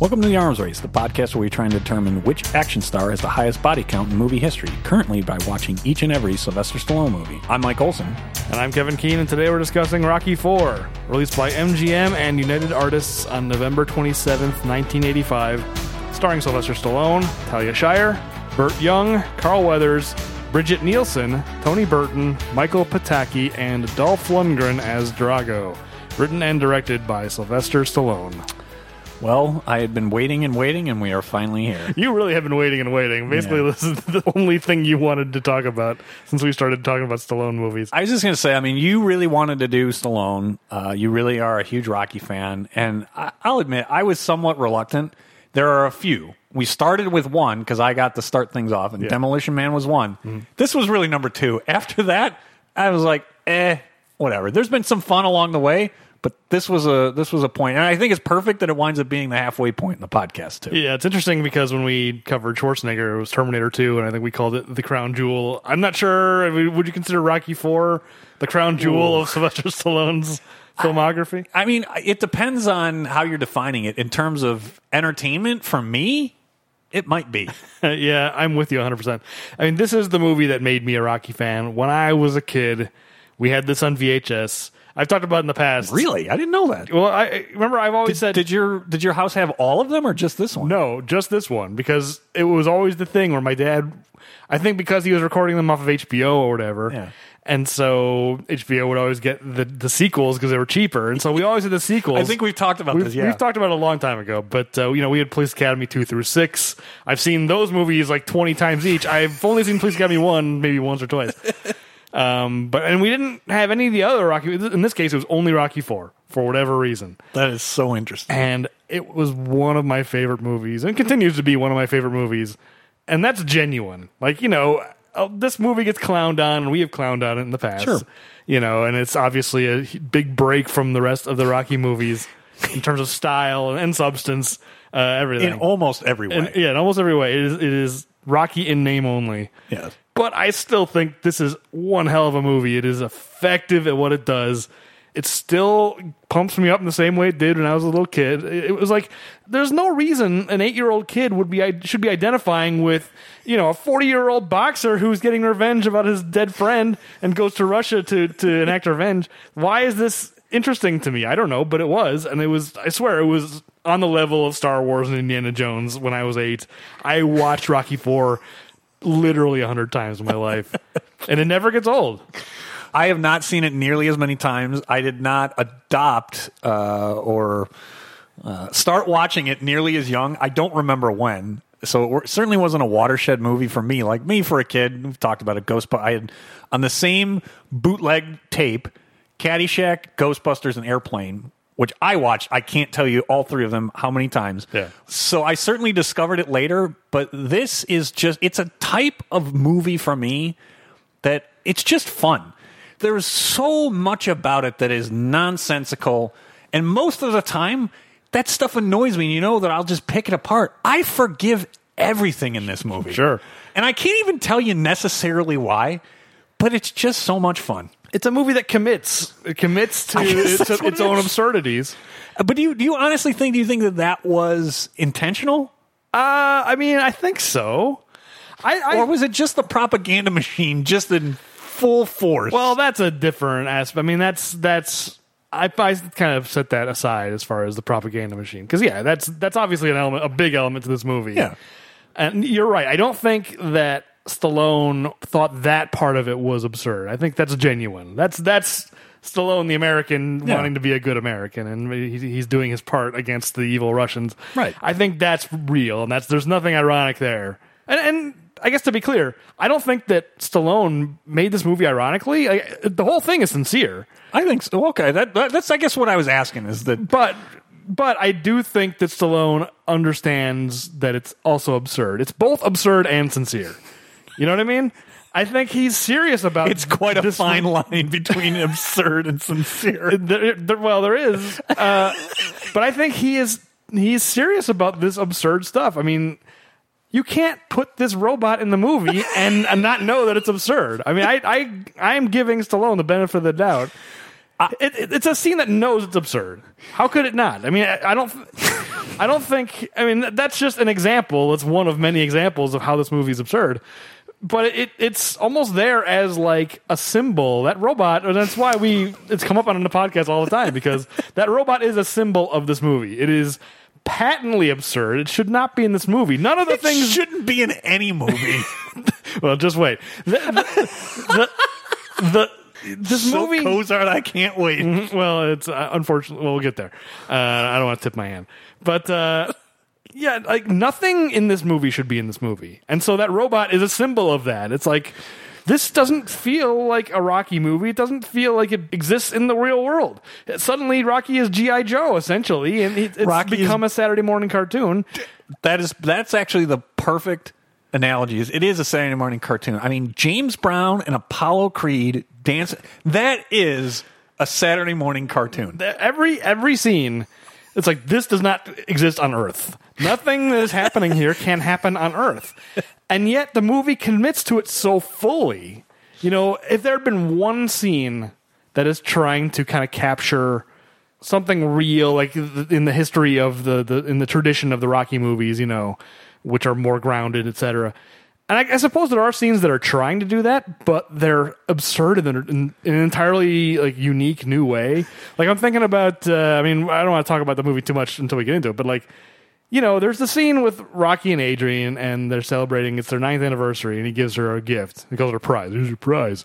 Welcome to the Arms Race, the podcast where we try and determine which action star has the highest body count in movie history, currently by watching each and every Sylvester Stallone movie. I'm Mike Olson. And I'm Kevin Keene, and today we're discussing Rocky IV, released by MGM and United Artists on November 27th, 1985, starring Sylvester Stallone, Talia Shire, Burt Young, Carl Weathers, Bridget Nielsen, Tony Burton, Michael Pataki, and Dolph Lundgren as Drago. Written and directed by Sylvester Stallone. Well, I had been waiting and waiting, and we are finally here. You really have been waiting and waiting. Basically, Yeah. this is the only thing you wanted to talk about since we started talking about Stallone movies. I was just going to say, I mean, you really wanted to do Stallone. Uh, you really are a huge Rocky fan. And I- I'll admit, I was somewhat reluctant. There are a few. We started with one because I got to start things off, and Demolition Man was one. This was really number two. After that, I was like, eh, whatever. There's been some fun along the way, but this was a this was a point, and I think it's perfect that it winds up being the halfway point in the podcast too. Yeah, it's interesting because when we covered Schwarzenegger, it was Terminator 2, and I think we called it the crown jewel. I'm not sure. I mean, would you consider Rocky 4 the crown jewel of Sylvester Stallone's filmography? I mean, it depends on how you're defining it in terms of entertainment. For me, it might be. yeah, I'm with you 100%. I mean, this is the movie that made me a Rocky fan. When I was a kid, we had this on VHS. I've talked about it in the past. Really, I didn't know that. Well, I- I remember I've always said Did your did your house have all of them or just this one? No, just this one because it was always the thing where my dad, I think because he was recording them off of HBO or whatever, Yeah. and so HBO would always get the the sequels because they were cheaper, and so we always had the sequels. I think we've talked about We've, this. Yeah, we've talked about it a long time ago, but uh, you know we had Police Academy two through six. I've seen those movies like twenty times each. I've only seen Police Academy one maybe once or twice. Um, but and we didn't have any of the other Rocky. In this case, it was only Rocky four for whatever reason that is so interesting. and it was one of my favorite movies and continues to be one of my favorite movies and that's genuine like you know uh, this movie gets clowned on and we have clowned on it in the past Sure. you know and it's obviously a h- big break from the rest of the rocky movies in terms of style and, and substance uh, everything In almost every way. And- yeah in almost every way it is, it is rocky in name only yes. but I still think this is one hell of a movie. It is effective at what it does. It still pumps me up in the same way it did when I was a little kid. It it was like there's no reason an eight year old kid would be should be identifying with you know a forty year old boxer who's getting revenge about his dead friend and goes to Russia to to enact revenge. Why is this interesting to me? I don't know, but it was, and it was. I swear it was on the level of Star Wars and Indiana Jones when I was eight. I watched Rocky Four literally a hundred times in my life, and it never gets old. I have not seen it nearly as many times. I did not adopt uh, or uh, start watching it nearly as young. I don't remember when. So it wa- certainly wasn't a watershed movie for me. Like me for a kid, we've talked about it. Ghost, but I had on the same bootleg tape, Caddyshack, Ghostbusters, and Airplane, which I watched. I can't tell you all three of them how many times. Yeah. So I certainly discovered it later, but this is just it's a type of movie for me that it's just fun. There's so much about it that is nonsensical, and most of the time that stuff annoys me. and You know that I'll just pick it apart. I forgive everything in this movie. Sure. And I can't even tell you necessarily why, but it's just so much fun. It's a movie that commits. It commits to I guess its, that's what its it own is. absurdities. Uh, But do you do you honestly think do you think that that was intentional? Uh, I mean, I think so. I, I Or was it just the propaganda machine just in full force? Well, that's a different aspect. I mean, that's that's I, I kind of set that aside as far as the propaganda machine because yeah, that's that's obviously an element, a big element to this movie. Yeah. and you're right. I don't think that Stallone thought that part of it was absurd. I think that's genuine. That's that's Stallone, the American, Yeah. wanting to be a good American, and he's, he's doing his part against the evil Russians. Right. I think that's real, and that's there's nothing ironic there. And, and I guess to be clear, I don't think that Stallone made this movie ironically. I, the whole thing is sincere, I think so. Okay, that, that that's I guess what I was asking is that but but I do think that Stallone understands that it's also absurd. It's both absurd and sincere. You know what I mean? I think he's serious about it's quite a this fine line between absurd and sincere. there, there- well, there is, uh, but I think he is he's serious about this absurd stuff. I mean, you can't put this robot in the movie and, and not know that it's absurd. I mean, I I I am giving Stallone the benefit of the doubt. it, it- it's a scene that knows it's absurd. How could it not? I mean, I, I don't. I don't think. I mean, that's just an example. It's one of many examples of how this movie is absurd. But it it's almost there as like a symbol. That robot, and that's why we it's come up on the podcast all the time because that robot is a symbol of this movie. It is patently absurd. It should not be in this movie. None of the things shouldn't be in any movie. well, just wait. The, the, the, the- this so movie. Cozart, I can't wait. well, it's uh, unfortunately. Well, we'll get there. Uh, I don't want to tip my hand, but uh, yeah, like nothing in this movie should be in this movie, and so that robot is a symbol of that. It's like this doesn't feel like a Rocky movie. It doesn't feel like it exists in the real world. Suddenly, Rocky is GI Joe essentially, and it, it's Rocky is- become a Saturday morning cartoon. That is that's actually the perfect analogy. Is it is a Saturday morning cartoon. I mean, James Brown and Apollo Creed dance. That is a Saturday morning cartoon. every every scene it's like this does not exist on earth nothing that is happening here can happen on earth and yet the movie commits to it so fully you know if there had been one scene that is trying to kind of capture something real like th- in the history of the, the in the tradition of the rocky movies you know which are more grounded etc and I, I suppose there are scenes that are trying to do that, but they're absurd in, an- in an entirely like unique new way. Like I'm thinking about, uh, I mean, I don't want to talk about the movie too much until we get into it, but like, you know, there's the scene with Rocky and Adrian, and they're celebrating it's their ninth anniversary, and he gives her a gift. He calls it a prize. Here's your prize.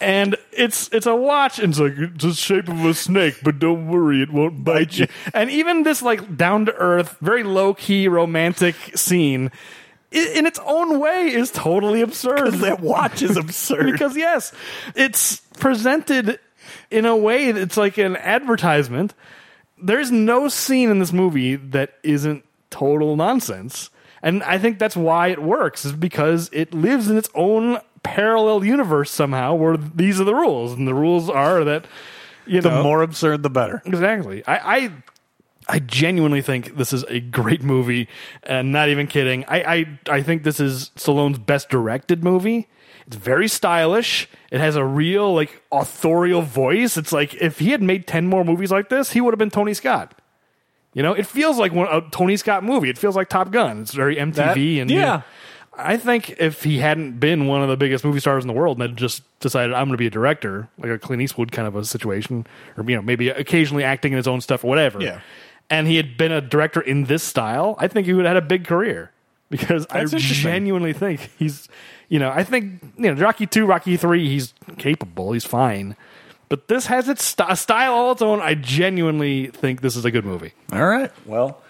and it's it's a watch, and it's like it's the shape of a snake, but don't worry, it won't bite you. And even this like down to earth, very low key romantic scene, i- in its own way, is totally absurd That watch is absurd. because yes, it's presented in a way that's like an advertisement. There's no scene in this movie that isn't total nonsense. And I think that's why it works is because it lives in its own parallel universe somehow where these are the rules and the rules are that you the know more absurd, the better. Exactly. I, I I genuinely think this is a great movie, and not even kidding. I I, I think this is Stallone's best directed movie. It's very stylish. It has a real like authorial voice. It's like if he had made ten more movies like this, he would have been Tony Scott. You know, it feels like one, a Tony Scott movie. It feels like Top Gun. It's very MTV That- and yeah. you know, I think if he hadn't been one of the biggest movie stars in the world and had just decided I'm going to be a director, like a Clint Eastwood kind of a situation, or you know maybe occasionally acting in his own stuff or whatever, Yeah. and he had been a director in this style, I think he would have had a big career because That's I interesting. genuinely think he's, you know, I think you know Rocky two, Rocky three, he's capable, he's fine, but this has its st- a style all its own. I genuinely think this is a good movie. All right. Well,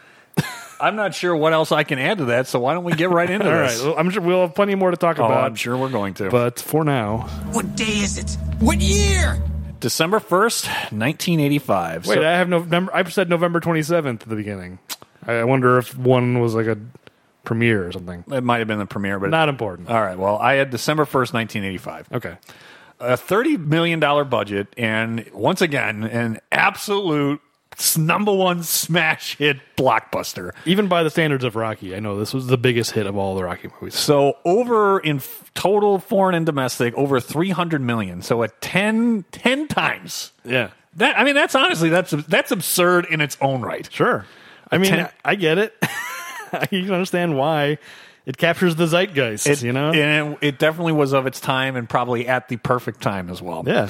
I'm not sure what else I can add to that. So why don't we get right into All right, this? well, I'm sure we'll have plenty more to talk Oh, about. I'm sure we're going to. But for now, What day is it? What year? December 1st, 1985. Wait, So- I have November. I said November 27th at the beginning. I I wonder if one was like a premiere or something. it might have been the premiere, but Not important. All right. Well, I had December 1st, 1985. Okay. a thirty million dollar budget, and once again, an absolute s- number one smash hit blockbuster. Even by the standards of Rocky, I know this was the biggest hit of all the Rocky movies. So over in f- total foreign and domestic, over three hundred million. So at 10, 10 times Yeah. that. I mean, that's honestly that's that's absurd in its own right. Sure. I mean, ten- I get it. I can understand why it captures the zeitgeist. It- you know. and it, it definitely was of its time, and probably at the perfect time as well. Yeah.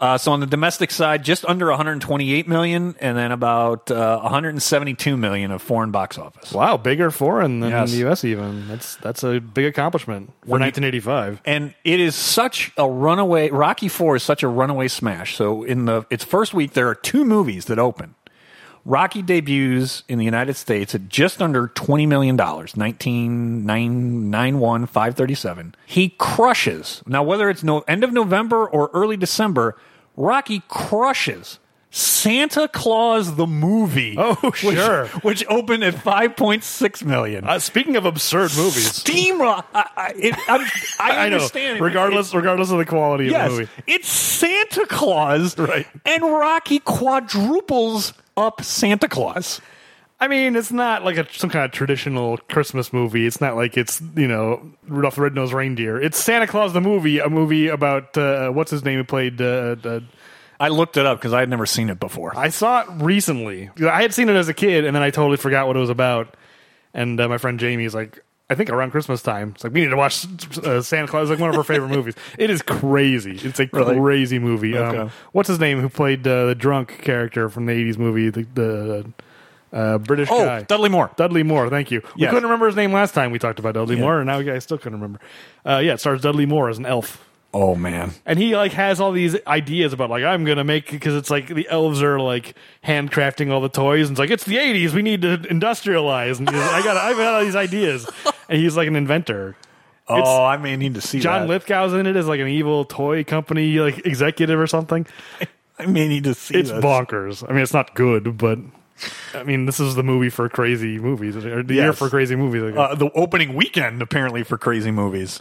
Uh, so on the domestic side, just under 128 million, and then about uh, 172 million of foreign box office. Wow, bigger foreign than Yes. the U.S. Even that's that's a big accomplishment for 1985. and it is such a runaway rocky 4 is such a runaway smash so in the its first week there are two movies that open rocky debuts in the united states at just under 20 million dollars 19991 537 he crushes now whether it's no end of november or early december rocky crushes Santa Claus the movie. Oh, which- sure. Which opened at 5.6 million. Uh, speaking of absurd movies, Steamroll. I, I, it, I, I I know. understand. Regardless, regardless of the quality It- yes, of the movie, it's Santa Claus, Right. And Rocky quadruples up Santa Claus. I mean, it's not like a some kind of traditional Christmas movie. It's not like it's you know Rudolph the Red-Nosed Reindeer. It's Santa Claus the movie, a movie about uh, what's his name who played uh, uh, I looked it up because I had never seen it before. I saw it recently. I had seen it as a kid, and then I totally forgot what it was about. And uh, my friend Jamie is like, I think around Christmas time, it's like we need to watch uh, Santa Claus. It's like one of her favorite movies. It is crazy. It's a Really? crazy movie. Um, Okay. what's his name? Who played uh, the drunk character from the '80s movie? The, the uh, British oh, guy. Dudley Moore. Dudley Moore, thank you. We Yes. couldn't remember his name last time we talked about Dudley Moore, and now I still couldn't remember. Uh, yeah, it stars Dudley Moore as an elf oh man, and he like has all these ideas about like I'm gonna make because it's like the elves are like handcrafting all the toys and it's like it's the 80s we need to industrialize and he's like, I got I've got all these ideas and he's like an inventor. oh It's- I may need to see John that. Lithgow's in it as like an evil toy company like executive or something. I may need to see. It's this. bonkers. I mean, it's not good, but I mean, this is the movie for crazy movies or the year Yes. for crazy movies. I guess. uh, the opening weekend apparently for crazy movies.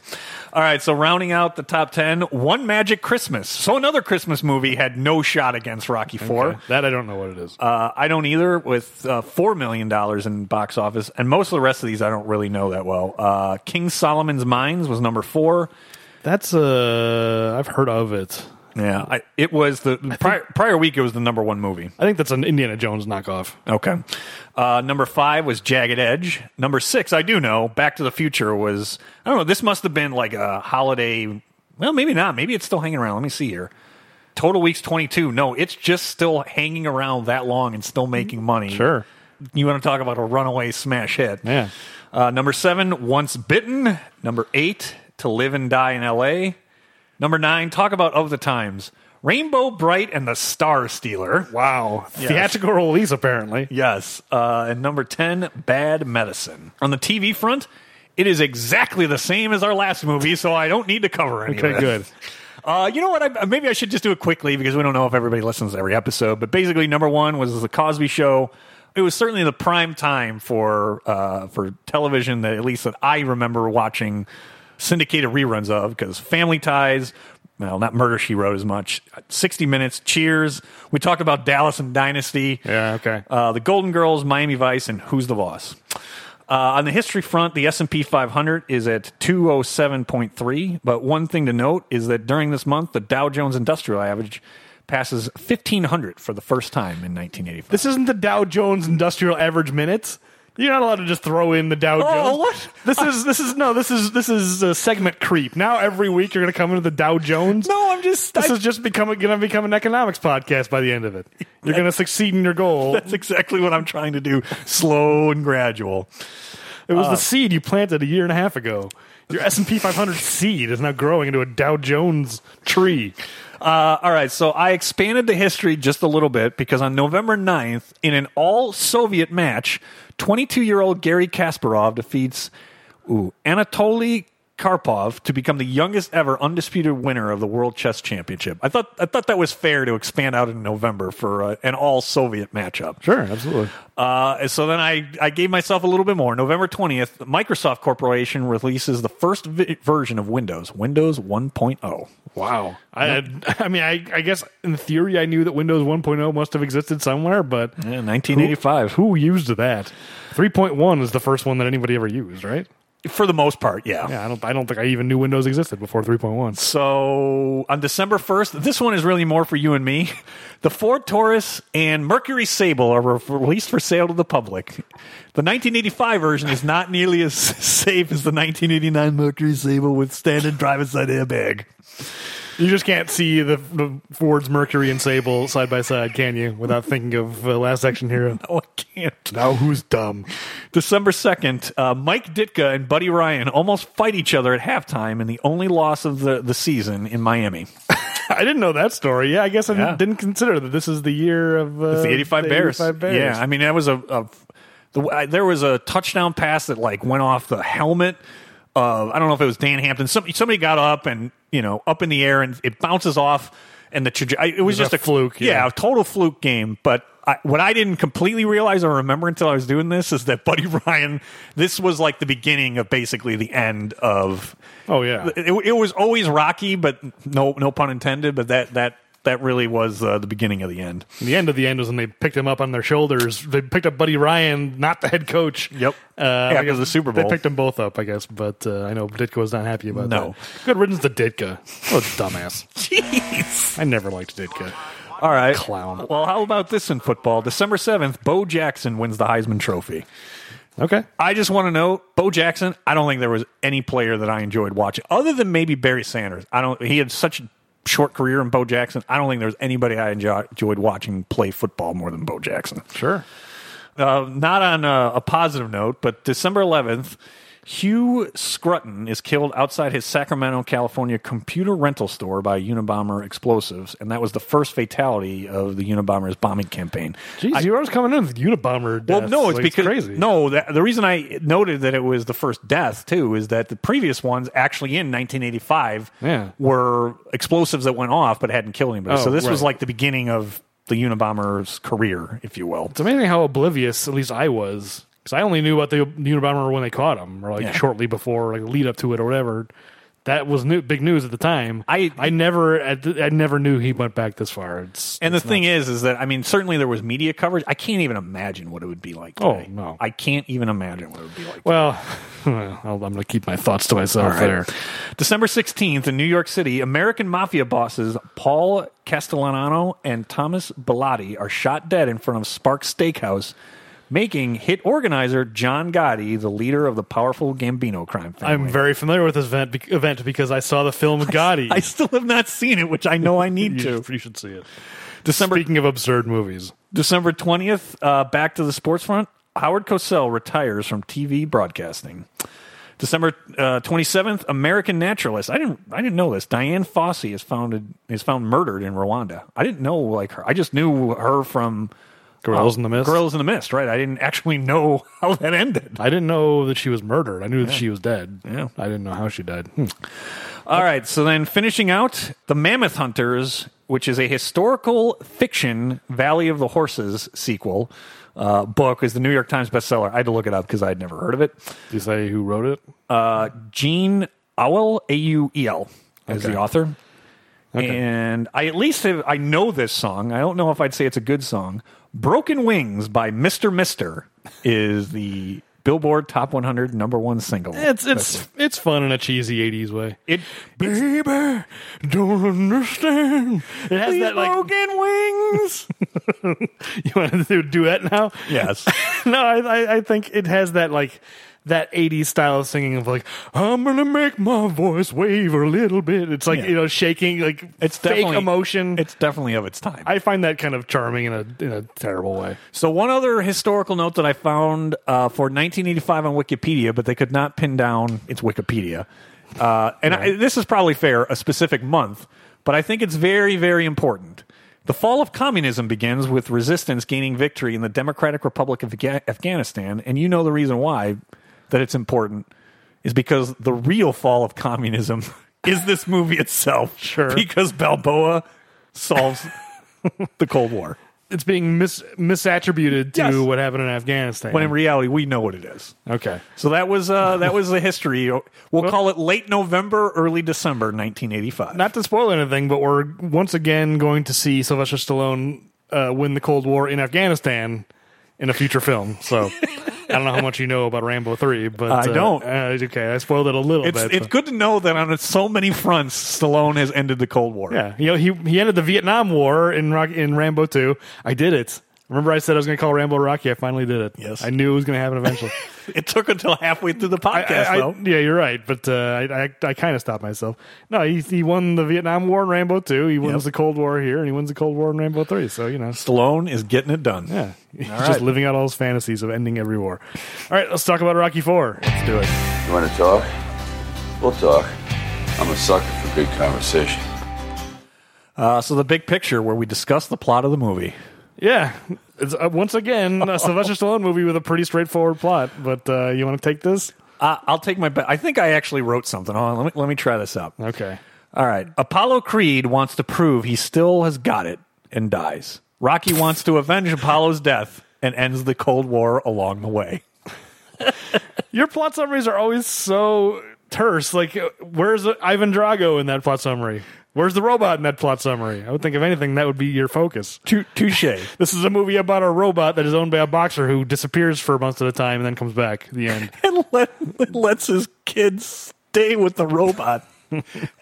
All right, so rounding out the top 10, One Magic Christmas. So another Christmas movie had no shot against Rocky 4. Okay. that I don't know what it is. Uh, I don't either with uh, 4 million dollars in box office and most of the rest of these I don't really know that well. Uh, King Solomon's Mines was number 4. That's uh, I've heard of it. Yeah, I, it was the prior, prior week it was the number 1 movie. I think that's an Indiana Jones knockoff. Okay. Uh, number five was Jagged Edge. Number six, I do know, Back to the Future was, I don't know, this must have been like a holiday. Well, maybe not. Maybe it's still hanging around. Let me see here. Total Weeks 22. No, it's just still hanging around that long and still making money. Sure. You want to talk about a runaway smash hit. Yeah. Uh, number seven, Once Bitten. Number eight, To Live and Die in L.A. Number nine, talk about Of the Times. Rainbow Bright and the Star Stealer. Wow. Theatrical release, apparently. Yes. Uh, and number 10, Bad Medicine. On the TV front, it is exactly the same as our last movie, so I don't need to cover any of Okay, it. good. Uh, you know what? I, maybe I should just do it quickly because we don't know if everybody listens to every episode. But basically, number one was The Cosby Show. It was certainly the prime time for uh, for television that at least that I remember watching syndicated reruns of because Family Ties, well, not Murder She Wrote as much, 60 Minutes, Cheers. We talked about Dallas and Dynasty. Yeah, okay. Uh, the Golden Girls, Miami Vice, and Who's the Boss. Uh, on the history front, the S&P 500 is at 207.3. But one thing to note is that during this month, the Dow Jones Industrial Average passes 1500 for the first time in 1985. This isn't the Dow Jones Industrial Average Minutes. You're not allowed to just throw in the Dow Oh, Jones. what? This is this is no. This is this is uh, segment creep. Now every week you're going to come into the Dow Jones. no, I'm just This I- is just becoming going to become an economics podcast by the end of it. You're going to succeed in your goal. that's exactly what I'm trying to do, slow and gradual. It was the seed you planted a year and a half ago. Your S and P 500 seed is now growing into a Dow Jones tree. Uh, all right, so I expanded the history just a little bit because on November 9th, in an all Soviet match, 22 year old Gary Kasparov defeats ooh, Anatoly Karpov to become the youngest ever undisputed winner of the World Chess Championship. I thought, I thought that was fair to expand out in November for uh, an all Soviet matchup. Sure, absolutely. Uh, and so then I, I gave myself a little bit more. November 20th, Microsoft Corporation releases the first vi- version of Windows, Windows oh, 1.0. Wow. I I mean, I, I guess in theory, I knew that Windows 1.0 must have existed somewhere, but Yeah, 1985. who used that? 3.1 is the first one that anybody ever used, right? For the most part, yeah. Yeah, I don't, I don't think I even knew Windows existed before 3.1. So on December 1st, this one is really more for you and me. The Ford Taurus and Mercury Sable are re- released for sale to the public. The 1985 version is not nearly as safe as the 1989 Mercury Sable with standard driver's side airbag. You just can't see the, the Ford's Mercury and Sable side by side, can you? Without thinking of uh, Last Action Hero. Oh, I can't. Now who's dumb? December 2nd, uh, Mike Ditka and Buddy Ryan almost fight each other at halftime in the only loss of the, the season in Miami. I didn't know that story. Yeah, I guess I Yeah. didn't consider that this is the year of uh, the 85 the Bears. 85 Bears. Yeah, I mean that was a, a the, I, there was a touchdown pass that like went off the helmet. of I don't know if it was Dan Hampton. Some, somebody got up and you know up in the air and it bounces off and the traje- I- it was was just a a, fluke, yeah. Yeah. a total fluke game. But I, what I didn't completely realize or remember until I was doing this is that Buddy Ryan. This was like the beginning of basically the end of Oh, yeah. it, it was always rocky, but no no pun intended. But that that. That really was uh, the beginning of the end. The end of the end was when they picked him up on their shoulders. They picked up Buddy Ryan, not the head coach. Yep. Uh, After I guess the Super They Bowl. picked them both up, I guess. But uh, I know Ditka was not happy about No. that. Good riddance to Ditka. What a dumbass. Jeez. I never liked Ditka. All right. Clown. Well, how about this in football? December 7th, Bo Jackson wins the Heisman Trophy. Okay. I just want to know, Bo Jackson, I don't think there was any player that I enjoyed watching other than maybe Barry Sanders. I don't he had such a short career in Bo Jackson. I don't think there was anybody I enjoy, enjoyed watching play football more than Bo Jackson. Sure. Uh, not on a, a positive note, but December 11th, Hugh Scrutton is killed outside his Sacramento, California computer rental store by Unabomber explosives, and that was the first fatality of the Unabomber's bombing campaign. Jeez, you're always coming in with Unabomber. Well, deaths. no, it's Like, because crazy. no. The, the reason I noted that it was the first death too is that the previous ones actually in 1985 Yeah. were explosives that went off but hadn't killed anybody. Oh, so this was right. like the beginning of the Unabomber's career, if you will. It's amazing how oblivious, at least I was, because I only knew about the Unabomber when they caught him, or like Yeah. shortly before, like lead up to it or whatever. That was new, big news at the time. I- I never, I, I never knew he went back this far. It's And the thing is, is that I mean, certainly there was media coverage. I can't even imagine what it would be like. Oh, Today. no. I can't even imagine what it would be like. well, well, I'm going to keep my thoughts to myself there. December 16th in New York City, American mafia bosses Paul Castellanano and Thomas Bellotti are shot dead in front of Sparks Steakhouse, making hit organizer John Gotti the leader of the powerful Gambino crime family. I'm very familiar with this event, bec- event because I saw the film Gotti. I still have not seen it, which I know I need you, to. should- you should see it. December Speaking of absurd movies, December 20th, uh, back to the sports front. Howard Cosell retires from TV broadcasting. December uh, 27th, American naturalist. I didn't I didn't know this. Diane Fossey is founded is found murdered in Rwanda. I didn't know like her. I just knew her from Girls in the Mist. Girls in the Mist, right? I didn't actually know how that ended. I didn't know that she was murdered. I knew that she was dead. Yeah. I didn't know how she died. Hmm. All right, so then finishing out The Mammoth Hunters, which is a historical fiction Valley of the Horses sequel uh, book, is the New York Times bestseller. I had to look it up because I had never heard of it. Do you say who wrote it? Uh, Gene Owell, A U E L, is Okay. the author. And I at least have, I know this song. I don't know if I'd say it's a good song. Broken Wings by Mr. Mister is the Billboard Top 100 number one single. It's it's it's fun in a cheesy '80s way. It, Baby, don't understand. It has that like broken wings. you want to do a duet now? yes. no, I, I I think it has that like that '80s style of singing of like I'm gonna make my voice waver a little bit. It's like Yeah. you know shaking like It's fake definitely- emotion. It's definitely of its time. I find that kind of charming in a in a terrible way. So one other historical note that I found uh, for 1985 on Wikipedia, but they could not pin down its Wikipedia. Uh, and I, this is probably fair, a specific month, but I think it's very, very important. The fall of communism begins with resistance gaining victory in the Democratic Republic of Afga- Afghanistan, and you know the reason why that it's important is because the real fall of communism is this movie itself. Sure. because Balboa solves the Cold War. It's being mis misattributed to Yes. what happened in Afghanistan. When in reality, we know what it is. okay. So that was uh, that was the history. We'll, call it late November, early December, 1985. not to spoil anything, but we're once again going to see Sylvester Stallone uh, win the Cold War in Afghanistan in a future film. So I don't know how much you know about Rambo three, but I uh, don't. Uh, okay, I spoiled it a little it's bit. it's but- good to know that on so many fronts, Stallone has ended the Cold War. yeah, you know he he ended the Vietnam War in Rock in Rambo two. I did it. Remember, I said I was going to call Rambo Rocky. I finally did it. Yes. I knew it was going to happen eventually. It took until halfway through the I- podcast, I- though. yeah, you're right, but uh, I I, I kind of stopped myself. No, he he won the Vietnam War in Rambo two. He wins Yep. the Cold War here, and he wins the Cold War in Rambo three. So you know, Stallone is getting it done. Yeah. He's All just right. living out all his fantasies of ending every war. All right, let's talk about Rocky Four. Let's do it. You want to talk? We'll talk. I'm a sucker for good conversation. Uh, so the big picture, where we discuss the plot of the movie. Yeah. It's, uh, once again, a Sylvester Stallone movie with a pretty straightforward plot, but uh, you want to take this? Uh, I'll take my. bet. I think I actually wrote something. Hold on, let me let me try this out. Okay. All right. Apollo Creed wants to prove he still has got it and dies. Rocky wants to avenge Apollo's death and ends the Cold War along the way. Your plot summaries are always so terse. Like, uh, where's uh, Ivan Drago in that plot summary? Where's the robot in that plot summary? I would think, if anything, that would be your focus. Tou- Touche. This is a movie about a robot that is owned by a boxer who disappears for months at a time and then comes back at the end. and let, lets his kids stay with the robot.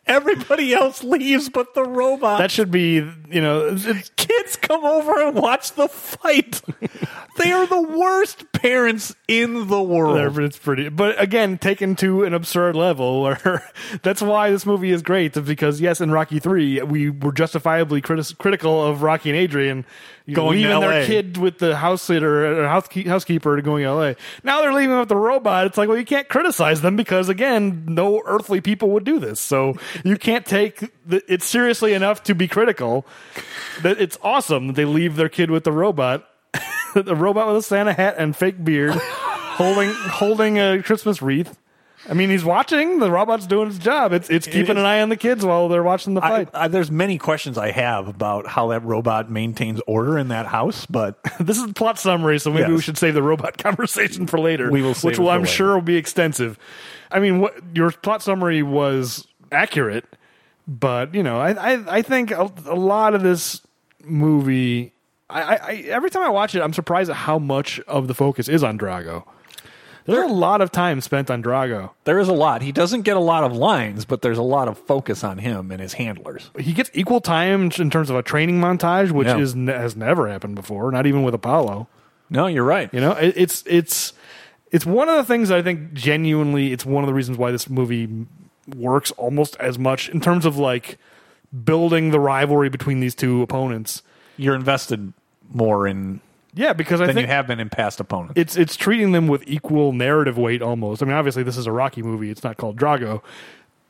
Everybody else leaves but the robot. That should be, you know, it's, Kids come over and watch the fight. they are the worst parents in the world. it's pretty. But again, taken to an absurd level, where that's why this movie is great. is Because yes, in Rocky Three, we were justifiably critis- critical of Rocky and Adrian Going to leaving their LA. kid with the house sitter or housekeep- housekeeper to going to L.A. Now they're leaving him with the robot. It's like, well, you can't criticize them because again, no earthly people would do this. So you can't take the, it seriously enough to be critical. That it's awesome that they leave their kid with the robot, the robot with a Santa hat and fake beard, holding holding a Christmas wreath. I mean, he's watching. The robot's doing its job. It's it's keeping an eye on the kids while they're watching the I, fight. I, there's many questions I have about how that robot maintains order in that house, but this is the plot summary, so maybe Yes. we should save the robot conversation for later. We will save which it will, for I'm later. sure will be extensive. I mean, what your plot summary was accurate, but you know, I I, I think a, a lot of this movie. I, I, I every time I watch it, I'm surprised at how much of the focus is on Drago. There's a lot of time spent on Drago. there is a lot. He doesn't get a lot of lines, but there's a lot of focus on him and his handlers. He gets equal time in terms of a training montage, which Yeah. is has never happened before, not even with Apollo. No, you're right. You know, it, it's it's it's one of the things I think genuinely it's one of the reasons why this movie works almost as much in terms of like building the rivalry between these two opponents. You're invested more in Yeah, because I than you think have been in past opponents. it's it's treating them with equal narrative weight almost. I mean, obviously this is a Rocky movie; it's not called Drago,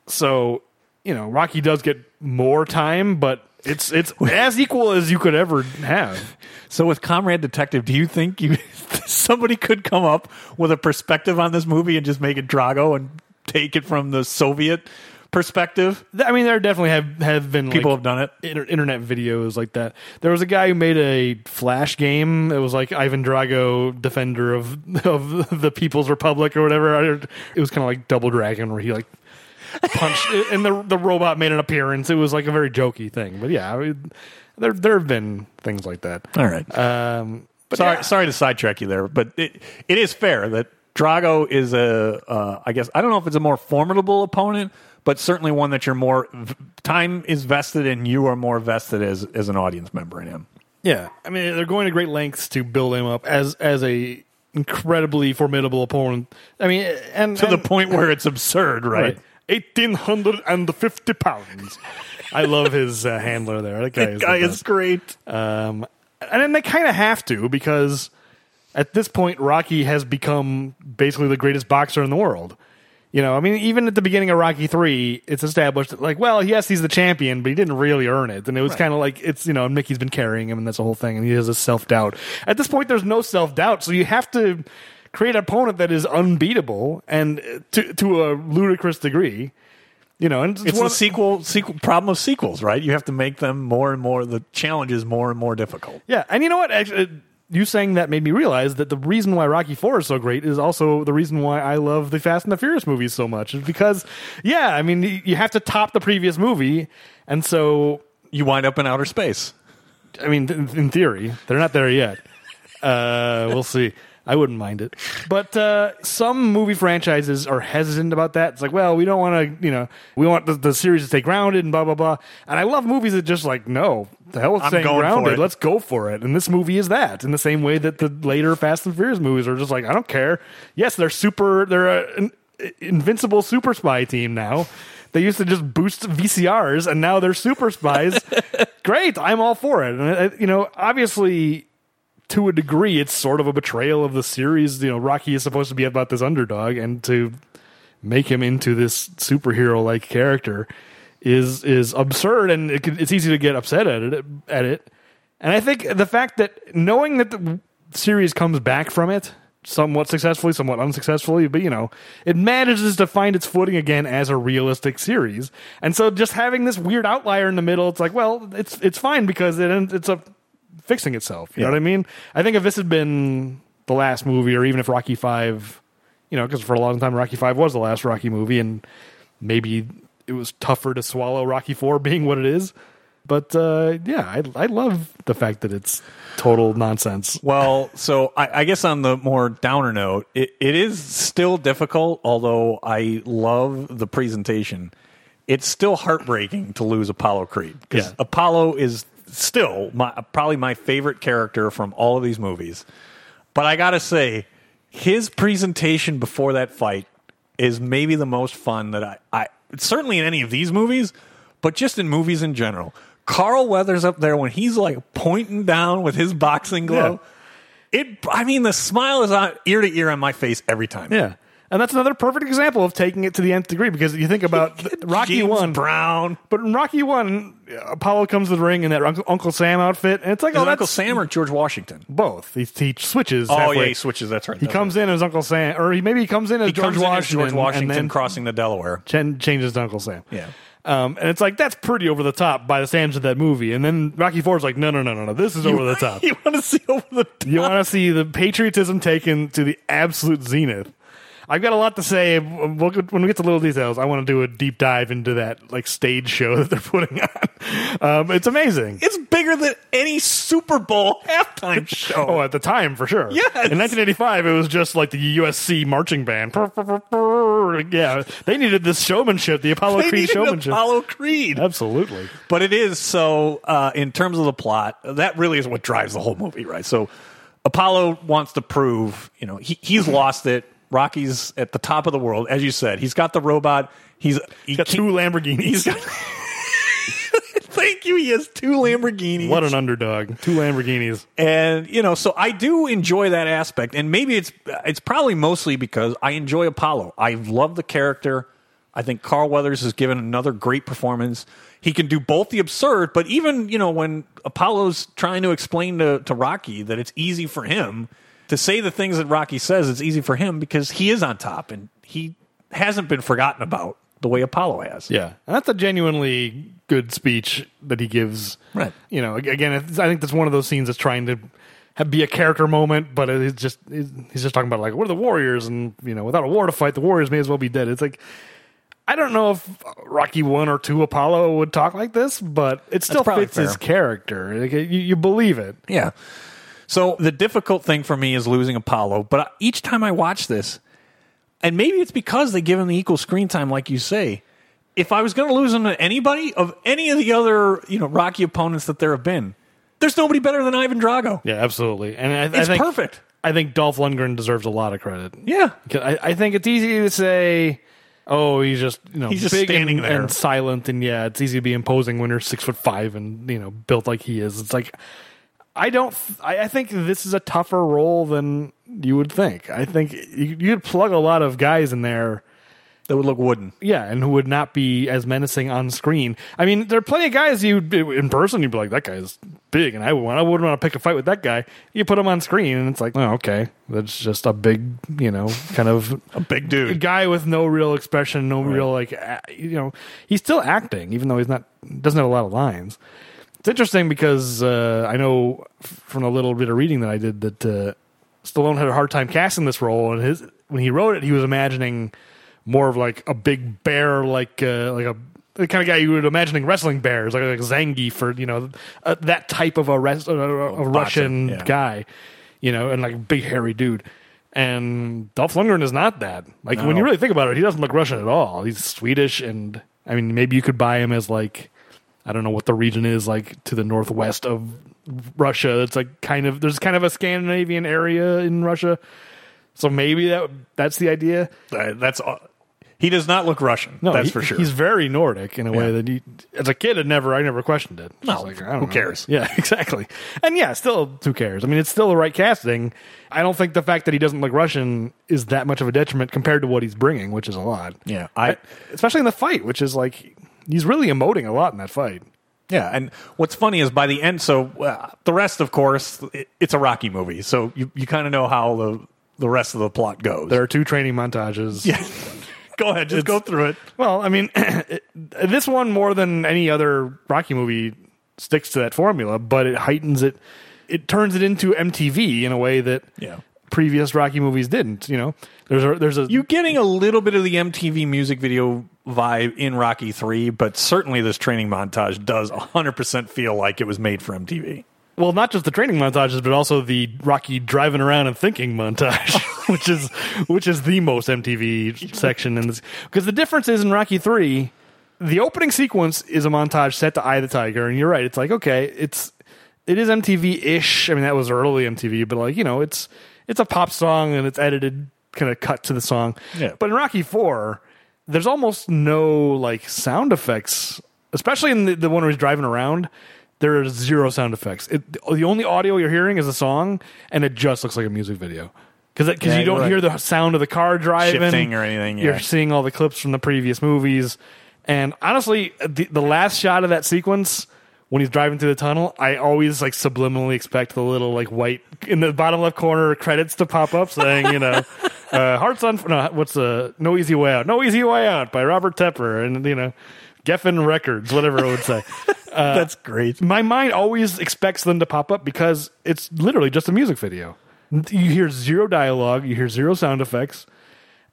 so you know Rocky does get more time, but it's it's as equal as you could ever have. So with Comrade Detective, do you think you somebody could come up with a perspective on this movie and just make it Drago and take it from the Soviet perspective? Th- I mean, there definitely have have been People like, have done it. inter- internet videos like that. There was a guy who made a flash game. that was like Ivan Drago, defender of of the People's Republic or whatever. I heard- It was kind of like Double Dragon, where he like punched, and the the robot made an appearance. It was like a very jokey thing, but yeah, I mean, there there have been things like that. All right. Um, but sorry, yeah. sorry to sidetrack you there, but it, it is fair that Drago is a, uh, I guess I don't know if it's a more formidable opponent, but certainly one that you're more v- time is vested in. You are more vested as as an audience member in him. Yeah, I mean they're going to great lengths to build him up as as a incredibly formidable opponent. I mean, and To the and- point where it's absurd, right? Right. 1,850 pounds. I love his uh, handler there. That guy is. the Guy best. is great. Um, and then they kind of have to because at this point, Rocky has become basically the greatest boxer in the world. You know, I mean, even at the beginning of Rocky Three, it's established that, like, well, yes, he's the champion, but he didn't really earn it, and it was kind of like it's you know, Mickey's been carrying him, and that's the whole thing, and he has a self doubt. At this point, there's no self doubt, so you have to create an opponent that is unbeatable and uh, to to a ludicrous degree. You know, and It's one the of the- sequel, sequel problem of sequels, right? You have to make them more and more. The challenge is more and more difficult. Yeah, and you know what? Actually, uh, you saying that made me realize that the reason why Rocky Four is so great is also the reason why I love the Fast and the Furious movies so much. Is because, yeah, I mean, y- you have to top the previous movie, and so You wind up in outer space. I mean, th- in theory, they're not there yet. Uh, we'll see. I wouldn't mind it, but uh, some movie franchises are hesitant about that. It's like, well, we don't want to, you know, we want the, the series to stay grounded and blah blah blah. And I love movies that just like, no, the hell with I'm staying going for grounded. it. Let's go for it. And this movie is that. In the same way that the later Fast and Furious movies are just like, I don't care. Yes, they're super. They're a, an invincible super spy team now. They used to just boost VCRs, and now they're super spies. Great, I'm all for it. And I- I- you know, obviously, to a degree, it's sort of a betrayal of the series. You know, Rocky is supposed to be about this underdog, and to make him into this superhero like character is is absurd, and it, could- it's easy to get upset at it. At it, and I think the fact that knowing that the series comes back from it somewhat successfully, somewhat unsuccessfully, but you know, it manages to find its footing again as a realistic series. And so, just having this weird outlier in the middle, it's like, well, it's it's fine because it it's a fixing itself. You know Yeah. what I mean? I think if this had been the last movie, or even if Rocky Five, you know, because for a long time Rocky Five was the last Rocky movie, and maybe it was tougher to swallow Rocky Four being what it is. But uh, yeah, I, I love the fact that it's total nonsense. Well, so I, I guess on the more downer note, it, it is still difficult, although I love the presentation. it's still heartbreaking to lose Apollo Creed because Yeah. Apollo is still my, probably my favorite character from all of these movies. But I gotta say, his presentation before that fight is maybe the most fun that I, I certainly in any of these movies, but just in movies in general. Carl Weathers up there when he's like pointing down with his boxing glove. It, I mean, the smile is on ear to ear on my face every time. Yeah. And that's another perfect example of taking it to the nth degree because you think about th- Rocky James One, Brown. but in Rocky One, Apollo comes to the ring in that Uncle, Uncle Sam outfit, and it's like, Is oh, it that's Uncle Sam or George Washington? both. He, he switches. Oh halfway. yeah, he switches. That's right. He comes in as Uncle Sam, or he, maybe he comes in as George Washington, George Washington and then crossing the Delaware. chen- changes to Uncle Sam. Yeah. Um, and it's like that's pretty over the top by the standards of that movie. And then Rocky Four's like, no, no, no, no, no, this is over the top. you want to see over the top? You want to see the patriotism taken to the absolute zenith. I've got a lot to say. We'll, when we get to little details, I want to do a deep dive into that like stage show that they're putting on. Um, it's amazing. It's bigger than any Super Bowl halftime show. Oh, at the time for sure. Yes. In 1985, it was just like the USC marching band. Yeah, they needed this showmanship, the Apollo They Creed needed showmanship. Apollo Creed. Absolutely. But it is so. Uh, in terms of the plot, that really is what drives the whole movie, right? So Apollo wants to prove, you know, he, he's lost it. Rocky's at the top of the world, as you said. He's got the robot. He's he Got two can't- Lamborghinis. He's got. Thank you. He has two Lamborghinis. what an underdog. Two Lamborghinis. and you know so i do enjoy that aspect and maybe it's it's probably mostly because i enjoy apollo i love the character i think carl weathers has given another great performance he can do both the absurd but even you know when apollo's trying to explain to, to rocky that it's easy for him to say the things that rocky says it's easy for him because he is on top and he hasn't been forgotten about the way apollo has Yeah, and that's a genuinely good speech that he gives. Right. You know, ag- again, it's- I think that's one of those scenes that's trying to ha be a character moment, but it- it's just it- he's just talking about like we're the warriors, and you know, without a war to fight, the warriors may as well be dead. It's like. I don't know if Rocky One or Two Apollo would talk like this, but it still probably fits his fair. character. Like, you, you believe it. Yeah. So the difficult thing for me is losing Apollo, but I- each time I watch this, and maybe it's because they give him the equal screen time, like you say. If I was going to lose him to anybody of any of the other you know Rocky opponents that there have been, there's nobody better than Ivan Drago. Yeah, absolutely. And I, It's perfect. I think Dolph Lundgren deserves a lot of credit. Yeah. 'Cause I, I think it's easy to say, oh, he's just you know He's just big standing and, there. and silent, and yeah, it's easy to be imposing when you're six foot five and you know built like he is. It's like I don't. I, I think this is a tougher role than you would think. I think you, you'd plug a lot of guys in there. That would look wooden. Yeah, and who would not be as menacing on screen? I mean, there are plenty of guys you in person you'd be like, that guy's big, and I would want I wouldn't want to pick a fight with that guy. You put him on screen, and it's like, oh, okay, that's just a big, you know, kind of A big a dude. guy with no real expression, no real like, a- you know, he's still acting, even though he's not doesn't have a lot of lines. It's interesting because uh, I know f- from a little bit of reading that I did that uh, Stallone had a hard time casting this role, and his when he wrote it, he was imagining more of like a big bear, like uh, like a the kind of guy you would imagining wrestling bears, like like Zangief or you know uh, that type of a, res- uh, a, a- a Russian Oh, yeah. guy, you know, and like big hairy dude. And Dolph Lundgren is not that. Like No. when you really think about it, he doesn't look Russian at all. He's Swedish, and I mean, maybe you could buy him as like I don't know what the region is like to the northwest of Russia. It's like kind of there's kind of a Scandinavian area in Russia, so maybe that that's the idea. Uh, that's all. he does not look Russian. that's he- for sure. He's very Nordic in a way Yeah. that he, as a kid, had never I never questioned it. No, It's I don't who cares? Yeah, exactly. And yeah, still, who cares? I mean, it's still the right casting. I don't think the fact that he doesn't look Russian is that much of a detriment compared to what he's bringing, which is a lot. Uh, yeah, I especially in the fight, which is like he's really emoting a lot in that fight. Yeah, and what's funny is by the end, so uh, the rest, of course, it, it's a Rocky movie, so you, you kind of know how the the rest of the plot goes. There are two training montages. yeah. go ahead, just go through it. Well, I mean, it, this one more than any other Rocky movie sticks to that formula, but it heightens it. It turns it into MTV in a way that Yeah. previous Rocky movies didn't. You know, there's a there's a You're getting a little bit of the MTV music video vibe in Rocky Three, but certainly this training montage does 100 percent feel like it was made for MTV. well, not just the training montages, but also the Rocky driving around and thinking montage, which is which is the most MTV section in this. Because the difference is in Rocky three, the opening sequence is a montage set to Eye of the Tiger, and you're right. It's like okay, it's it is MTV ish. I mean, that was early MTV, but like you know, it's it's a pop song and it's edited kind of cut to the song. Yeah. But in Rocky Four, there's almost no like sound effects, especially in the, the one where he's driving around. There are zero sound effects. It, the only audio you're hearing is a song, and it just looks like a music video because because Yeah, you don't you're right. hear the sound of the car driving Shifting or anything, yeah. You're seeing all the clips from the previous movies. And honestly, the, the last shot of that sequence when he's driving through the tunnel, I always like subliminally expect the little like white in the bottom left corner credits to pop up saying, you know, uh, Hearts on no, what's uh, No Easy Way Out, No Easy Way Out by Robert Tepper, and you know, Geffen Records, whatever it would say. That's great. My mind always expects them to pop up because it's literally just a music video. You hear zero dialogue, you hear zero sound effects,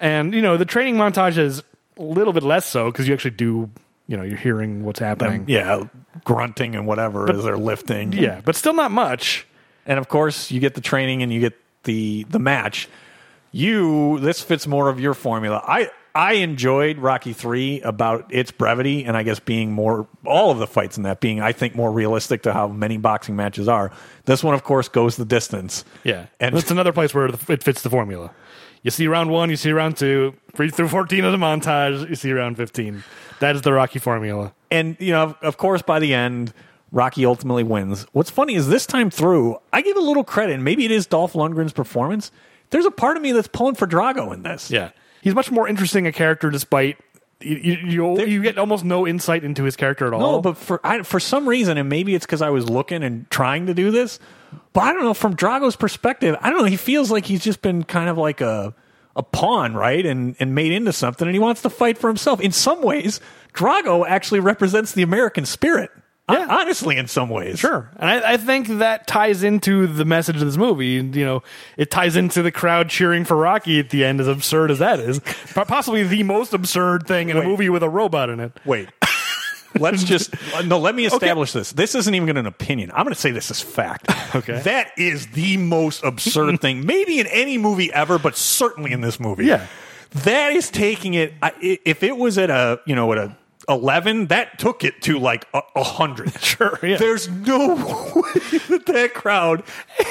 and you know the training montage is a little bit less so because you actually do, you know, you're hearing what's happening. Um, Yeah, grunting and whatever as they're lifting. yeah, but still not much. and of course you get the training and you get the the match you this fits more of your formula i i enjoyed rocky 3 about its brevity and i guess being more all of the fights in that being i think more realistic to how many boxing matches are this one of course goes the distance Yeah, and and that's another place where it fits the formula. You see round one, you see round two, three through fourteen of the montage, you see round fifteen. That is the Rocky formula. and you know, of, of course, by the end, Rocky ultimately wins. What's funny is this time through, I give a little credit, and maybe it is Dolph Lundgren's performance. There's a part of me that's pulling for Drago in this. Yeah, he's much more interesting a character, despite you you, you, you get almost no insight into his character at all. No, but for I, for some reason, and maybe it's because I was looking and trying to do this, but I don't know. From Drago's perspective, I don't know. He feels like he's just been kind of like a a pawn, right, and and made into something, and he wants to fight for himself. In some ways, Drago actually represents the American spirit. Yeah. Hon- honestly, in some ways, Sure, and I, I think that ties into the message of this movie. You know, it ties into the crowd cheering for Rocky at the end, as absurd as that is. Po- Possibly the most absurd thing in a Wait. movie with a robot in it. Wait. Let's just uh, no. Let me establish this. This isn't even an opinion. I'm going to say this is fact. Okay. that is the most absurd thing, maybe in any movie ever, but certainly in this movie. Yeah. that is taking it. I, i- if it was at a you know at a eleven, that took it to like a, a hundred. Sure. yeah. There's no way that that crowd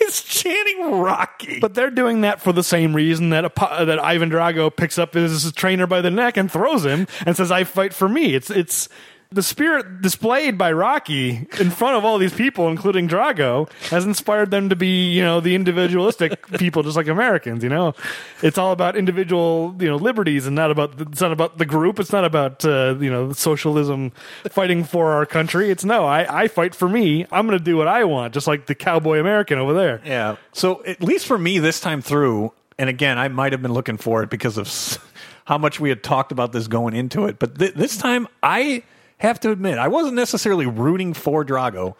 is chanting Rocky. But they're doing that for the same reason that Apo- that Ivan Drago picks up his trainer by the neck and throws him and says, "I fight for me." It's it's the spirit displayed by Rocky in front of all these people, including Drago, has inspired them to be you know the individualistic people, just like Americans. You know, it's all about individual you know liberties and not about it's not about the group. It's not about uh, you know socialism fighting for our country. It's no, I I fight for me. I'm going to do what I want, just like the cowboy American over there. Yeah. So at least for me this time through, and again, I might have been looking for it because of s- how much we had talked about this going into it. But th- this time, I have to admit, I wasn't necessarily rooting for Drago,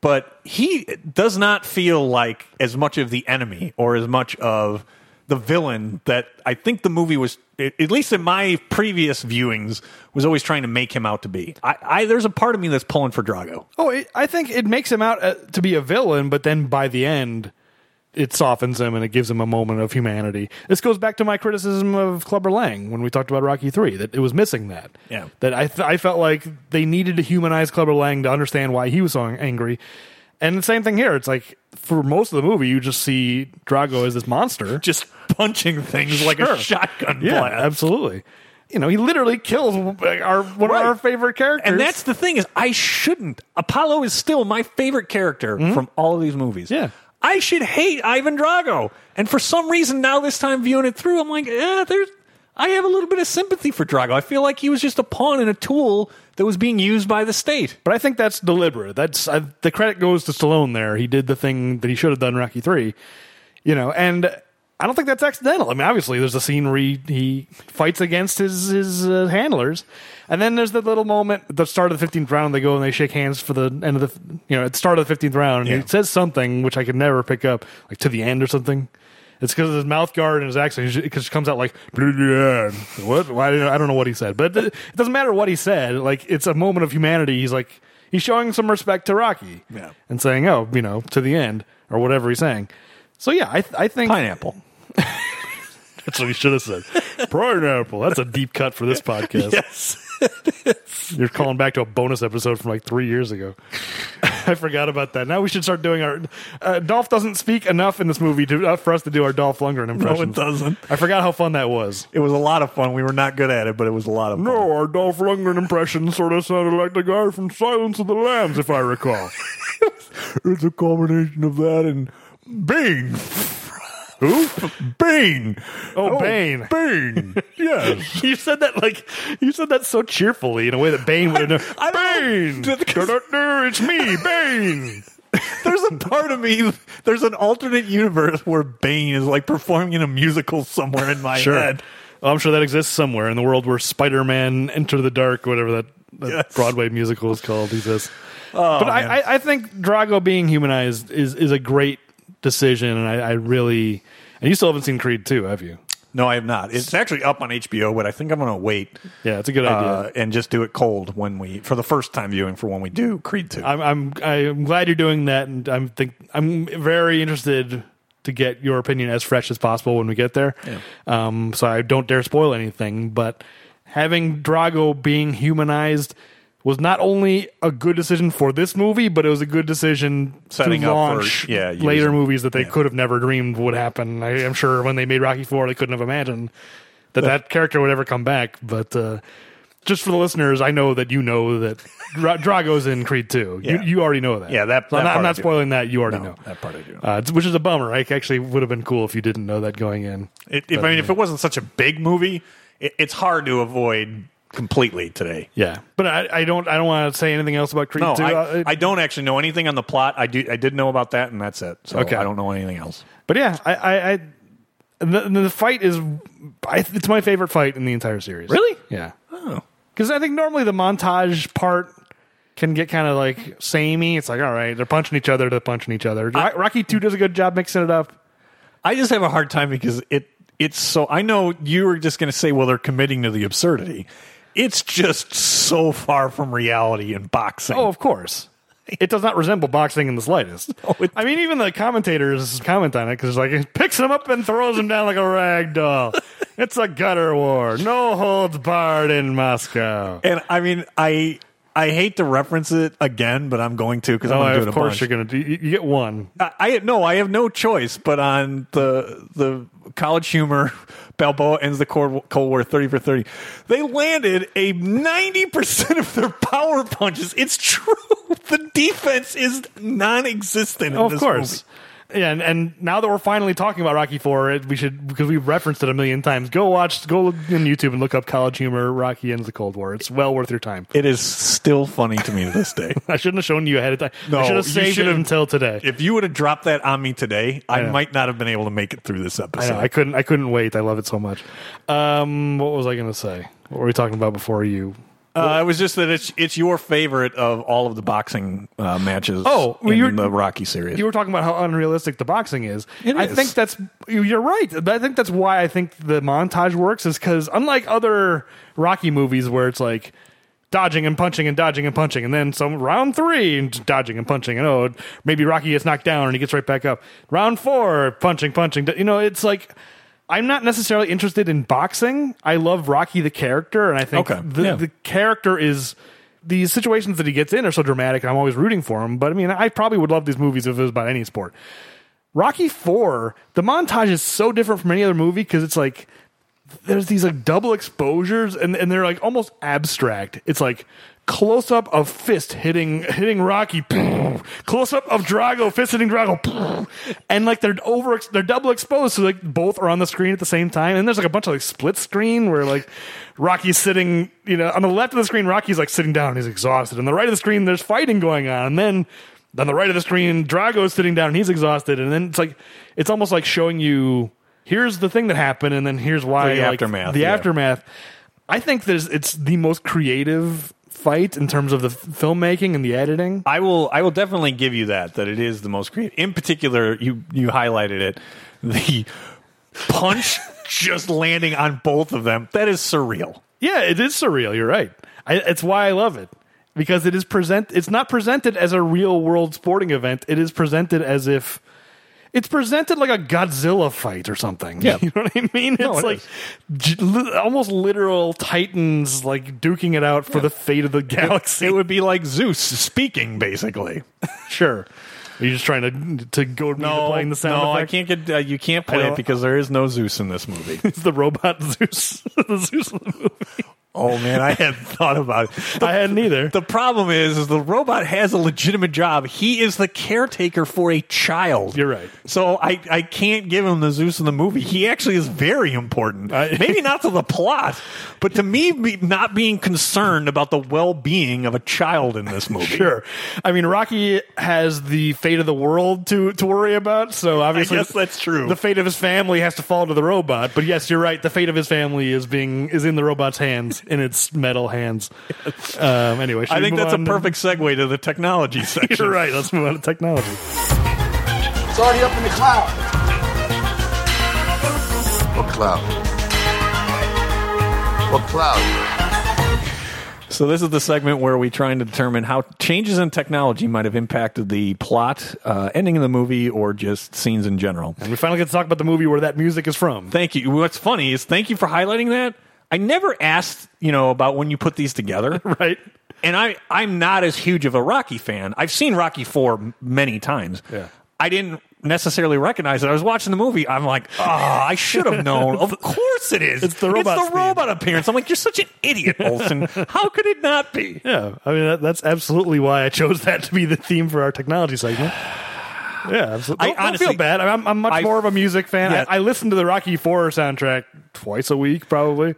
but he does not feel like as much of the enemy or as much of the villain that I think the movie was, at at least in my previous viewings, was always trying to make him out to be. I, I there's a part of me that's pulling for Drago. Oh, it, I think it makes him out uh, to be a villain, but then by the end, it softens him and it gives him a moment of humanity. This goes back to my criticism of Clubber Lang when we talked about Rocky Three that it was missing that. Yeah. that I th- I felt like they needed to humanize Clubber Lang to understand why he was so angry. And the same thing here. It's like for most of the movie, you just see Drago as this monster, Just punching things like Sure. a shotgun yeah, blast. absolutely. You know, he literally kills uh, our one Right. of our favorite characters, And that's the thing is I shouldn't. Apollo is still my favorite character from all of these movies. Yeah. I should hate Ivan Drago. And for some reason now this time viewing it through, I'm like, yeah, there's I have a little bit of sympathy for Drago. I feel like he was just a pawn and a tool that was being used by the state. But I think that's deliberate. That's I, the credit goes to Stallone. There, he did the thing that he should have done. in Rocky three, you know, and I don't think that's accidental. I mean, obviously, there's a scene where he, he fights against his his uh, handlers, and then there's the little moment at the start of the fifteenth round. They go and they shake hands for the end of the you know at the start of the fifteenth round. And Yeah. He says something which I could never pick up, like to the end or something. It's because of his mouth guard and his accent. Because it comes out like "To the end." what? Why? didn't- I don't know what he said, but it doesn't matter what he said. Like it's a moment of humanity. He's like he's showing some respect to Rocky, Yeah. and saying, "Oh, you know, to the end" or whatever he's saying. So yeah, I th- I think Pineapple. that's what he should have said. Pineapple. That's a deep cut for this podcast. Yes. You're calling back to a bonus episode from like three years ago. I forgot about that. Now we should start doing our. Uh, Dolph doesn't speak enough in this movie to, uh, for us to do our Dolph Lundgren impression. doesn't. I forgot how fun that was. It was a lot of fun. We were not good at it, but it was a lot of fun. No, our Dolph Lundgren impression sort of sounded like the guy from Silence of the Lambs, if I recall. It's a combination of that and Bane. Who? Bane. Oh, Bane. Bane. yes. you said that like you said that so cheerfully in a way that Bane would have. I Bane, don't know. Da-da-da, it's me, Bane. There's a part of me, there's an alternate universe where Bane is like performing in a musical somewhere in my head. I'm sure that exists somewhere in the world where Spider-Man Enter the Dark, whatever that, that Yes. Oh, Broadway musical is called, exists. but I, I, I think Drago being humanized is is a great decision, and I, I really. And you still haven't seen Creed 2, have you? No, I have not. It's actually up on HBO, but I think I'm going to wait Yeah, it's a good idea. uh, and just do it cold when we, for the first time viewing for when we do Creed 2. I'm I'm I'm glad you're doing that, and I'm think I'm very interested to get your opinion as fresh as possible when we get there. Um, so I don't dare spoil anything, but having Drago being humanized was not only a good decision for this movie, but it was a good decision Setting to up for- launch yeah, later using- movies that they could have never dreamed would happen. I, I'm sure when they made Rocky Four, they couldn't have imagined that that character would ever come back, but. Uh, just for the listeners, I know that you know that Dra- Drago's in Creed 2. Yeah. You, you already know that. Yeah, that- So I'm that not, I'm part I not do. spoiling that. You already No, know that part I do. Uh, it's- which is a bummer. I actually would have been cool if you didn't know that going in. It, if, I mean, if it wasn't such a big movie, it, it's hard to avoid completely today. Yeah, but I, I don't. I don't want to say anything else about Creed No, 2. I, Uh, I don't actually know anything on the plot. I do. I did know about that, and that's it. So Okay. I don't know anything else. but yeah, I. I, I and the, and the fight is, I, it's my favorite fight in the entire series. Really? Yeah. Oh, Because I think normally the montage part can get kind of like samey. It's like, all right, they're punching each other, they're punching each other. Ro- Rocky 2 does a good job mixing it up. I just have a hard time because it. It's so. I know you were just going to say, well, they're committing to the absurdity. It's just so far from reality in boxing. Oh, of course. It does not resemble boxing in the slightest. it- I mean, even the commentators comment on it because like he picks him up and throws him down like a rag doll. it's a gutter war, no holds barred in Moscow. and I mean, I I hate to reference it again, but I'm going to because I'm Oh, going to do it of a course bunch. you're gonna do. You you get one. I- I no, I have no choice. But on the the college humor, Balboa ends the Cold Cold War thirty for thirty. They landed a ninety percent of their power punches. It's true. The defense is non-existent. In Oh, of this course. movie. Yeah, and, and now that we're finally talking about Rocky Four, we should because we've referenced it a million times. Go watch, go on YouTube and look up College Humor Rocky ends the Cold War. It's well worth your time. It is still funny to me to this day. I shouldn't have shown you ahead of time. No, I should you have saved it should've- until today. if you would have dropped that on me today, I, know. might not have been able to make it through this I, episode. know, I couldn't. I couldn't wait. I love it so much. Um, what was I going to say? What were we talking about before you? Uh, it was just that it's it's your favorite of all of the boxing uh, matches. Oh, well, in you're- the Rocky series. You were talking about how unrealistic the boxing is. I is. think that's you- you're right. I think that's why I think the montage works is because unlike other Rocky movies where it's like dodging and punching and dodging and punching and then some round three and just dodging and punching and oh maybe Rocky gets knocked down and he gets right back up. Round four punching punching. You know it's like. I'm not necessarily interested in boxing. I love Rocky the character, and I think Okay, the, yeah. the character is these situations that he gets in are so dramatic. And I'm always rooting for him, but I mean, I probably would love these movies if it was about any sport. Rocky Four, the montage is so different from any other movie because it's like there's these like double exposures and, and they're like almost abstract. It's like close up of fist hitting hitting Rocky, close up of Drago fist hitting Drago, and like they're over they're double exposed, so like both are on the screen at the same time. And there's like a bunch of like split screen where like Rocky's sitting, you know, on the left of the screen, Rocky's like sitting down, he's exhausted. On the right of the screen, there's fighting going on, and then on the right of the screen, Drago's sitting down and he's exhausted, and then it's like it's almost like showing you here's the thing that happened, and then here's why The like, aftermath, The yeah. aftermath. I think there's it's the most creative fight in terms of the f- filmmaking and the editing. I will I will definitely give you that that it is the most creative. In particular, you you highlighted it the punch just landing on both of them. That is surreal. Yeah, it is surreal. You're right. I, it's why I love it because it is present. It's not presented as a real world sporting event. It is presented as if it's presented like a Godzilla fight or something. Yeah. You know what I mean? It's No, it like is. j- li- almost literal titans like duking it out for the fate of the galaxy. It would be like Zeus speaking, basically. sure. Are you just trying to to go no, playing the sound no, I effect? can't get. Uh, you can't play don't- it because there is no Zeus in this movie. It's the robot Zeus, the Zeus of the movie. oh man, I hadn't thought about it. I hadn't either. The problem is, is the robot has a legitimate job. He is the caretaker for a child. You're right. So I, I can't give him the Zeus in the movie. He actually is very important. I- Maybe not to the plot, but to me, be, not being concerned about the well being of a child in this movie. Sure. I mean, Rocky has the fate of the world to, to worry about, so obviously guess that's true. The fate of his family has to fall to the robot, but yes, you're right. The fate of his family is being is in the robot's hands, in its metal hands. Um, anyway, should I we think move that's a on to- perfect segue to the technology section. You're right. Let's move on to technology. It's already up in the cloud. What cloud? What cloud? So this is the segment where we trying to determine how changes in technology might have impacted the plot, uh, ending of the movie, or just scenes in general. And we finally get to talk about the movie where that music is from. Thank you. What's funny is thank you for highlighting that. I never asked, you know, about when you put these together. right. and I I'm not as huge of a Rocky fan. I've seen Rocky Four m- many times. Yeah. I didn't necessarily recognize it. I was watching the movie. I'm like, oh, I should have known. of course it is. It's the robot It's the theme. robot appearance. I'm like, you're such an idiot, Olson. How could it not be? Yeah. I mean, that, that's absolutely why I chose that to be the theme for our technology segment. Yeah, absolutely. I Don't, don't honestly- feel bad. I'm, I'm much I- more of a music fan. Yeah. I, I listen to the Rocky Four soundtrack twice a week, probably.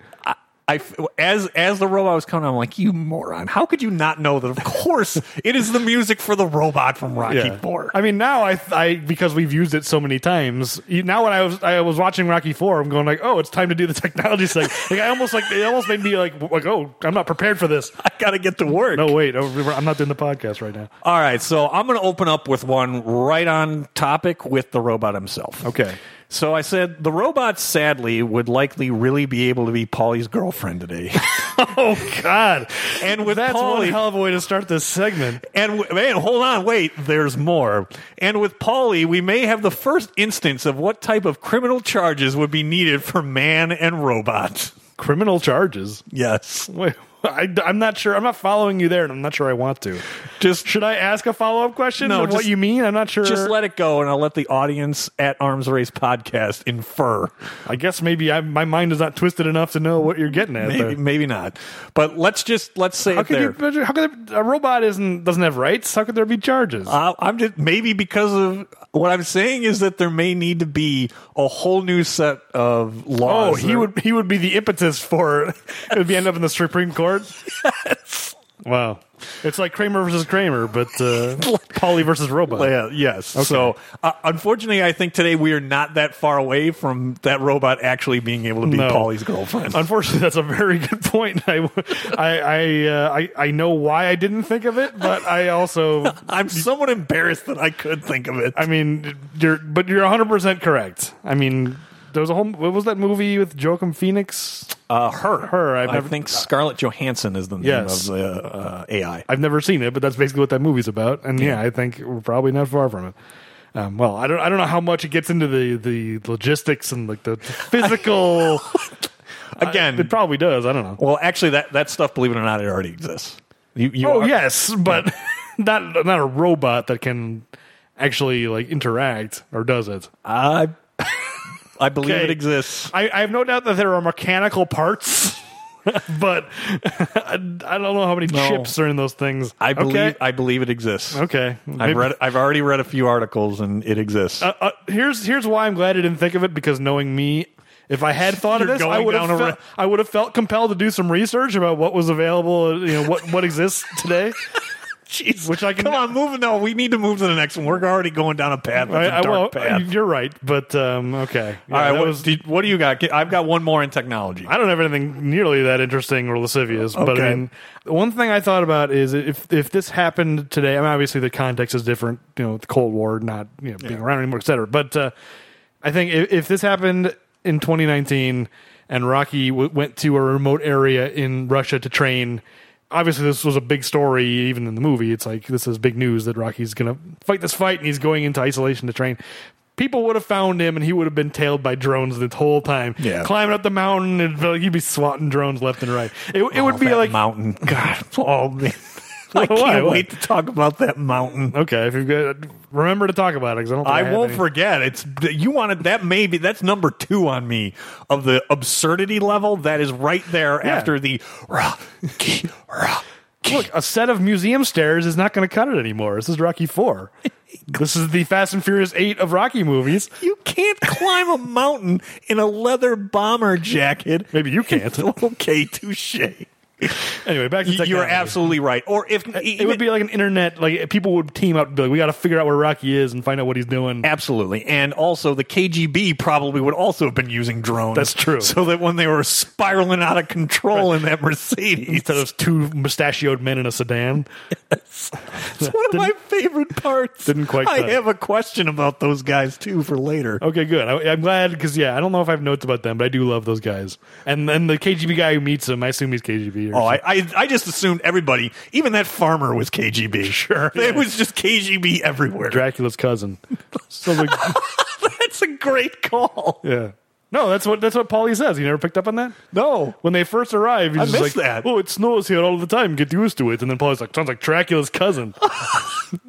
I f- as as the robot was coming, I'm like, you moron. How could you not know that? Of course, it is the music for the robot from Rocky Four. I mean, now I, I because we've used it so many times. you- Now when I was I was watching Rocky Four, I'm going like, oh, it's time to do the technology thing. like I almost like it almost made me like like oh, I'm not prepared for this. I gotta get to work. No, wait, oh, I'm not doing the podcast right now. All right, so I'm going to open up with one right on topic with the robot himself. Okay. So I said the robot sadly would likely really be able to be Polly's girlfriend today. Oh God! And with that's Paulie- one hell of a way to start this segment. and w- man, hold on, wait, there's more. And with Polly, we may have the first instance of what type of criminal charges would be needed for man and robot. Criminal charges. Yes. Wait, I, am not sure. I'm not following you there, and I'm not sure I want to. Just Should I ask a follow up question? No, of what just- you mean? I'm not sure. just let it go and I'll let the audience at Arms Race podcast infer. I guess maybe I, my mind is not twisted enough to know what you're getting at. Maybe, there. maybe not. But let's just let's say How it could there. you? measure- How could there- a robot isn't doesn't have rights? How could there be charges? I- I'm just maybe because of what I'm saying is that there may need to be a whole new set of laws. oh, he that- would he would be the impetus for it would be end up in the Supreme Court. Wow, it's like Kramer versus Kramer, but uh, Polly versus robot. Yeah, yes. So, uh, unfortunately, I think today we are not that far away from that robot actually being able to be No. Polly's girlfriend. Unfortunately, that's a very good point. I I I, uh, I I know why I didn't think of it, but I also I'm somewhat embarrassed that I could think of it. I mean you're but you're 100 percent correct. I mean there was a whole what was that movie with Joachim Phoenix? Uh, her, Her, I've I never- think Scarlett Johansson is the name Yes. of the uh, AI. I've never seen it, but that's basically what that movie's about. And yeah, I think we're probably not far from it. Um, well, I don't I don't know how much it gets into the the logistics and like the physical. uh, Again, it probably does. I don't know. well, actually, that that stuff, believe it or not, it already exists. You, you Oh are- yes, but not not a robot that can actually like interact or does it. I, I believe Okay. it exists. I, I have no doubt that there are mechanical parts, but I, I don't know how many chips are in those things. I believe Okay. I believe it exists. okay. Maybe- I've read I've already read a few articles and it exists. Uh, uh, here's here's why I'm glad I didn't think of it because knowing me, if I had thought of You're this, I going would down have a fe- ra- I would have felt compelled to do some research about what was available, you know, what what exists today. Jeez. which I can- Come on, moving no, we need to move to the next one. We're already going down a path. That's I, a I, dark well, path. you're right, but um, okay. Yeah, All right, that what, was- did- what do you got? I've got one more in technology. I don't have anything nearly that interesting or lascivious, but I Okay. mean, the one thing I thought about is if if this happened today, I mean, obviously the context is different, you know, with the Cold War not you know, being around anymore, et cetera. But uh, I think if, if this happened in 2019 and Rocky w- went to a remote area in Russia to train. Obviously, this was a big story, even in the movie. It's like this is big news that Rocky's going to fight this fight and he's going into isolation to train. people would have found him and he would have been tailed by drones this whole time. Yeah. Climbing up the mountain and like, he'd be swatting drones left and right. It, it would be Oh, that like, mountain. God, oh man, I can't Why? What? wait to talk about that mountain. okay, if you've got, remember to talk about it 'cause I don't think I, I have won't any. forget. It's you wanted that maybe that's number two on me of the absurdity level that is right there after the rah, ki, rah, ki. Look, a set of museum stairs is not going to cut it anymore. This is Rocky Four. this is the Fast and Furious Eight of Rocky movies. You can't climb a mountain in a leather bomber jacket. Maybe you can't. okay, touche. Anyway, back to You- You're technology. absolutely right. Or if e, It would be like an internet. Like people would team up. and Be like, we got to figure out where Rocky is and find out what he's doing. Absolutely. And also, the KGB probably would also have been using drones. That's true. So that when they were spiraling out of control in that Mercedes. Instead of two mustachioed men in a sedan. It's one of my favorite parts. didn't quite I cut it. Oh, have a question about those guys too for later. Okay, good. I, I'm glad because yeah, I don't know if I have notes about them, but I do love those guys. And then the KGB guy who meets him, I assume he's KGB. Or Oh, I, I I just assumed everybody, even that farmer, was KGB. Sure, it was just KGB everywhere. Dracula's cousin. So like, That's a great call. yeah. No, that's what that's what Paulie says. You never picked up on that. No, When they first arrive, he's I just like, missed that. "Oh, it snows here all the time. Get used to it." And then Paulie's like, "Sounds like Dracula's cousin."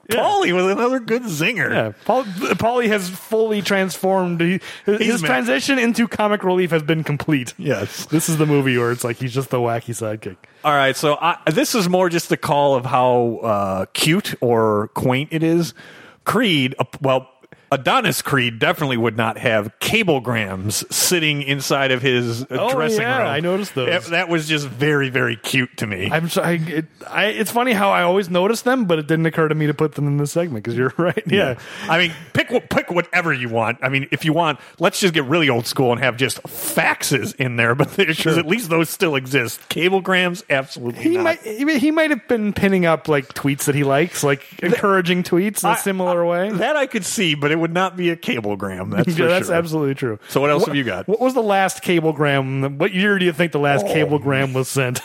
Paulie was another good zinger. yeah, Paul, Paulie has fully transformed. He, his He's mad. transition into comic relief has been complete. Yes. This is the movie where it's like he's just the wacky sidekick. All right. So I, this is more just a call of how uh, cute or quaint it is. Creed, uh, well, Adonis Creed definitely would not have cablegrams sitting inside of his uh, Oh, dressing yeah, room. I noticed those. That, that was just very, very cute to me. I'm sorry. It, I, it's funny how I always notice them, but it didn't occur to me to put them in this segment because you're right. Yeah. I mean, pick wh- pick whatever you want. I mean, if you want, let's just get really old school and have just faxes in there. But there's at least those still exist. Cablegrams, absolutely. He not. might he, he might have been pinning up like tweets that he likes, like encouraging tweets in a I- similar I- way. That I could see, but it would not be a cablegram. That's Yeah, for that's sure. absolutely true. So what else Wha- have you got? Oh. What was the last cablegram? What year do you think the last cablegram was sent?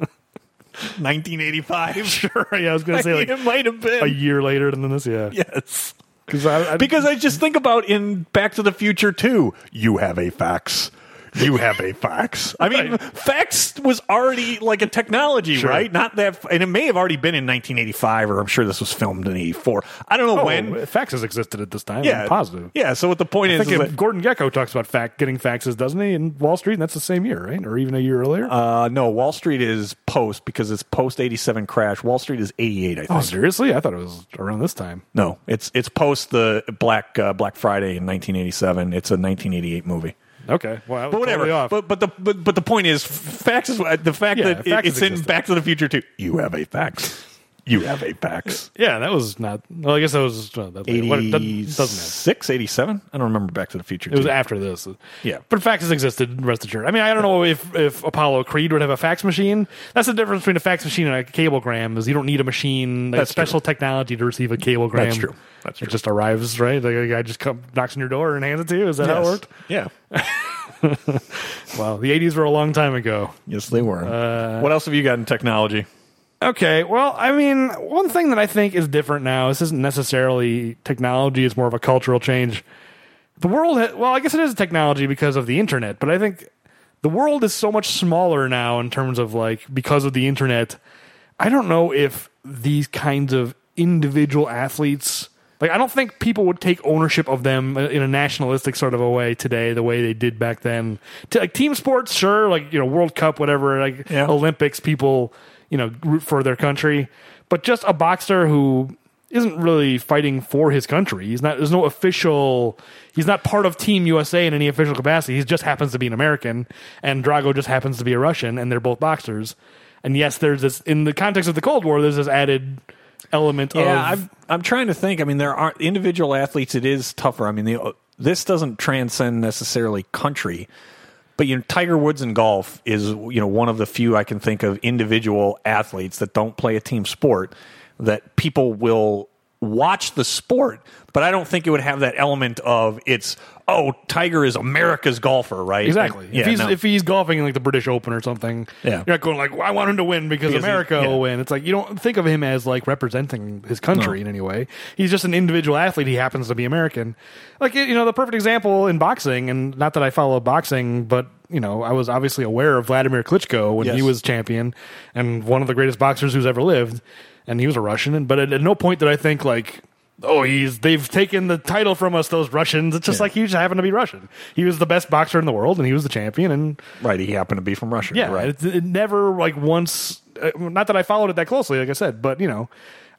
1985. sure, yeah, I was going to say like it might have been. a year later than this. Yeah, yes. because I, I, Because I just think about in Back to the Future too. You have a fax. You have a fax. I mean, Right. fax was already like a technology, Sure. right? Not that, f- and it may have already been in 1985, or I'm sure this was filmed in '84. I don't know oh, when. faxes existed at this time. yeah, I'm positive. Yeah. So what the point I is? think is if that- Gordon Gecko talks about fact getting faxes, doesn't he? In Wall Street, and that's the same year, right? Or even a year earlier. uh, no, Wall Street is post because it's post '87 crash. Wall Street is '88, I think. Oh, seriously? I thought it was around this time. No, it's it's post the Black uh, Black Friday in 1987. It's a 1988 movie. Okay. Well, I was But whatever. totally off. But but the but, but the point is, fax is uh, the fact Yeah, that it- faxes it's in exist. Back to the Future too. You have a fax. You have a fax. yeah, that was not. Well, I guess that was uh, that later. What- that doesn't matter. 86, 87? I don't remember Back to the Future. It was too. after this. Yeah. But faxes existed, rest assured. I mean, I don't know if, if Apollo Creed would have a fax machine. That's the difference between a fax machine and a cablegram is you don't need a machine, like That's special technology to receive a cablegram. That's true. That's It just arrives, right? Like a guy just come, knocks on your door and hands it to you. Is that how it Yes. worked? Yeah. Wow. The 80s were a long time ago. Yes, they were. Uh, what else have you got in technology? Okay, well, I mean, one thing that I think is different now, this isn't necessarily technology, it's more of a cultural change. The world, ha- well, I guess it is technology because of the internet, but I think the world is so much smaller now in terms of like because of the internet. I don't know if these kinds of individual athletes, like, I don't think people would take ownership of them in a nationalistic sort of a way today, the way they did back then. To, like, team sports, sure, like, you know, World Cup, whatever, like, Yeah. Olympics, people, you know, root for their country. But just a boxer who isn't really fighting for his country. He's not. There's no official. He's not part of Team USA in any official capacity. He just happens to be an American, and Drago just happens to be a Russian, and they're both boxers. And yes, there's this in the context of the Cold War. There's this added element Yeah, of I'm I'm trying to think. I mean, there are individual athletes. It is tougher. I mean, the, this doesn't transcend necessarily country, but you know, Tiger Woods in golf is you know one of the few I can think of individual athletes that don't play a team sport that people will watch the sport, but I don't think it would have that element of it's oh Tiger is America's golfer, right? Exactly. Yeah, if he's no. if he's golfing in like the British Open or something, Yeah. you're not going like, well, I want him to win because, Because he- America yeah. will win. It's like you don't think of him as like representing his country in any way. He's just an individual athlete. He happens to be American. Like you know, the perfect example in boxing, and not that I follow boxing, but you know, I was obviously aware of Vladimir Klitschko when he Yes. was champion and one of the greatest boxers who's ever lived, and he was a Russian. And but at, at no point did I think like. Oh, he's they've taken the title from us, those Russians. It's just Yeah. like he just happened to be Russian. He was the best boxer in the world, and he was the champion. And right. He happened to be from Russia. yeah, right. it, it never like once. uh, Not that I followed it that closely, like I said, but you know,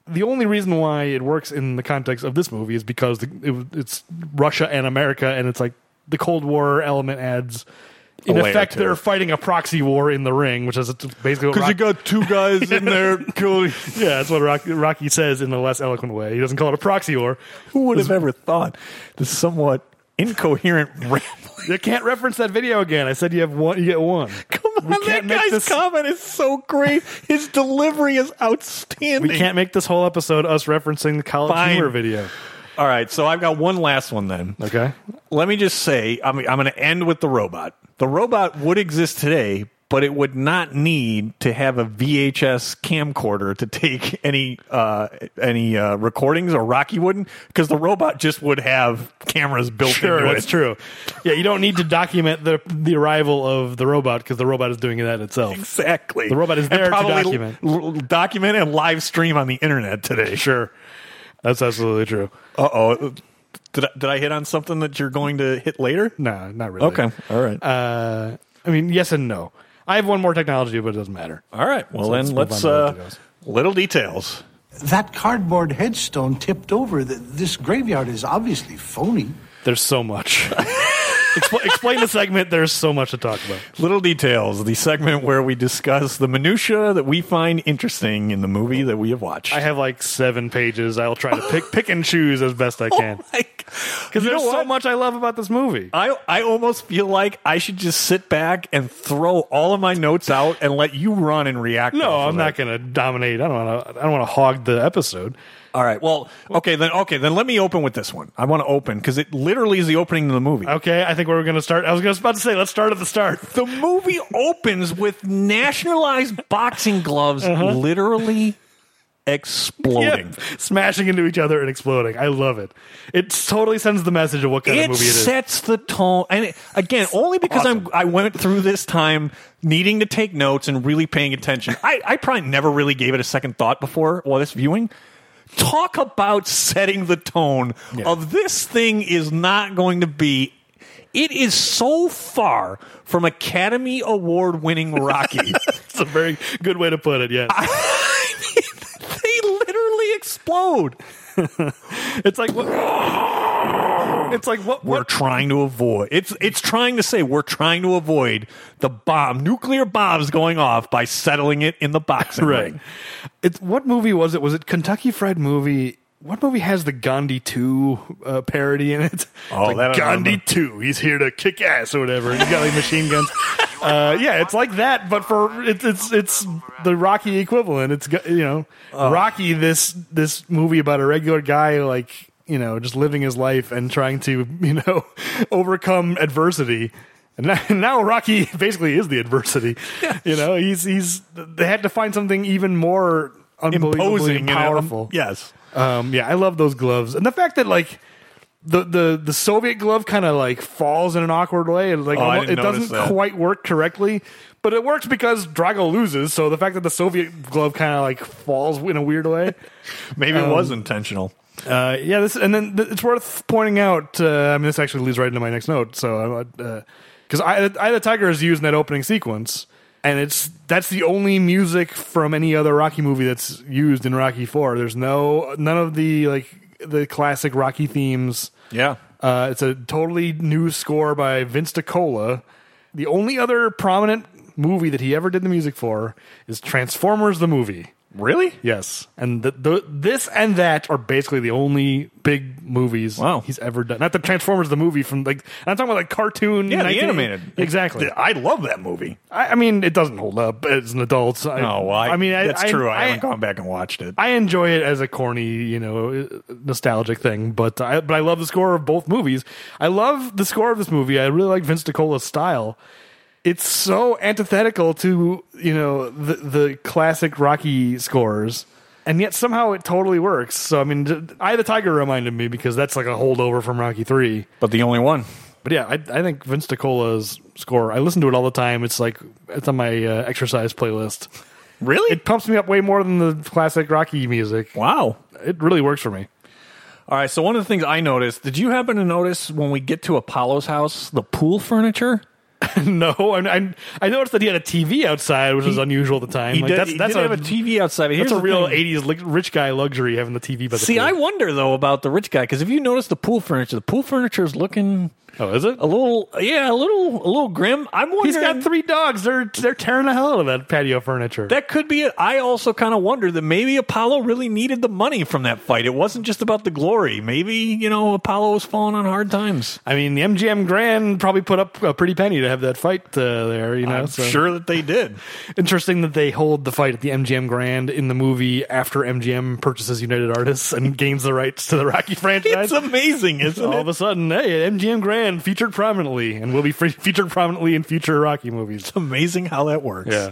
the only reason why it works in the context of this movie is because the, it, was- it's Russia and America, and it's like the Cold War element adds. In A layer effect, to they're it. fighting a proxy war in the ring, which is basically because got two guys in there killing. yeah, that's what Rocky, Rocky says in a less eloquent way. He doesn't call it a proxy war. Who would have ever thought this somewhat incoherent rambling? You can't reference that video again. I said you have one, you get one. Come on, We that can't make guy's this- comment is so great. His delivery is outstanding. We can't make this whole episode us referencing the college Fine. humor video. All right, so I've got one last one then. Okay. Let me just say I'm, I'm going to end with the robot. The robot would exist today, but it would not need to have a VHS camcorder to take any uh, any uh, recordings, or Rocky wouldn't, because the robot just would have cameras built Sure, into it. that's true. Yeah, you don't need to document the the arrival of the robot because the robot is doing that itself. Exactly. The robot is And there to probably document. l- l- document and live stream on the internet today. Sure, that's absolutely true. Uh oh. Did I, did I hit on something that you're going to hit later? No, not really. Okay. All right. Uh, I mean, yes and no. I have one more technology, but it doesn't matter. All right. Well, let's then move let's on to uh, little little details. details. That cardboard headstone tipped over. Th- This graveyard is obviously phony. There's so much. Expl- explain the segment. There's so much to talk about. Little details, the segment where we discuss the minutia that we find interesting in the movie that we have watched. I have like seven pages. I'll try to pick pick and choose as best Oh I can because Because Oh, there's so much I love about this movie. I, I almost feel like I should just sit back and throw all of my notes out and let you run and react. off No, of Oh, I'm not it. going to dominate. I don't want to. I don't want to hog the episode. All right. Well, okay then. Okay then. Let me open with this one. I want to open because it literally is the opening of the movie. Okay, I think we we're going to start. I was gonna- about to say let's start at the start. Uh, The movie opens with nationalized boxing gloves literally exploding. Yeah, smashing into each other and exploding. I love it. It totally sends the message of what kind of it movie it is. sets the tone and it, again only because i'm i went through this time needing to take notes and really paying attention i i probably never really gave it a second thought before while this viewing talk about setting the tone of this thing is not going to be it is so far from academy award winning rocky It's a very good way to put it. Yeah, they literally explode it's like what, it's like what, we're what trying to avoid. It's it's trying to say we're trying to avoid the bomb, nuclear bombs going off by settling it in the boxing ring. It's what movie was it? Was it Kentucky Fried Movie? What movie has the Gandhi two uh, parody in it? Oh, It's that I like don't Gandhi remember. two. He's here to kick ass or whatever. And he's got like machine guns. Uh, yeah, it's like that, but for it's it's it's the Rocky equivalent. It's got- you know Rocky this this movie about a regular guy like you know just living his life and trying to you know overcome adversity. And now, now Rocky basically is the adversity. You know, he's he's they had to find something even more unbelievably Imposing, and, um, powerful. yes. Um, yeah, I love those gloves, and the fact that like the the the Soviet glove kind of like falls in an awkward way, and like Oh, I almo- it didn't notice doesn't that. quite work correctly. But it works because Drago loses, so the fact that the Soviet glove kind of like falls in a weird way. Maybe it was Um, intentional. Uh, yeah, this and then th- it's worth pointing out. Uh, I mean, this actually leads right into my next note. So, uh, because I, I the Tiger is used in that opening sequence, and it's that's the only music from any other Rocky movie that's used in Rocky Four. There's no none of the like the classic Rocky themes. Yeah. Uh, it's a totally new score by Vince DiCola. The only other prominent movie that he ever did the music for is Transformers the movie. Really? Yes, and the, the, this and that are basically the only big movies Wow. he's ever done. Not the Transformers the movie from like I'm talking about like cartoon, Yeah, the 19 animated. exactly. I love that movie. I, I mean, it doesn't hold up as an adult. so I, Oh, well, I, mean, I, that's true. I, I, haven't gone back and watched it. I enjoy it as a corny, you know, nostalgic thing, but I but I love the score of both movies. I love the score of this movie. I really like Vince Nicola's style. It's so antithetical to you know the the classic Rocky scores, and yet somehow it totally works. So I mean, d- Eye of the Tiger reminded me because that's like a holdover from Rocky Three. but the only one. But yeah, I, I think Vince Nicola's score. I listen to it all the time. It's like it's on my uh, exercise playlist. Really? It pumps me up way more than the classic Rocky music wow. it really works for me. All right. So one of the things I noticed. Did you happen to notice when we get to Apollo's house the pool furniture? no, I, I I noticed that he had a TV outside, which was unusual at the time. He Like, did, that's he that's did a, have a TV outside. but That's here's a the real thing. '80s li- rich guy luxury having the TV. By the See, pool. I wonder though about the rich guy because if you notice the pool furniture, the pool furniture is looking oh, is it? a little, yeah, a little, a little grim. I'm wondering. He's got three dogs. They're they're tearing the hell out of that patio furniture. That could be it. I also kind of wonder that maybe Apollo really needed the money from that fight. It wasn't just about the glory. Maybe you know Apollo was falling on hard times. I mean, the MGM Grand probably put up a pretty penny to have that fight uh, there. You know, I'm so. sure that they did. Interesting that they hold the fight at the MGM Grand in the movie after MGM purchases United Artists and gains the rights to the Rocky It's franchise. amazing, isn't all it? of a sudden, hey, MGM Grand featured prominently and will be fe- featured prominently in future Rocky movies. amazing how that works. Yeah.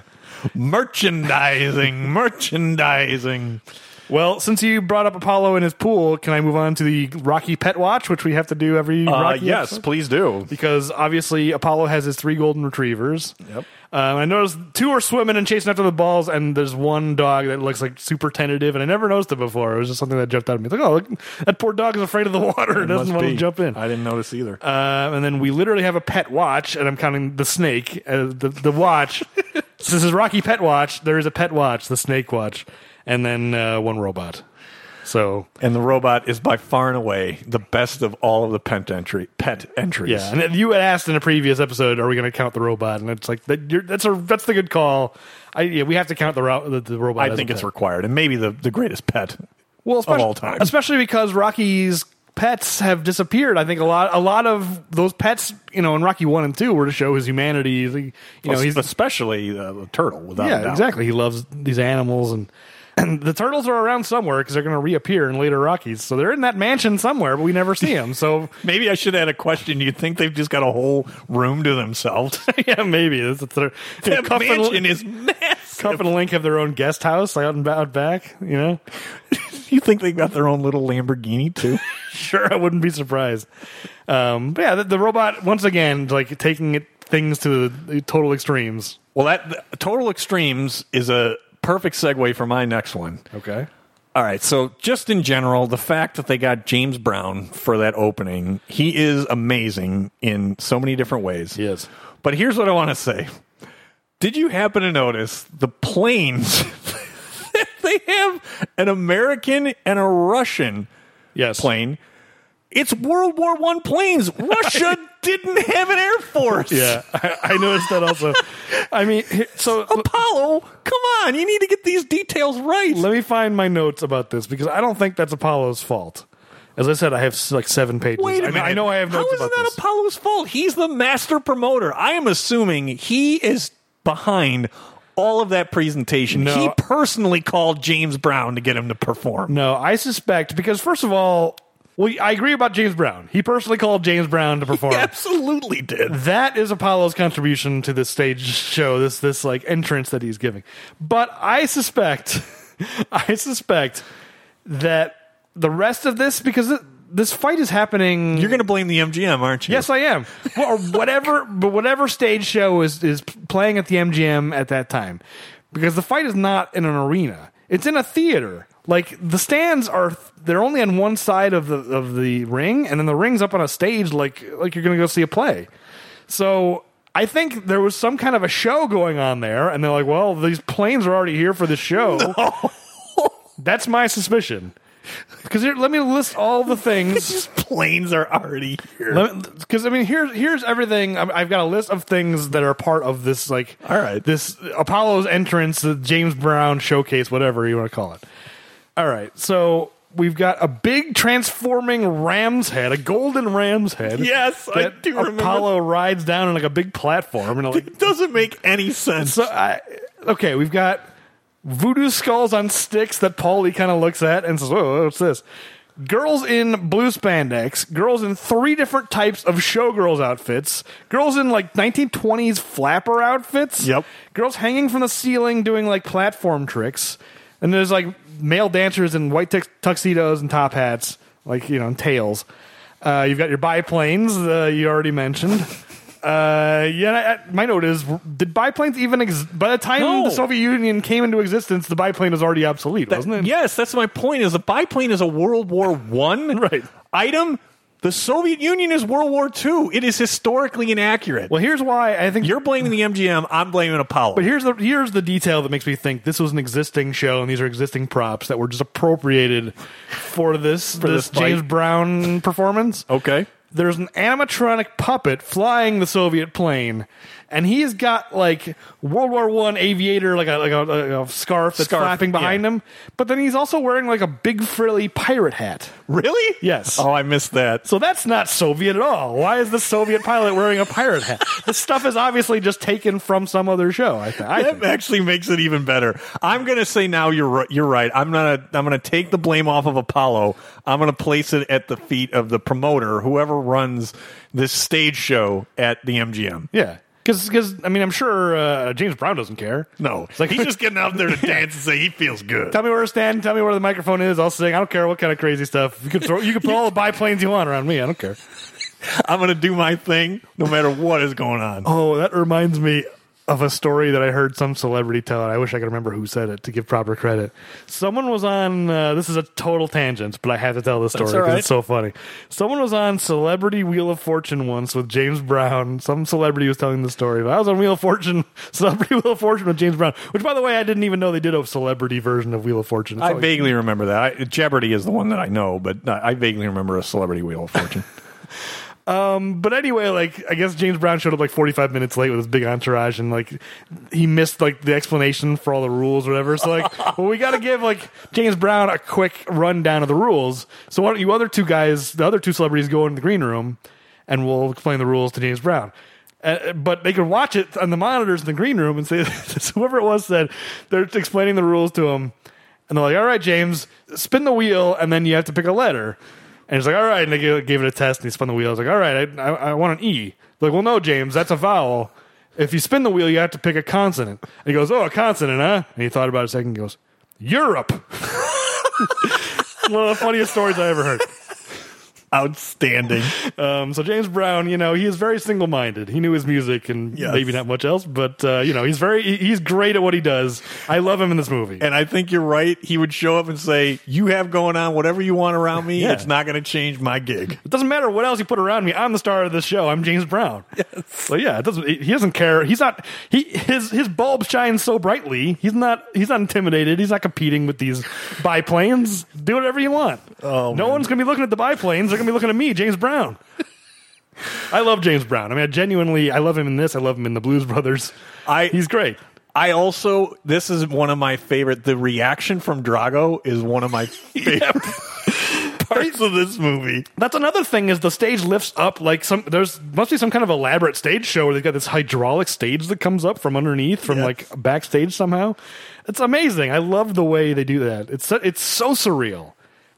Merchandising, merchandising. Well, since you brought up Apollo and his pool, can I move on to the Rocky Pet Watch, which we have to do every Uh, Rocky? yes, episode? please do. Because obviously Apollo has his three golden retrievers. Yep. Um, I noticed two are swimming and chasing after the balls, and there's one dog that looks like super tentative, and I never noticed it before. It was just something that jumped out at me. Like, oh, look, that poor dog is afraid of the water and doesn't Must want to be. jump in. I didn't notice either. Um, and then we literally have a pet watch, and I'm counting the snake, uh, the the watch. so this is Rocky Pet Watch. There is a pet watch, the snake watch, and then uh, one robot. So and the robot is by far and away the best of all of the pet entry pet entries. yeah, and then you had asked in a previous episode, are we going to count the robot? And it's like that, you're, that's a that's the good call. I, yeah, we have to count the ro- the, the robot. I as a think it's pet. required, and maybe the, the greatest pet. well, especially, all time. especially because Rocky's pets have disappeared. I think a lot a lot of those pets, you know, in Rocky one and two, were to show his humanity. He's like, You know, he's especially uh, the turtle. Without a yeah, doubt. exactly. He loves these animals, and, and the turtles are around somewhere because they're going to reappear in later Rockies. So they're in that mansion somewhere, but we never see them. So Maybe I should add a question. Do you think they've just got a whole room to themselves? yeah, maybe it's, it's their, that Cuff and- mansion is massive. Cuff and Link have their own guest house out and out back. You know, You think they've got their own little Lamborghini too? sure, I wouldn't be surprised. Um, but yeah, the, the robot once again like taking it things to the, the total extremes. well, that th- total extremes is a perfect segue for my next one. Okay. All right. So, just in general, the fact that they got James Brown for that opening, he is amazing in so many different ways. Yes. But here's what I want to say Did you happen to notice the planes? they have an American and a Russian Yes. plane. It's World War One planes. Russia didn't have an air force. Yeah, I, I noticed that also. I mean, he- so Oh, Apollo, come on! You need to get these details right. Let me find my notes about this because I don't think that's Apollo's fault. As I said, I have s- like seven pages. Wait a I, minute. I know I have notes How is about that this. Apollo's fault? He's the master promoter. I am assuming he is behind all of that presentation. No. He personally called James Brown to get him to perform. no, I suspect because first of all, well, I agree about James Brown. He personally called James Brown to perform. He absolutely did. That is Apollo's contribution to this stage show, this this like entrance that he's giving. But I suspect, I suspect that the rest of this because th- this fight is happening. You're going to blame the MGM, aren't you? Yes, I am. Well, or whatever, but whatever stage show is is playing at the MGM at that time, because the fight is not in an arena; it's in a theater. Like the stands are, they're only on one side of the of the ring, and then the ring's up on a stage, like like you're gonna go see a play. So I think there was some kind of a show going on there, and they're like, "Well, these planes are already here for the show." That's my suspicion. because here, let me list all the things. planes are already here. Because I mean, here's here's everything. I- I've got a list of things that are part of this, like, All right. this Apollo's entrance, the James Brown showcase, whatever you want to call it. All right, so we've got a big transforming ram's head, a golden ram's head. Yes, I that do remember. Apollo rides down on like a big platform, and like It doesn't make any sense. so I, okay, we've got voodoo skulls on sticks that Paulie kind of looks at and says, "Whoa, what's this?" Girls in blue spandex, girls in three different types of showgirls outfits, girls in like 1920s flapper outfits, Yep. girls hanging from the ceiling doing like platform tricks, and there's like male dancers in white tux- tuxedos and top hats, like you know, and tails. Uh, you've got your biplanes, uh, you already mentioned. Uh, yeah, I- I- my note is: Did biplanes even exist? By the time No. the Soviet Union came into existence, the biplane was already obsolete, wasn't it? Yes, that's my point. Is a biplane is a World War One Right. item? The Soviet Union is World War Two. It is historically inaccurate. Well, here's why I think You're blaming the MGM. I'm blaming Apollo. But here's the here's the detail that makes me think this was an existing show and these are existing props that were just appropriated for this this, this fight. James Brown performance. okay. There's an animatronic puppet flying the Soviet plane, and he's got like World War One aviator, like a like a, like a scarf that's Scarf, flapping behind yeah. him. But then he's also wearing like a big frilly pirate hat. Really? Yes. Oh, I missed that. So that's not Soviet at all. Why is the Soviet pilot wearing a pirate hat? This stuff is obviously just taken from some other show. I, th- I think. That actually makes it even better. I'm gonna say now you're right. You're right. I'm gonna I'm gonna take the blame off of Apollo. I'm gonna place it at the feet of the promoter, whoever runs this stage show at the MGM. Yeah. Because, I mean, I'm sure uh, James Brown doesn't care. No, It's like, he's just getting out there to dance and say he feels good. tell me where to stand. Tell me where the microphone is. I'll sing. I don't care what kind of crazy stuff. You can throw, you can put all the biplanes you want around me. I don't care. I'm gonna do my thing no matter what is going on. Oh, that reminds me of a story that I heard some celebrity tell. And I wish I could remember who said it to give proper credit. Someone was on, uh, this is a total tangent, but I have to tell this story all because right. it's so funny. Someone was on Celebrity Wheel of Fortune once with James Brown. Some celebrity was telling the story. But I was on Wheel of Fortune, Celebrity Wheel of Fortune with James Brown, which, by the way, I didn't even know they did a celebrity version of Wheel of Fortune. It's I always- vaguely remember that. I, Jeopardy is the one that I know, but I I vaguely remember a celebrity wheel of fortune. but anyway, like I guess James Brown showed up like 45 minutes late with his big entourage, and like he missed like the explanation for all the rules, or whatever. So like, well, we got to give like James Brown a quick rundown of the rules. So why don't you other two guys, the other two celebrities, go in the green room, and we'll explain the rules to James Brown. Uh, but they could watch it on the monitors in the green room and say, whoever it was said, they're explaining the rules to him. And they're like, all right, James, spin the wheel, and then you have to pick a letter. And he's like, all right. And they gave, gave it a test, and he spun the wheel. I was like, all right, I, I, I want an E. They're like, well, no, James, that's a vowel. If you spin the wheel, you have to pick a consonant. And he goes, oh, a consonant, huh? And he thought about it a second and goes, Europe. One of the funniest stories I ever heard. Outstanding. Um, so James Brown, you know, he is very single-minded. He knew his music and Yes. maybe not much else, but uh, you know, he's very he- he's great at what he does. I love him in this movie. And I think you're right. He would show up and say, "You have going on whatever you want around me. Yeah. It's not going to change my gig." It doesn't matter what else you put around me. I'm the star of the show. I'm James Brown. So yeah, it doesn't. He doesn't care. He's not. He his his bulb shines so brightly. He's not. He's not intimidated. He's not competing with these biplanes. Do whatever you want. Oh, no one's gonna be looking at the biplanes. They're gonna be looking at me, James Brown. I love James Brown. I mean, I genuinely, I love him in this. I love him in the Blues Brothers. I- he's great. I also this is one of my favorite. The reaction from Drago is one of my favorite parts of this movie. That's another thing is the stage lifts up like some there's must be some kind of elaborate stage show where they've got this hydraulic stage that comes up from underneath from Yeah. like backstage somehow. It's amazing. I love the way they do that. It's so, it's so surreal.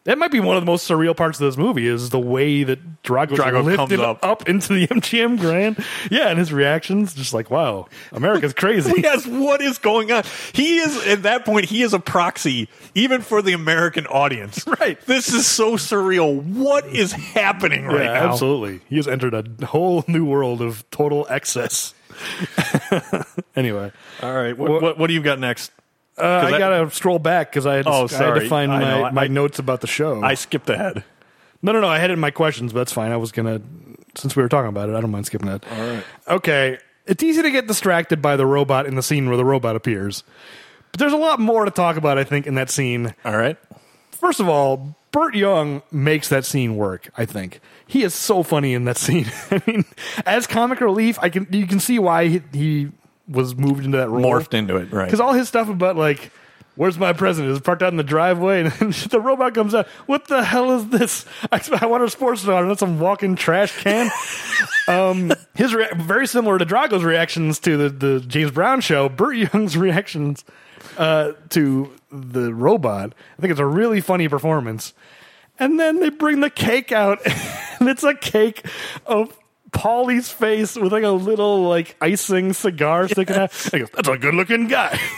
That might be one of the most surreal parts of this movie is the way that Drago Drago lifted comes up. into the MGM Grand. Yeah, and his reactions just like wow, America's crazy. Yes, what is going on? He is at that point. He is a proxy even for the American audience. Right. This is so surreal. What is happening right yeah, now? absolutely. He has entered a whole new world of total excess. anyway, All right. What, what, what do you got next? Uh, I I- gotta scroll back because I, had to- Oh, I had to sorry. find I my, know, I- my notes about the show. I skipped ahead. no, no, no. I had it in my questions, but that's fine. I was gonna since we were talking about it. I don't mind skipping that. All right. Okay. It's easy to get distracted by the robot in the scene where the robot appears, but there's a lot more to talk about. I think in that scene. All right. First of all, Burt Young makes that scene work. I think he is so funny in that scene. I mean, as comic relief, I can you can see why he, he was moved into that role, Morphed into it, right. Because all his stuff about like. Where's my president? Is parked out in the driveway, and the robot comes out. What the hell is this? I, I want a sports car, and that's some walking trash can. um, his rea- very similar to Drago's reactions to the, the James Brown show. Burt Young's reactions uh, to the robot. I think it's a really funny performance. And then they bring the cake out, and it's a cake of Polly's face with like a little like icing cigar sticking out. I go, That's a good looking guy.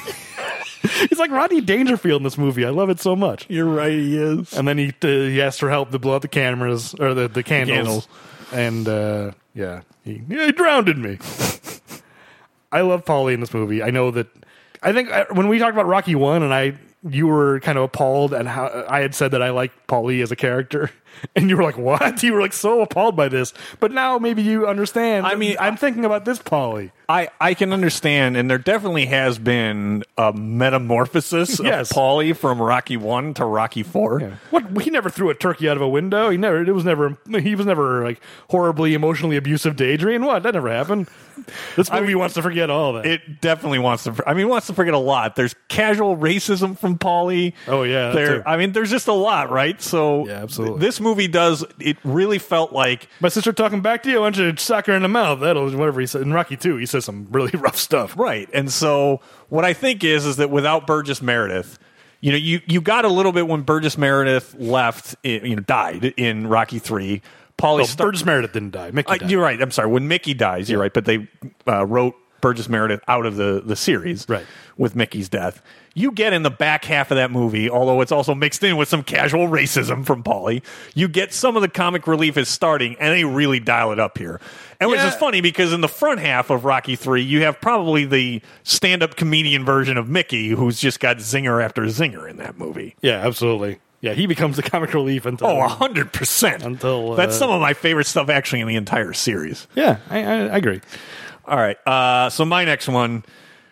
He's like Rodney Dangerfield in this movie. I love it so much. You're right, he is. And then he uh, he asks for help to blow out the cameras or the, the candles. candles. And uh, yeah, he, yeah, he drowned in me. I love Polly in this movie. I know that. I think uh when we talked about Rocky One, and I you were kind of appalled at how I had said that I like Polly as a character, and you were like, "What?" You were like so appalled by this, but now maybe you understand. I mean, I'm thinking about this Polly. I, I can understand, and there definitely has been a metamorphosis Yes. of Paulie from Rocky One to Rocky Four. What he never threw a turkey out of a window. He never. It was never. He was never like horribly emotionally abusive to Adrian. What that never happened. This movie wants to forget all that. It definitely wants to. I mean, it wants to forget a lot. There's casual racism from Paulie. Oh, yeah, that too. there. I mean, there's just a lot, right? So Yeah, absolutely. This movie does. It really felt like My sister talking back to you. Why don't you sock her in the mouth? That'll whatever he said in Rocky Two. He says some really rough stuff. Right. And so what I think is is that without Burgess Meredith, you know, you, you got a little bit when Burgess Meredith left, i- you know, died in Rocky Three. Paulie Oh, Star- Burgess Meredith didn't die. Mickey Uh, died. you're right. I'm sorry. When Mickey dies, you're right. But they uh, wrote Burgess Meredith out of the the series, Right. With Mickey's death, you get in the back half of that movie, although it's also mixed in with some casual racism from Paulie. You get some of the comic relief is starting, and they really dial it up here. And which Yeah. is funny because in the front half of Rocky Three, you have probably the stand up comedian version of Mickey, who's just got zinger after zinger in that movie. Yeah, absolutely. Yeah, he becomes the comic relief until. Oh, hundred percent. Until, uh, that's some of my favorite stuff actually in the entire series. yeah, I, I, I agree. All right. Uh, so my next one.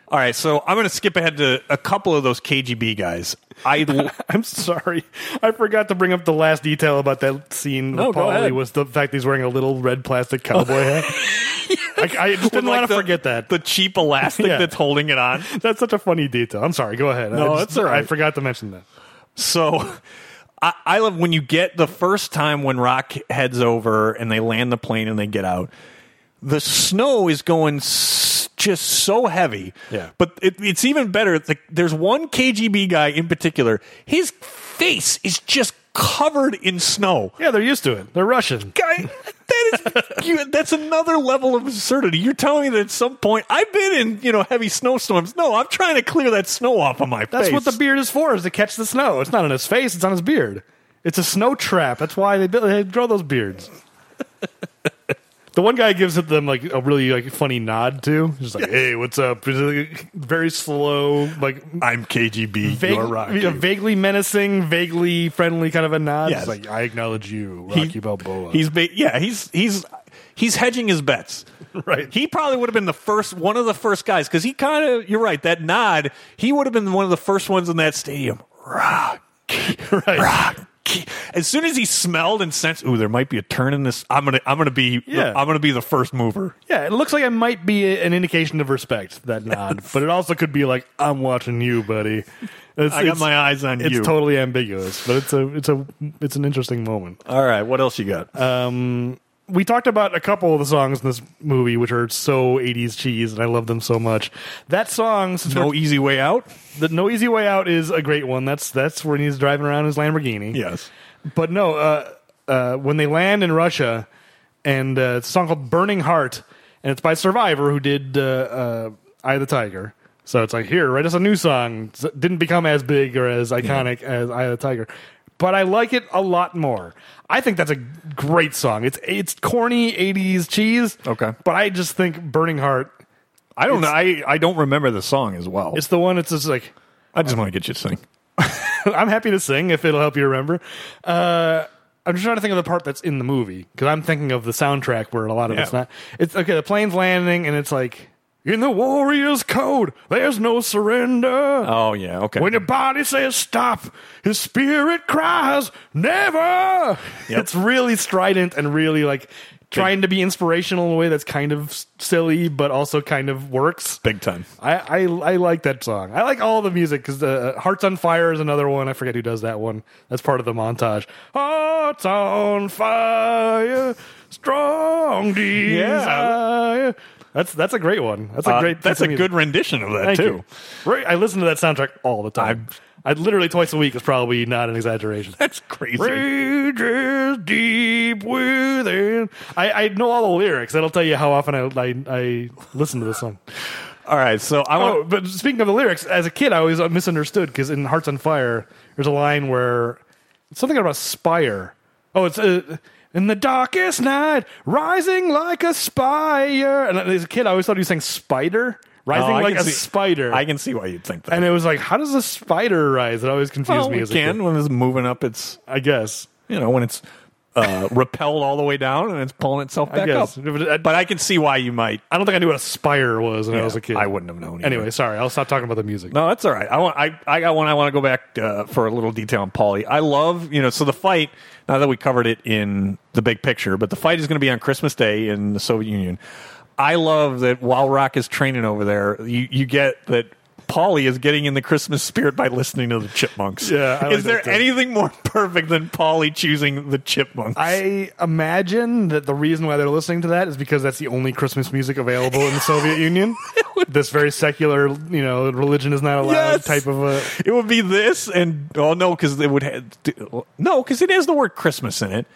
All right. So I'm going to skip ahead to a couple of those KGB guys. I I'm sorry, I forgot to bring up the last detail about that scene. No, with go Paulie ahead. was the fact that he's wearing a little red plastic cowboy hat. I, I just didn't like want to the- forget that. the cheap elastic Yeah. that's holding it on. That's such a funny detail. I'm sorry. Go ahead. No, I it's all right. I forgot to mention that. So I, I love when you get the first time when Rock heads over and they land the plane and they get out. The snow is going s- just so heavy. Yeah. But it, it's even better. It's Like, there's one KGB guy in particular. His face is just covered in snow. Yeah, they're used to it. They're Russian. guy. That is you, that's another level of absurdity. You're telling me that at some point I've been in you know heavy snowstorms. No, I'm trying to clear that snow off of my That's face. what the beard is for, is to catch the snow. It's not on his face, it's on his beard. It's a snow trap. That's why they, build, they grow those beards. the one guy gives them like a really like funny nod too. Just like, hey, what's up? Very slow, like I'm KGB. vague- you're Rocky. yeah, vaguely menacing, vaguely friendly kind of a nod. Yes. It's like, I acknowledge you, He- Rocky Balboa. He's ba- yeah. He's he's he's hedging his bets. Right. He probably would have been the first one of the first guys because he kind of you're right. That nod. He would have been one of the first ones in that stadium. Rock. right. Rocky. As soon as he smelled and sensed, ooh, there might be a turn in this. I'm gonna, I'm gonna be, Yeah. I'm gonna be the first mover. Yeah, it looks like it might be a- an indication of respect that nod, but it also could be like I'm watching you, buddy. It's, I got my eyes on It's you. totally ambiguous, but it's a it's a it's an interesting moment. All right, what else you got? Um, we talked about a couple of the songs in this movie, which are so '80s cheese, and I love them so much. That song, since no we're- easy way out. the No Easy Way Out, is a great one. That's that's when he's driving around in his Lamborghini. Yes. But no, uh, uh, when they land in Russia, and uh, it's a song called "Burning Heart," and it's by Survivor, who did uh, uh, "Eye of the Tiger." So it's like, here, write us a new song. S- Didn't become as big or as iconic as "Eye of the Tiger," but I like it a lot more. I think that's a great song. It's it's corny '80s cheese. Okay. but I just think "Burning Heart." I don't know. I, I don't remember the song as well. It's the one. that's just like I just want to get you to sing. I'm happy to sing if it'll help you remember. Uh, I'm just trying to think of the part that's in the movie because I'm thinking of the soundtrack where a lot of Yeah. it's not. It's okay. The plane's landing and it's like In the warrior's code, there's no surrender. Oh yeah, okay. When your body says stop, his spirit cries never. It's really strident and really like trying to be inspirational in a way that's kind of s- silly, but also kind of works. Big time. I, I, I like that song. I like all the music because the uh, Hearts on Fire is another one. I forget who does that one. That's part of the montage. Hearts on Fire, strong desire. That's that's a great one. That's a Uh, great. piece that's of a music. good rendition of that Thank too. you. Ray- I listen to that soundtrack all the time. i literally twice a week is probably not an exaggeration. That's crazy. Rage is deep within. I, I know all the lyrics. That'll tell you how often I I, I listen to this song. All right, so I Oh, want but speaking of the lyrics, as a kid, I always misunderstood because in Hearts on Fire, there's a line where it's something about a spire. Oh, it's uh, in the darkest night, rising like a spire. And as a kid, I always thought he was saying spider, oh, rising I like can a see- spider. I can see why you'd think that. and it was like, how does a spider rise? It always confused well, me we as a can kid. when it's moving up. It's I guess. you know when it's uh, repelled all the way down and it's pulling itself back guess. up. But I- But I can see why you might. I don't think I knew what a spire was when I Yeah, was a kid. I wouldn't have known either. Anyway, sorry. I'll stop talking about the music. No, that's all right. I want. I, I got one. I want to go back uh, for a little detail on Paulie. I love you know. So the fight. Now that we covered it in the big picture, but the fight is going to be on Christmas Day in the Soviet Union. I love that while Rock is training over there, you, you get that Paulie is getting in the Christmas spirit by listening to the Chipmunks. Yeah, I like is there that too. anything more perfect than Paulie choosing the Chipmunks? I imagine that the reason why they're listening to that is because that's the only Christmas music available in the Soviet Union. This very secular, you know, religion is not allowed Yes. type of a. It would be this and oh no, because it would have no, because it has the word Christmas in it.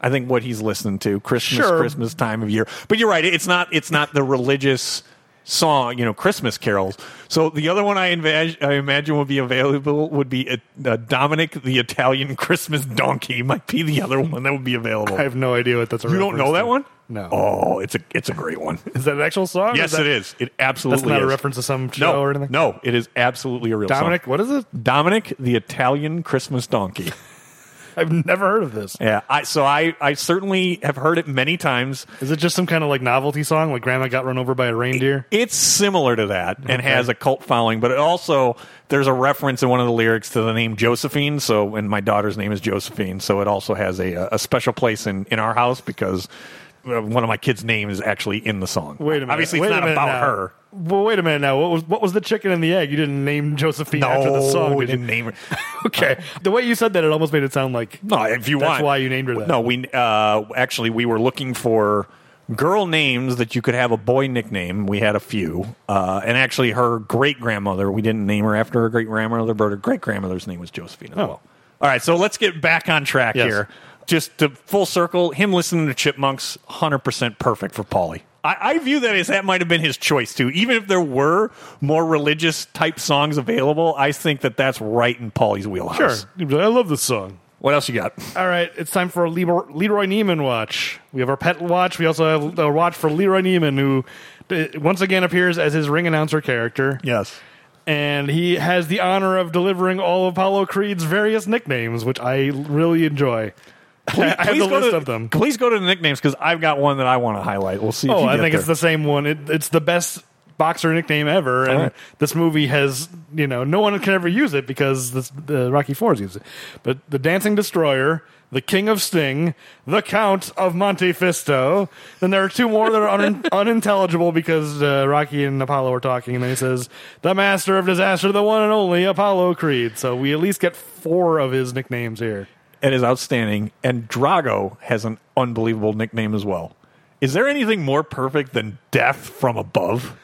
I think what he's listening to Christmas, Sure. Christmas time of year. But you're right; it's not it's not the religious song, you know, Christmas carols. So the other one I, invag- I imagine would be available would be uh uh, Dominic the Italian Christmas Donkey. Might be the other one that would be available. I have no idea what that's. you don't know that one? No. Oh, it's a it's a great one. Is that an actual song? Yes, Is it that- is. It absolutely That's not a is. reference to some show No, or anything. no, it is absolutely a real song. Dominic, what is it? Dominic the Italian Christmas Donkey. I've never heard of this. Yeah, I so I I certainly have heard it many times. Is it just some kind of like novelty song, like Grandma got run over by a reindeer? It's similar to that and has a cult following, but it also there's a reference in one of the lyrics to the name Josephine. So, and my daughter's name is Josephine, so it also has a a special place in in our house because uh, one of my kids' name is actually in the song. Wait a minute. Obviously, Wait it's a not minute about now. her. Well, wait a minute now. What was what was the chicken and the egg? You didn't name Josephine after the song. we Did you? didn't Uh, name her. Okay. The way you said that, it almost made it sound like No, if you That's want, why you named her that. No, we uh, actually we were looking for girl names that you could have a boy nickname. We had a few, uh, and actually her great grandmother. We didn't name her after her great grandmother, but her great grandmother's name was Josephine as well. All right, so let's get back on track Oh. Yes. here. Just to full circle, him listening to Chipmunks, hundred percent perfect for Paulie. I, I view that as that might have been his choice too. Even if there were more religious type songs available, I think that that's right in Paulie's wheelhouse. Sure. You'd be like, I love this song. What else you got? All right, it's time for a Leroy, Leroy Neiman watch. We have our pet watch. We also have a watch for Leroy Neiman, who uh, once again appears as his ring announcer character. Yes. And he has the honor of delivering all of Apollo Creed's various nicknames, which I really enjoy. I have the go list to, of them. Please go to the nicknames because I've got one that I want to highlight. We'll see. if Oh, you I get think there. it's the same one. It, it's the best boxer nickname ever, and right. this movie has you know no one can ever use it because this, the Rocky Fours use it. But the Dancing Destroyer, the King of Sting, the Count of Monte Fisto. Then there are two more that are un- unintelligible because uh, Rocky and Apollo are talking, and then he says the Master of Disaster, the one and only Apollo Creed. So we at least get four of his nicknames here. it is outstanding. And Drago has an unbelievable nickname as well. Is there anything more perfect than death from above?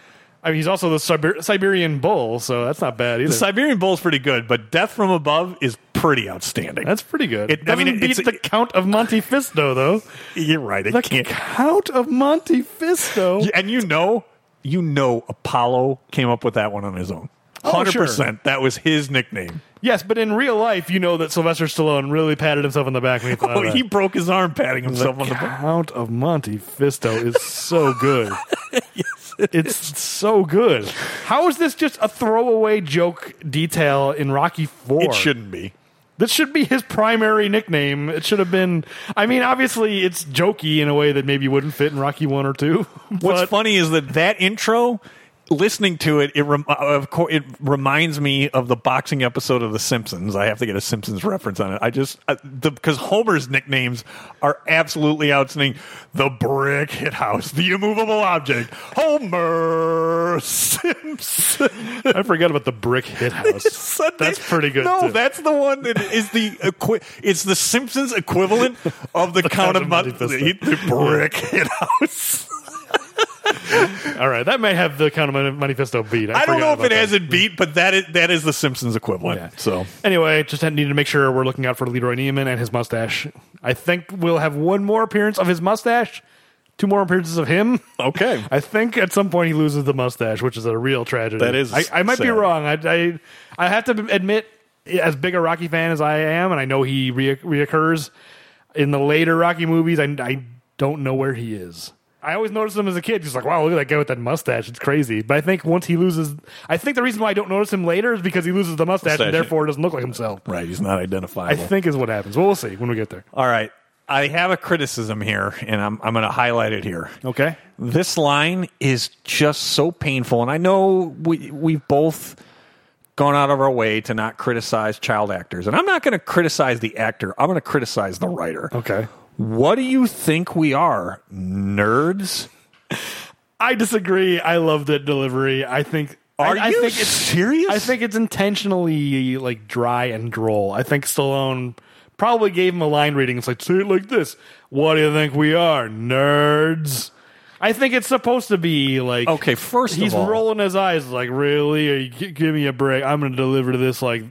I mean, he's also the Siber- Siberian Bull, so that's not bad either. The Siberian Bull's pretty good, but death from above is pretty outstanding. That's pretty good. It- I mean, Doesn't it's- beat the Count of Monte Fisto though. You're right. It The can't. Count of Monte Fisto. Yeah, and you know, you know, Apollo came up with that one on his own. Oh, Hundred sure. percent. That was his nickname. Yes, but in real life, you know that Sylvester Stallone really patted himself on the back when he thought Oh, of that. he broke his arm patting himself on the the back. Count of Monte Fisto is so good. it's so good. How is this just a throwaway joke detail in Rocky Four? It shouldn't be. This should be his primary nickname. It should have been. I mean, obviously, it's jokey in a way that maybe wouldn't fit in Rocky One or Two. What's but- funny is that that intro listening to it, it rem- uh, of course it reminds me of the boxing episode of The Simpsons. I have to get a Simpsons reference on it. I just because Homer's nicknames are absolutely outstanding. The brick hit house, the immovable object, Homer Simpson. I forgot about the brick hit house. Sunday- That's pretty good. No, too. that's the one that is the equi- it's the Simpsons equivalent of the, Count of Monte Monte the, Cristo. the brick hit house. all right. That may have the kind of manifesto beat. I, I don't forgot know if about it that. has it beat, but that is that is the Simpsons equivalent. Yeah. So Anyway, just had- needed to make sure we're looking out for Leroy Neiman and his mustache. I think we'll have one more appearance of his mustache, two more appearances of him. okay, I think at some point he loses the mustache, which is a real tragedy. That is I, I might be sad. wrong. I, I I have to admit, as big a Rocky fan as I am, and I know he re- reoccurs in the later Rocky movies, I, I don't know where he is. I always noticed him as a kid. He's like, wow, look at that guy with that mustache. It's crazy. But I think once he loses, I think the reason why I don't notice him later is because he loses the mustache, Mustache. and therefore doesn't look like himself. right, he's not I identifiable. think is what happens. Well, we'll see when we get there. All right, I have a criticism here, and I'm I'm going to highlight it here. Okay. This line is just so painful, and I know we we've both gone out of our way to not criticize child actors, and I'm not going to criticize the actor. I'm going to criticize the writer. Okay. What do you think we are, nerds? I disagree. I love that delivery. I think. Are I, I you think it's, serious? I think it's intentionally like dry and droll. I think Stallone probably gave him a line reading. It's like say it like this. What do you think we are, nerds? I think it's supposed to be like Okay, first of he's all- rolling his eyes like really. Are you, gi- give me a break. I'm going to deliver this like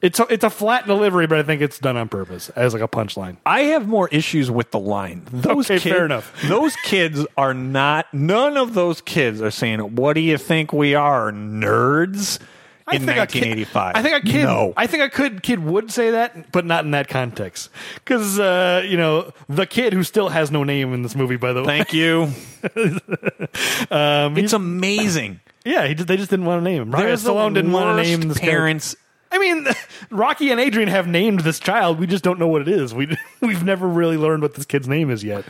it's a, it's a flat delivery, but I think it's done on purpose as like a punchline. I have more issues with the line. Those Okay, kids, fair enough. those kids are not. None of those kids are saying, "What do you think we are, nerds?" I in think a kid- 1985, I think a kid. No, I think a kid kid would say that, but not in that context. Because uh, you know the kid who still has no name in this movie, by the way. thank you. Um, it's amazing. yeah, he just, they just didn't want to name him. Ryan There's the Stallone didn't want to worst name this guy. parents. I mean, Rocky and Adrian have named this child. We just don't know what it is. We we've never really learned what this kid's name is yet.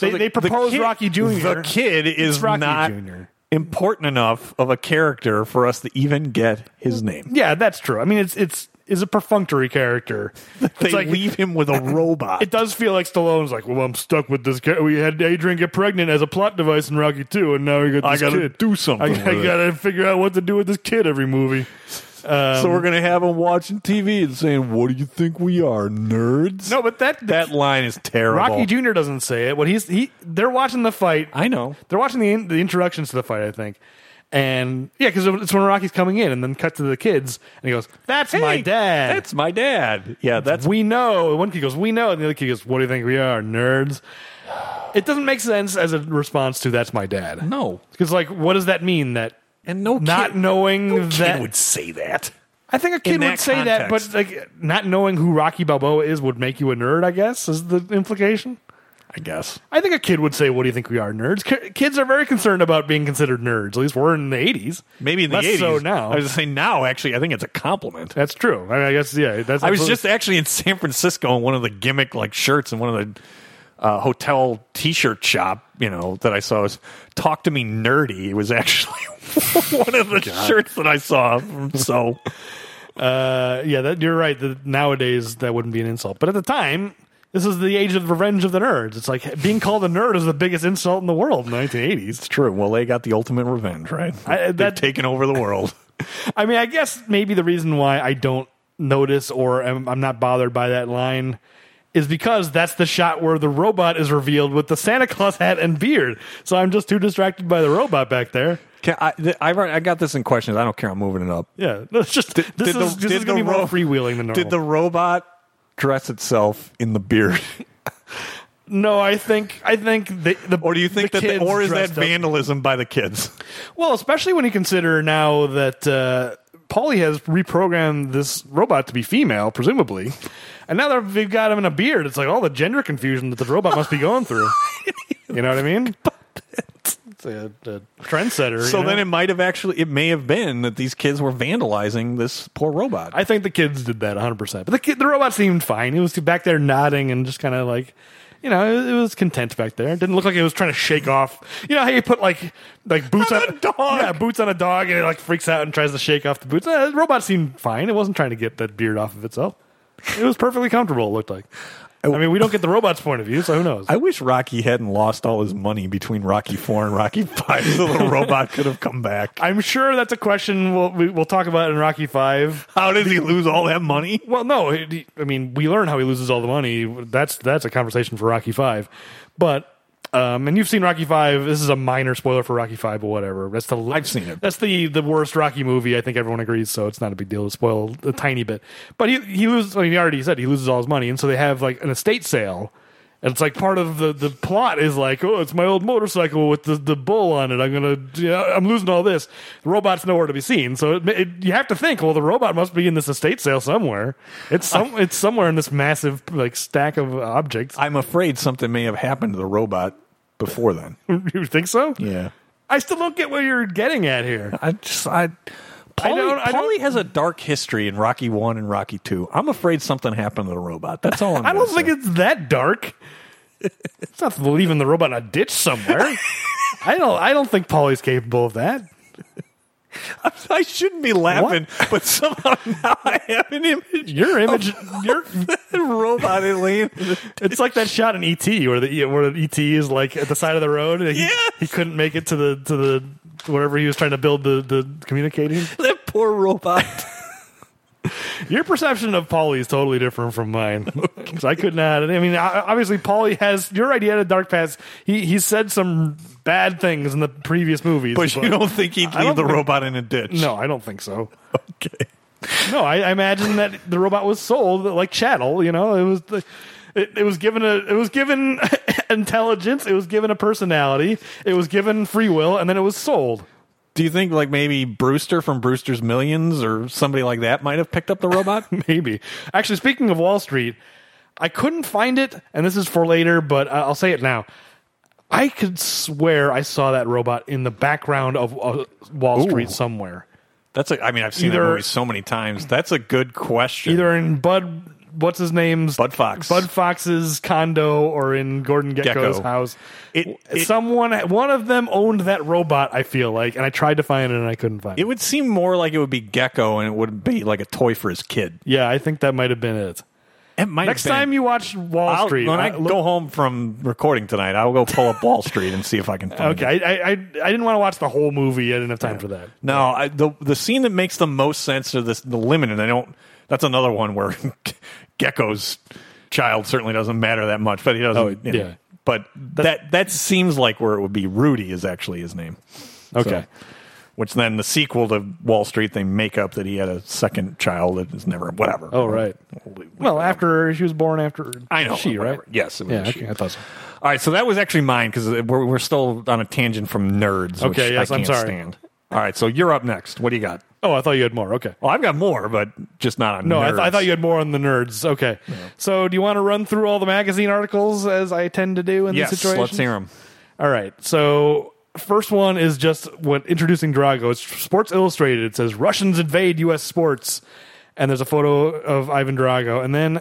they the- they the proposed kid- Rocky Jr. The kid is Rocky not Jr.. important enough of a character for us to even get his name. yeah, that's true. I mean, it's it's is a perfunctory character. They it's like leave him with a robot. it does feel like Stallone's like, well, I'm stuck with this guy. We had Adrian get pregnant as a plot device in Rocky Two, and now we got I this gotta kid. do something I, I with it." gotta figure out what to do with this kid every movie. so Um, we're gonna have him watching TV and saying, "What do you think we are, nerds?" No, but that, That line is terrible. Rocky Junior doesn't say it. What he's he they're watching the fight. I know. They're watching the in, the introductions to the fight. I think. And yeah, because it's when Rocky's coming in, and then cut to the kids, and he goes, "That's my Hey, dad." That's my dad. Yeah, that's we know. And one kid goes, we know. And the other kid goes, what do you think we are, nerds? It doesn't make sense as a response to that's my dad. No. Because, like, what does that mean? That and no not kid, knowing no kid that. would say that. I think a kid in would that say context. that, but, like, not knowing who Rocky Balboa is would make you a nerd, I guess, is the implication. I guess. I think a kid would say, "What do you think we are, nerds?" Ki- Kids are very concerned about being considered nerds. At least we're in the '80s. Maybe in the Less 80s. So now, I was saying now actually I think it's a compliment. that's true. I, mean, I guess, yeah. That's I was absolutely- just actually in San Francisco in one of the gimmick like shirts and one of the uh, hotel t-shirt shop, you know, that I saw was "Talk to Me Nerdy." It was actually one of the shirts that I saw. So Uh, yeah, that, you're right. That nowadays that wouldn't be an insult, but at the time, this is the age of revenge of the nerds. It's like being called a nerd is the biggest insult in the world in the 1980s. it's true. Well, they got the ultimate revenge, right? I- They've that- taken over the world. I mean, I guess maybe the reason why I don't notice or am, I'm not bothered by that line is because that's the shot where the robot is revealed with the Santa Claus hat and beard. So I'm just too distracted by the robot back there. Can I, th- I, wrote- I got this in questions. I don't care. I'm moving it up. Yeah, it's just this Did the- is, this did is going to the be more ro- freewheeling than normal. Did the robot dress itself in the beard, no, I think I think the, the or do you think the that, the, kids or is that dressed up- vandalism by the kids? Well, especially when you consider now that uh, Polly has reprogrammed this robot to be female, presumably, and now that they've got him in a beard, it's like all the gender confusion that the robot must be going through. you know what I mean? It's a, a trendsetter. So you know? then it might have actually, it may have been that these kids were vandalizing this poor robot. I think the kids did that 100. percent But the kid, the robot seemed fine. He was back there nodding and just kind of like. you know, it, it was content back there. It didn't look like it was trying to shake off. You know how you put like like boots on, a dog. Yeah, boots on a dog, and it like freaks out and tries to shake off the boots. Eh, the robot seemed fine. It wasn't trying to get that beard off of itself. It was perfectly comfortable. It looked like. I mean, we don't get the robot's point of view, so who knows? I wish Rocky hadn't lost all his money between Rocky Four and Rocky Five, so the robot could have come back. I'm sure that's a question we'll we, we'll talk about in Rocky Five. How does he lose all that money? Well, no, it- he- I mean we learn how he loses all the money. That's that's a conversation for Rocky Five, but. Um, and you've seen Rocky Five. This is a minor spoiler for Rocky Five, but whatever. That's the I've seen it. That's the the worst Rocky movie. I think everyone agrees, so it's not a big deal to spoil a tiny bit. But he he loses. I mean, he already said he loses all his money, and so they have like an estate sale. And it's like part of the, the plot is like, oh, it's my old motorcycle with the, the bull on it. I'm gonna, yeah, I'm losing all this. The robot's nowhere to be seen, so it, it, you have to think. Well, the robot must be in this estate sale somewhere. It's some, it's somewhere in this massive like stack of objects. I'm afraid something may have happened to the robot before then. you think so? Yeah, I still don't get what you're getting at here. I just I. I don't- I don't- Polly has a dark history in Rocky One and Rocky Two. I'm afraid something happened to the robot. That's all I'm. I don't gonna think say. it's that dark. It's not leaving the robot in a ditch somewhere. I don't. I don't think Polly's capable of that. I shouldn't be laughing, but somehow now I have an image. Your image. your. The robot is laying. It's like that shot in ET where the where the ET is like at the side of the road. And he, Yeah. he couldn't make it to the to the whatever he was trying to build the the communicating. That poor robot. Your perception of Polly is totally different from mine. 'Cause I could not. I mean, o- obviously, Polly has your idea of dark past. He he said some bad things in the previous movies, But you don't think he'd I leave don't the think- robot in a ditch? No, I don't think so. Okay. No, I, I imagine that the robot was sold like chattel. You know, it was the, it, it was given a it was given intelligence. It was given a personality. It was given free will, and then it was sold. Do you think like maybe Brewster from Brewster's Millions or somebody like that might have picked up the robot? Maybe. Actually, speaking of Wall Street, I couldn't find it, and this is for later, but I- I'll say it now. I could swear I saw that robot in the background of uh, Wall Street somewhere. That's a. I mean, I've seen Either- that movie so many times. That's a good question. either in Bud what's his name's Bud Fox. Bud Fox's condo or in Gordon Gecko's Gecko. house. It- it- someone one of them owned that robot, I feel like, and I tried to find it and I couldn't find it. it would seem more like it would be Gecko, and it would be like a toy for his kid. Yeah, I think that might have been it. It might. Next have been. time you watch Wall I'll- Street, when I, I- look- go home from recording tonight, I'll go pull up Wall Street and see if I can find Okay, it. I, I I I didn't want to watch the whole movie. I didn't have time for that. No, I, the the scene that makes the most sense are this, the limit, and I don't. That's another one where Gecko's child certainly doesn't matter that much, but he doesn't. Oh, you know. yeah. But that that seems like where it would be. Rudy is actually his name. Okay. Which then the sequel to Wall Street, they make up that he had a second child that is never whatever. Oh right. Well, after she was born, after I know. she right. whatever. Yes. It was Yeah, a she. okay, I thought so. All right, so that was actually mine because we're, we're still on a tangent from nerds. which Okay, yes, I I'm can't sorry. Stand. All right, so you're up next. What do you got? Oh, I thought you had more. Okay. Well, I've got more, but just not on No, I, nerds. th- I thought you had more on the nerds. Okay. So, do you want to run through all the magazine articles as I tend to do in Yes, these situations? let's hear them. All right. So, first one is just when introducing Drago. It's Sports Illustrated. It says Russians invade U.S. sports, and there's a photo of Ivan Drago. And then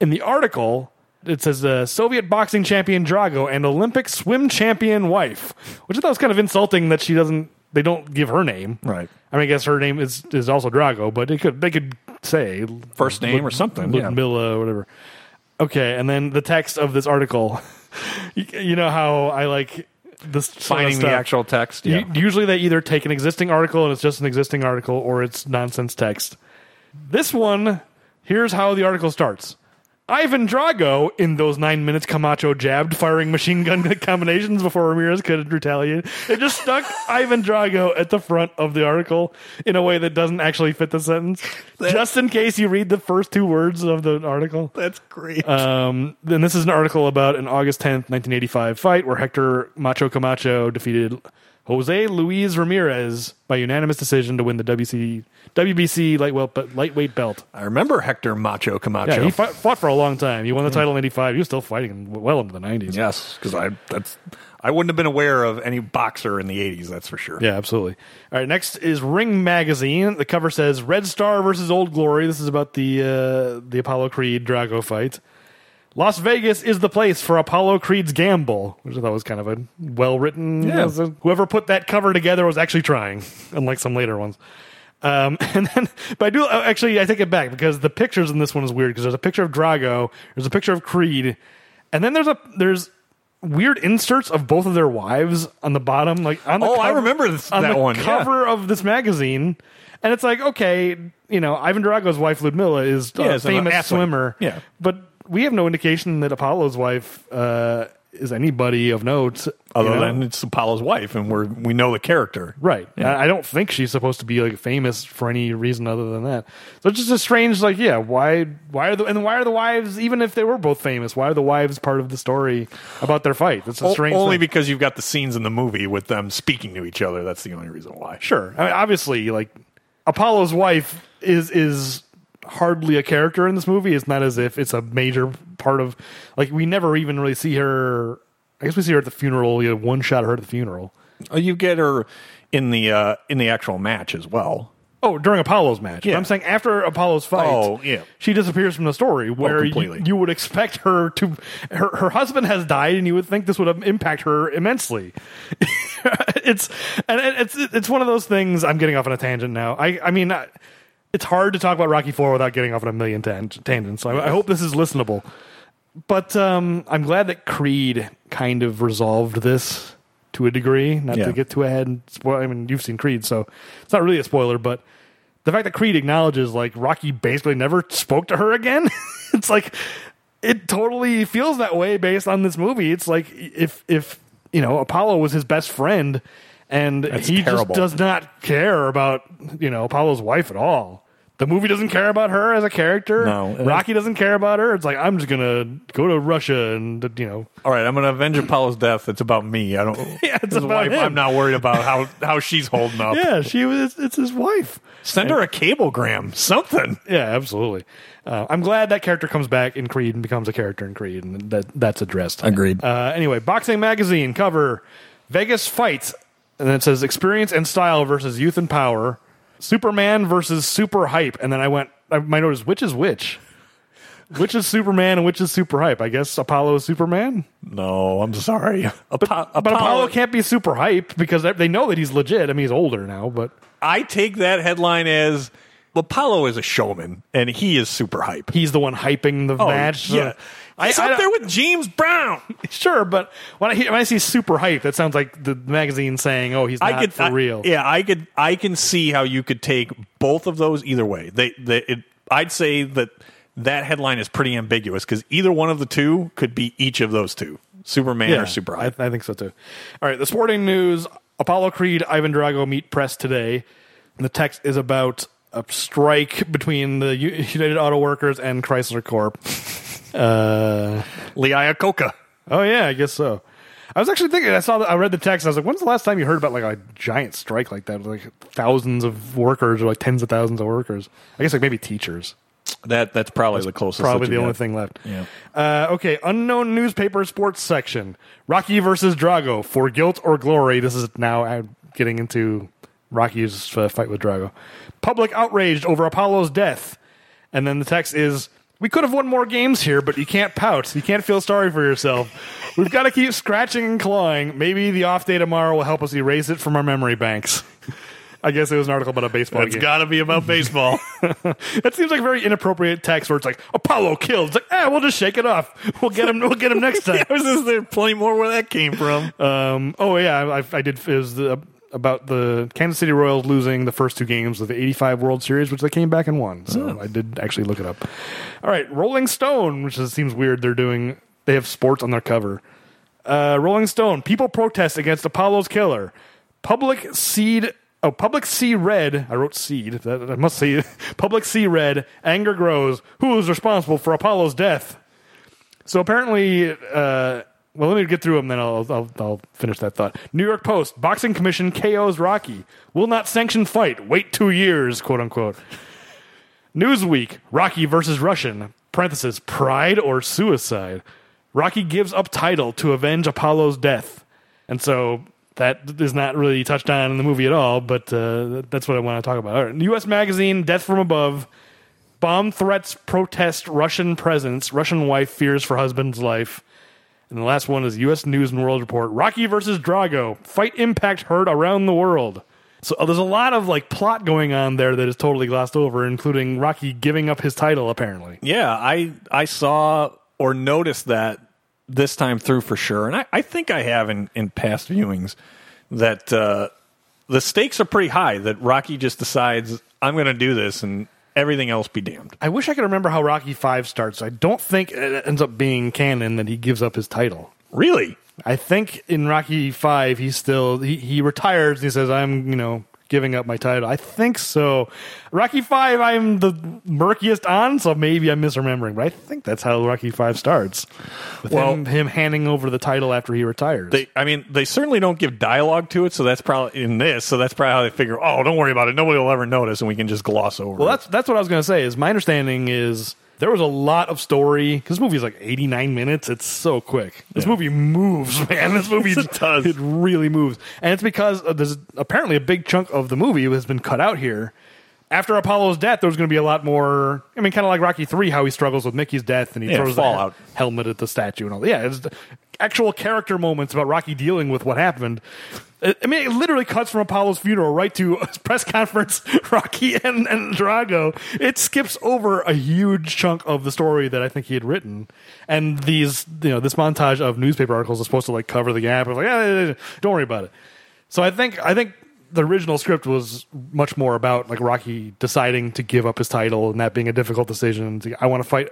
in the article, it says uh, Soviet boxing champion Drago and Olympic swim champion wife, which I thought was kind of insulting that she doesn't. They don't give her name. Right. I mean, I guess her name is is also Drago, but it could they could say First name or something. Yeah. Ludmilla or whatever. Okay, and then the text of this article. you, you know how I like this sort of Finding the stuff. actual text. U- Yeah. Usually they either take an existing article and it's just an existing article or it's nonsense text. This one, here's how the article starts. Ivan Drago, in those nine minutes Camacho jabbed, firing machine gun combinations before Ramirez could retaliate. It just stuck Ivan Drago at the front of the article in a way that doesn't actually fit the sentence, just in case you read the first two words of the article. That's great. Um, then this is an article about an August 10th, 1985 fight where Hector Macho Camacho defeated Jose Luis Ramirez by unanimous decision to win the WC, WBC lightweight, lightweight belt. I remember Hector Macho Camacho. Yeah, he fought, fought for a long time. He won the title in 85. He was still fighting well into the 90s. yes, because I that's I wouldn't have been aware of any boxer in the '80s. That's for sure. Yeah, absolutely. All right, next is Ring Magazine. The cover says Red Star versus Old Glory. This is about the uh, the Apollo Creed Drago fight. Las Vegas is the place for Apollo Creed's gamble, which I thought was kind of a well written. Yeah. Whoever put that cover together was actually trying, unlike some later ones. Um, and then, but I do oh, actually, I take it back because the pictures in this one is weird because there's a picture of Drago, there's a picture of Creed, and then there's a there's weird inserts of both of their wives on the bottom, like on the Oh, I cover- remember this- on that the one, yeah. cover of this magazine, and it's like okay, you know, Ivan Drago's wife Ludmilla is a Yeah, is an famous athlete. swimmer, Yeah. but we have no indication that Apollo's wife uh, is anybody of note, you Other know? than it's Apollo's wife, and we're we know the character. Right. I I don't think she's supposed to be like famous for any reason other than that. So it's just a strange, like, yeah, why, why are the and why are the wives even if they were both famous? Why are the wives part of the story about their fight? That's a O- strange. only thing. because you've got the scenes in the movie with them speaking to each other. That's the only reason why. sure. I mean, obviously, like Apollo's wife is is hardly a character in this movie. It's not as if it's a major part of like we never even really see her. I guess we see her at the funeral. You know, one shot of her at the funeral. Oh, you get her in the uh, in the actual match as well. Oh, during Apollo's match. But Yeah. I'm saying after Apollo's fight. Oh, yeah. Oh, She disappears from the story where you, completely. you would expect her to. Her, her husband has died, and you would think this would impact her immensely. it's and it- it's it's one of those things. I'm getting off on a tangent now. I I mean, I, it's hard to talk about Rocky Four without getting off on a million tan- tangents. So I, I hope this is listenable. But um, I'm glad that Creed kind of resolved this to a degree. Not Yeah. to get too ahead and spoil. I mean, you've seen Creed, so it's not really a spoiler. But the fact that Creed acknowledges like Rocky basically never spoke to her again, it's like it totally feels that way based on this movie. It's like if if you know Apollo was his best friend, and he terrible. just does not care about you know Apollo's wife at all. The movie doesn't care about her as a character. No. Rocky doesn't care about her. It's like I'm just gonna go to Russia and you know All right, I'm going to avenge Apollo's death. It's about me. I don't. Yeah, it's his about wife. him. I'm not worried about how how she's holding up. yeah she was it's his wife. Send her a cablegram, something. Yeah, absolutely. Uh, I'm glad that character comes back in Creed and becomes a character in Creed, and that that's addressed. Agreed. Uh, anyway, Boxing Magazine cover Vegas fights, and then it says experience and style versus youth and power, Superman versus super hype, and then I went. I, my note is which is which. Which is Superman and which is super hype? I guess Apollo is Superman. No, I'm sorry. Apo- But Apollo can't be super hype because they- they know that he's legit. I mean, he's older now, but I take that headline as Apollo is a showman and he is super hype. he's the one hyping the match. Oh, yeah. I- He's I up don't- there with James Brown. Sure, but when I, hear, when I see super hype, that sounds like the magazine saying, "Oh, he's not I could for I- real." yeah, I could. I can see how you could take both of those either way. They, they it, I'd say that that headline is pretty ambiguous because either one of the two could be each of those two, Superman or Super I, Hype. I think so too. All right, the sporting news: Apollo Creed, Ivan Drago meet press today. The text is about a strike between the U- United Auto Workers and Chrysler Corp. Uh, Lee Iacocca. oh yeah, I guess so. I was actually thinking. I saw. that I read the text. I was like, "When's the last time you heard about like a giant strike like that? Like thousands of workers, or like tens of thousands of workers? I guess like maybe teachers." That that's probably the closest. probably that you the only get. thing left. Uh, okay, unknown newspaper sports section. Rocky versus Drago for guilt or glory. This is now uh, getting into Rocky's uh, fight with Drago. Public outraged over Apollo's death, and then the text is. We could have won more games here, but you can't pout. You can't feel sorry for yourself. We've got to keep scratching and clawing. Maybe the off day tomorrow will help us erase it from our memory banks. I guess it was an article about a baseball It's game. got to be about baseball. That seems like a very inappropriate text where it's like Apollo killed. It's like, ah, we'll just shake it off. We'll get him. We'll get him next time. I was just there plenty more where that came from. Um, oh yeah, I, I did. It was the, about the Kansas City Royals losing the first two games of the '85 World Series, which they came back and won. So I did actually look it up. All right, Rolling Stone, which is, seems weird. They're doing. They have sports on their cover. Uh, Rolling Stone. People protest against Apollo's killer. Public seed. Oh, public sea red. I wrote seed. That, I must say, public sea red. Anger grows. Who is responsible for Apollo's death? So apparently, uh, well, let me get through them, then I'll, I'll, I'll finish that thought. New York Post, Boxing Commission KOs Rocky. Will not sanction fight. Wait two years, quote unquote. Newsweek, Rocky versus Russian, parenthesis, pride or suicide. Rocky gives up title to avenge Apollo's death. And so that is not really touched on in the movie at all, but uh, that's what I want to talk about. All right. U.S. Magazine, Death from Above. Bomb threats protest Russian presence. Russian wife fears for husband's life. And the last one is U.S. News and World Report: Rocky versus Drago fight impact heard around the world. So uh, there's a lot of like plot going on there that is totally glossed over, including Rocky giving up his title apparently. Yeah, I I saw or noticed that this time through for sure, and I, I think I have in in past viewings that uh, the stakes are pretty high. That Rocky just decides I'm going to do this, and everything else be damned. I wish I could remember how Rocky Five starts. I don't think it ends up being canon that he gives up his title. Really? I think in Rocky Five, he still he, he retires. He says, "I'm you know giving up my title." I think so. Rocky Five, I'm the murkiest on, so maybe I'm misremembering, but I think that's how Rocky Five starts. With Well- him, him handing over the title after he retires. They, I mean, they certainly don't give dialogue to it, so that's probably in this. So that's probably how they figure. Oh, don't worry about it. Nobody will ever notice, and we can just gloss over. well, it. that's that's what I was going to say. Is my understanding is. There was a lot of story because this movie is like 89 minutes. It's so quick. This movie moves, man. This movie It does. It really moves, and it's because uh, there's apparently a big chunk of the movie has been cut out here. After Apollo's death, there was going to be a lot more. I mean, kind of like Rocky Three, how he struggles with Mickey's death and he Yeah, throws the fallout. hel- helmet at the statue and all. Yeah, it's the actual character moments about Rocky dealing with what happened. I I mean, it literally cuts from Apollo's funeral right to a press conference, Rocky and, and Drago. It skips over a huge chunk of the story that I think he had written. And these, you know, this montage of newspaper articles is supposed to like cover the gap. Of like, "Eh, don't worry about it. So I think I think the original script was much more about like Rocky deciding to give up his title and that being a difficult decision. To, I want to fight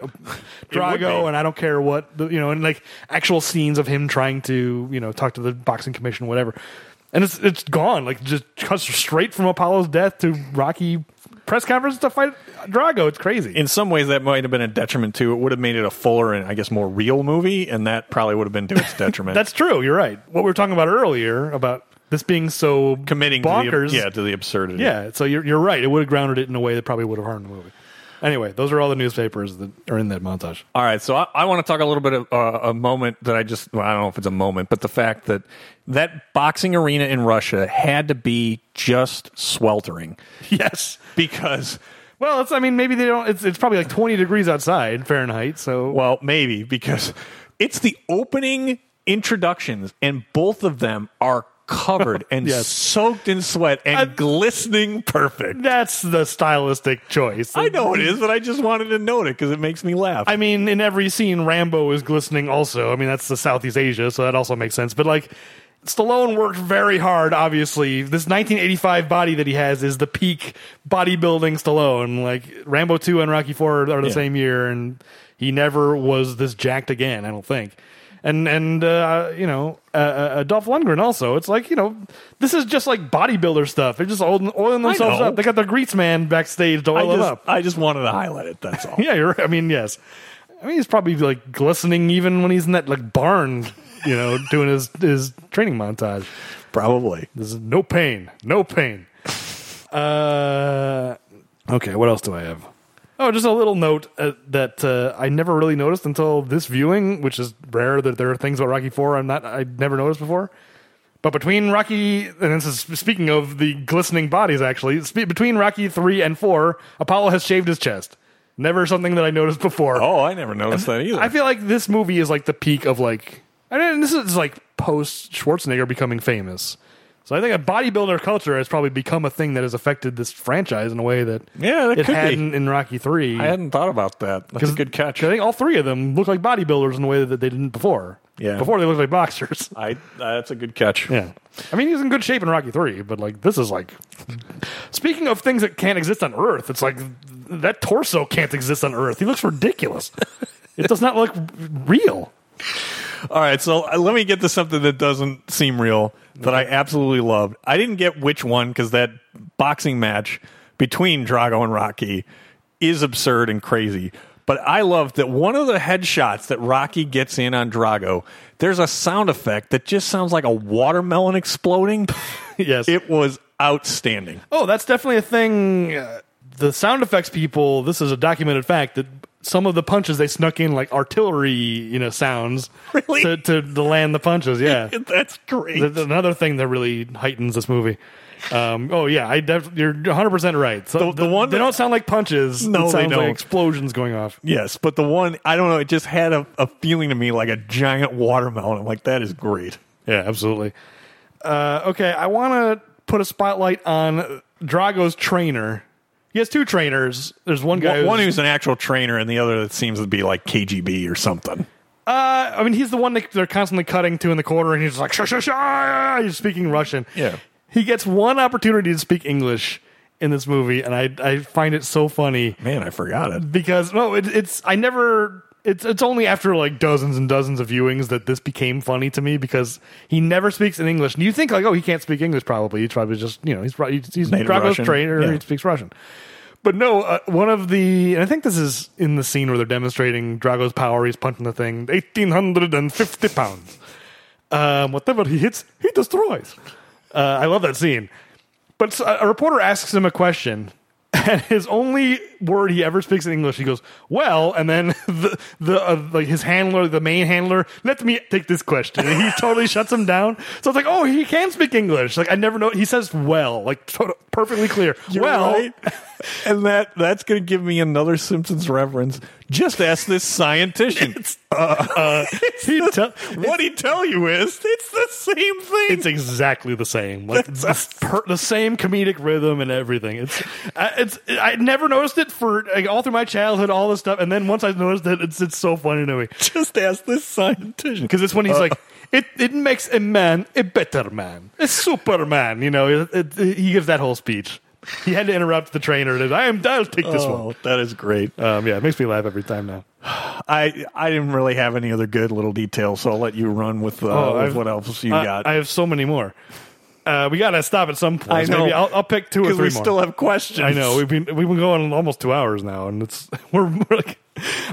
Drago, and I don't care what the, you know, and like actual scenes of him trying to you know talk to the boxing commission, whatever. And it's it's gone, like just cuts straight from Apollo's death to Rocky press conference to fight Drago. It's crazy. in some ways that might have been a detriment too. It would have made it a fuller and I guess more real movie, and that probably would have been to its detriment. That's true. You're right. What we were talking about earlier about this being so committing bonkers, To the, yeah, to the absurdity. Yeah, so you're, you're right. It would have grounded it in a way that probably would have harmed the movie. Anyway, those are all the newspapers that are in that montage. All right, so I, I want to talk a little bit of uh, a moment that I just, well, I don't know if it's a moment, but the fact that that boxing arena in Russia had to be just sweltering Yes. because, Well, it's I mean maybe they don't. It's it's probably like 20 degrees outside Fahrenheit. So well, maybe because it's the opening introductions and both of them are covered and Yes. soaked in sweat and glistening perfect. that's the stylistic choice. I know it is, but I just wanted to note it because it makes me laugh. I mean, in every scene, Rambo is glistening. Also, I mean that's the Southeast Asia, so that also makes sense. But like. Stallone worked very hard, obviously. This 1985 body that he has is the peak bodybuilding Stallone. Like, Rambo 2 and Rocky 4 are the Yeah. same year, and he never was this jacked again, I don't think. And, and uh, you know, uh, uh, Dolph Lundgren also. It's like, you know, this is just like bodybuilder stuff. They're just oiling, oiling themselves know. up. They got their grease man backstage to oil I them just, up. I just wanted to highlight it. That's all. Yeah, you're right. I mean, yes. I mean, he's probably like glistening even when he's in that like barn, you know, doing his his training montage. Probably. There's no pain, no pain. Uh, okay, what else do I have? Oh, just a little note uh, that uh, I never really noticed until this viewing, which is rare that there are things about Rocky Four I'm not I never noticed before. But between Rocky, and this is speaking of the glistening bodies, actually, spe- between Rocky three and four, Apollo has shaved his chest. Never something that I noticed before. Oh, I never noticed that either. I feel like this movie is like the peak of like, I mean, this is like post Schwarzenegger becoming famous. So I think a bodybuilder culture has probably become a thing that has affected this franchise in a way that Yeah, that it could be. hadn't in Rocky Three. I hadn't thought about that. That's a good catch. I think all three of them look like bodybuilders in a way that they didn't before. Yeah. before they looked like boxers. I uh, that's a good catch. Yeah. I mean, he's in good shape in Rocky 3, but like, this is like. Speaking of things that can't exist on Earth, it's like that torso can't exist on Earth. He looks ridiculous. it does not look real. All right, so uh, let me get to something that doesn't seem real that I absolutely loved. I didn't get which one because that boxing match between Drago and Rocky is absurd and crazy. But I love that one of the headshots that Rocky gets in on Drago. There's a sound effect that just sounds like a watermelon exploding. Yes. It was outstanding. oh, that's definitely a thing. uh, The sound effects people, this is a documented fact that some of the punches they snuck in like artillery, you know, sounds Really? to, to, to land the punches. Yeah, That's great. that's another thing that really heightens this movie. Um, oh yeah, I def- you're 100 percent right. So The- the one they that- don't sound like punches. No, it they sounds don't. Like explosions going off. yes, but the one I don't know. It just had a, a feeling to me like a giant watermelon. I'm like, that is great. Yeah, absolutely. Uh, okay, I want to put a spotlight on Drago's trainer. He has two trainers. There's one guy. One, who's, one who's an actual trainer, and the other that seems to be like KGB or something. Uh, I mean, he's the one that they're constantly cutting to in the corner, and he's like, shh, shh, shh. He's speaking Russian. Yeah. He gets one opportunity to speak English in this movie, and I, I find it so funny Man, I forgot it. because, no, it, it's, I never, it's, it's only after like dozens and dozens of viewings that this became funny to me because he never speaks in English. And you think, like, oh, he can't speak English probably. He's probably just, you know, he's, Ru- he's, he's Native Drago's Russian. trainer, Yeah. he speaks Russian. But no, uh, one of the, and I think this is in the scene where they're demonstrating Drago's power. He's punching the thing, 1,850 pounds. Um, whatever he hits, he destroys. Uh, I love that scene. But s- a reporter asks him a question, and his only word he ever speaks in English, he goes, "Well," and then the the uh, like his handler, the main handler, let me take this question. And he totally shuts him down. So it's like, oh, he can speak English. Like I never know. He says, "Well," like to- perfectly clear. well, and that that's going to give me another Simpsons reference. Just ask this scientist. he te- what he tell you is it's the same thing. it's exactly the same. Like That's the, per, the same comedic rhythm and everything. It's I, it's I never noticed it for like, all through my childhood, all this stuff, and then once I noticed it, it's it's so funny to me Just ask this scientist. Uh. because it's when he's like. It, it makes a man a better man, a superman. You know, it, it, he gives that whole speech. He had to interrupt the trainer. And, I am. I'll take this Oh, that is great. one. Um, yeah, it makes me laugh every time now. I I didn't really have any other good little details, so I'll let you run with, uh, Oh, with I've- what else you I, got. I have so many more. Uh, we gotta stop at some point. I know. Maybe I'll, I'll pick two or because three we more. still have questions. I know we've been we've been going almost two hours now, and it's we're, we're like,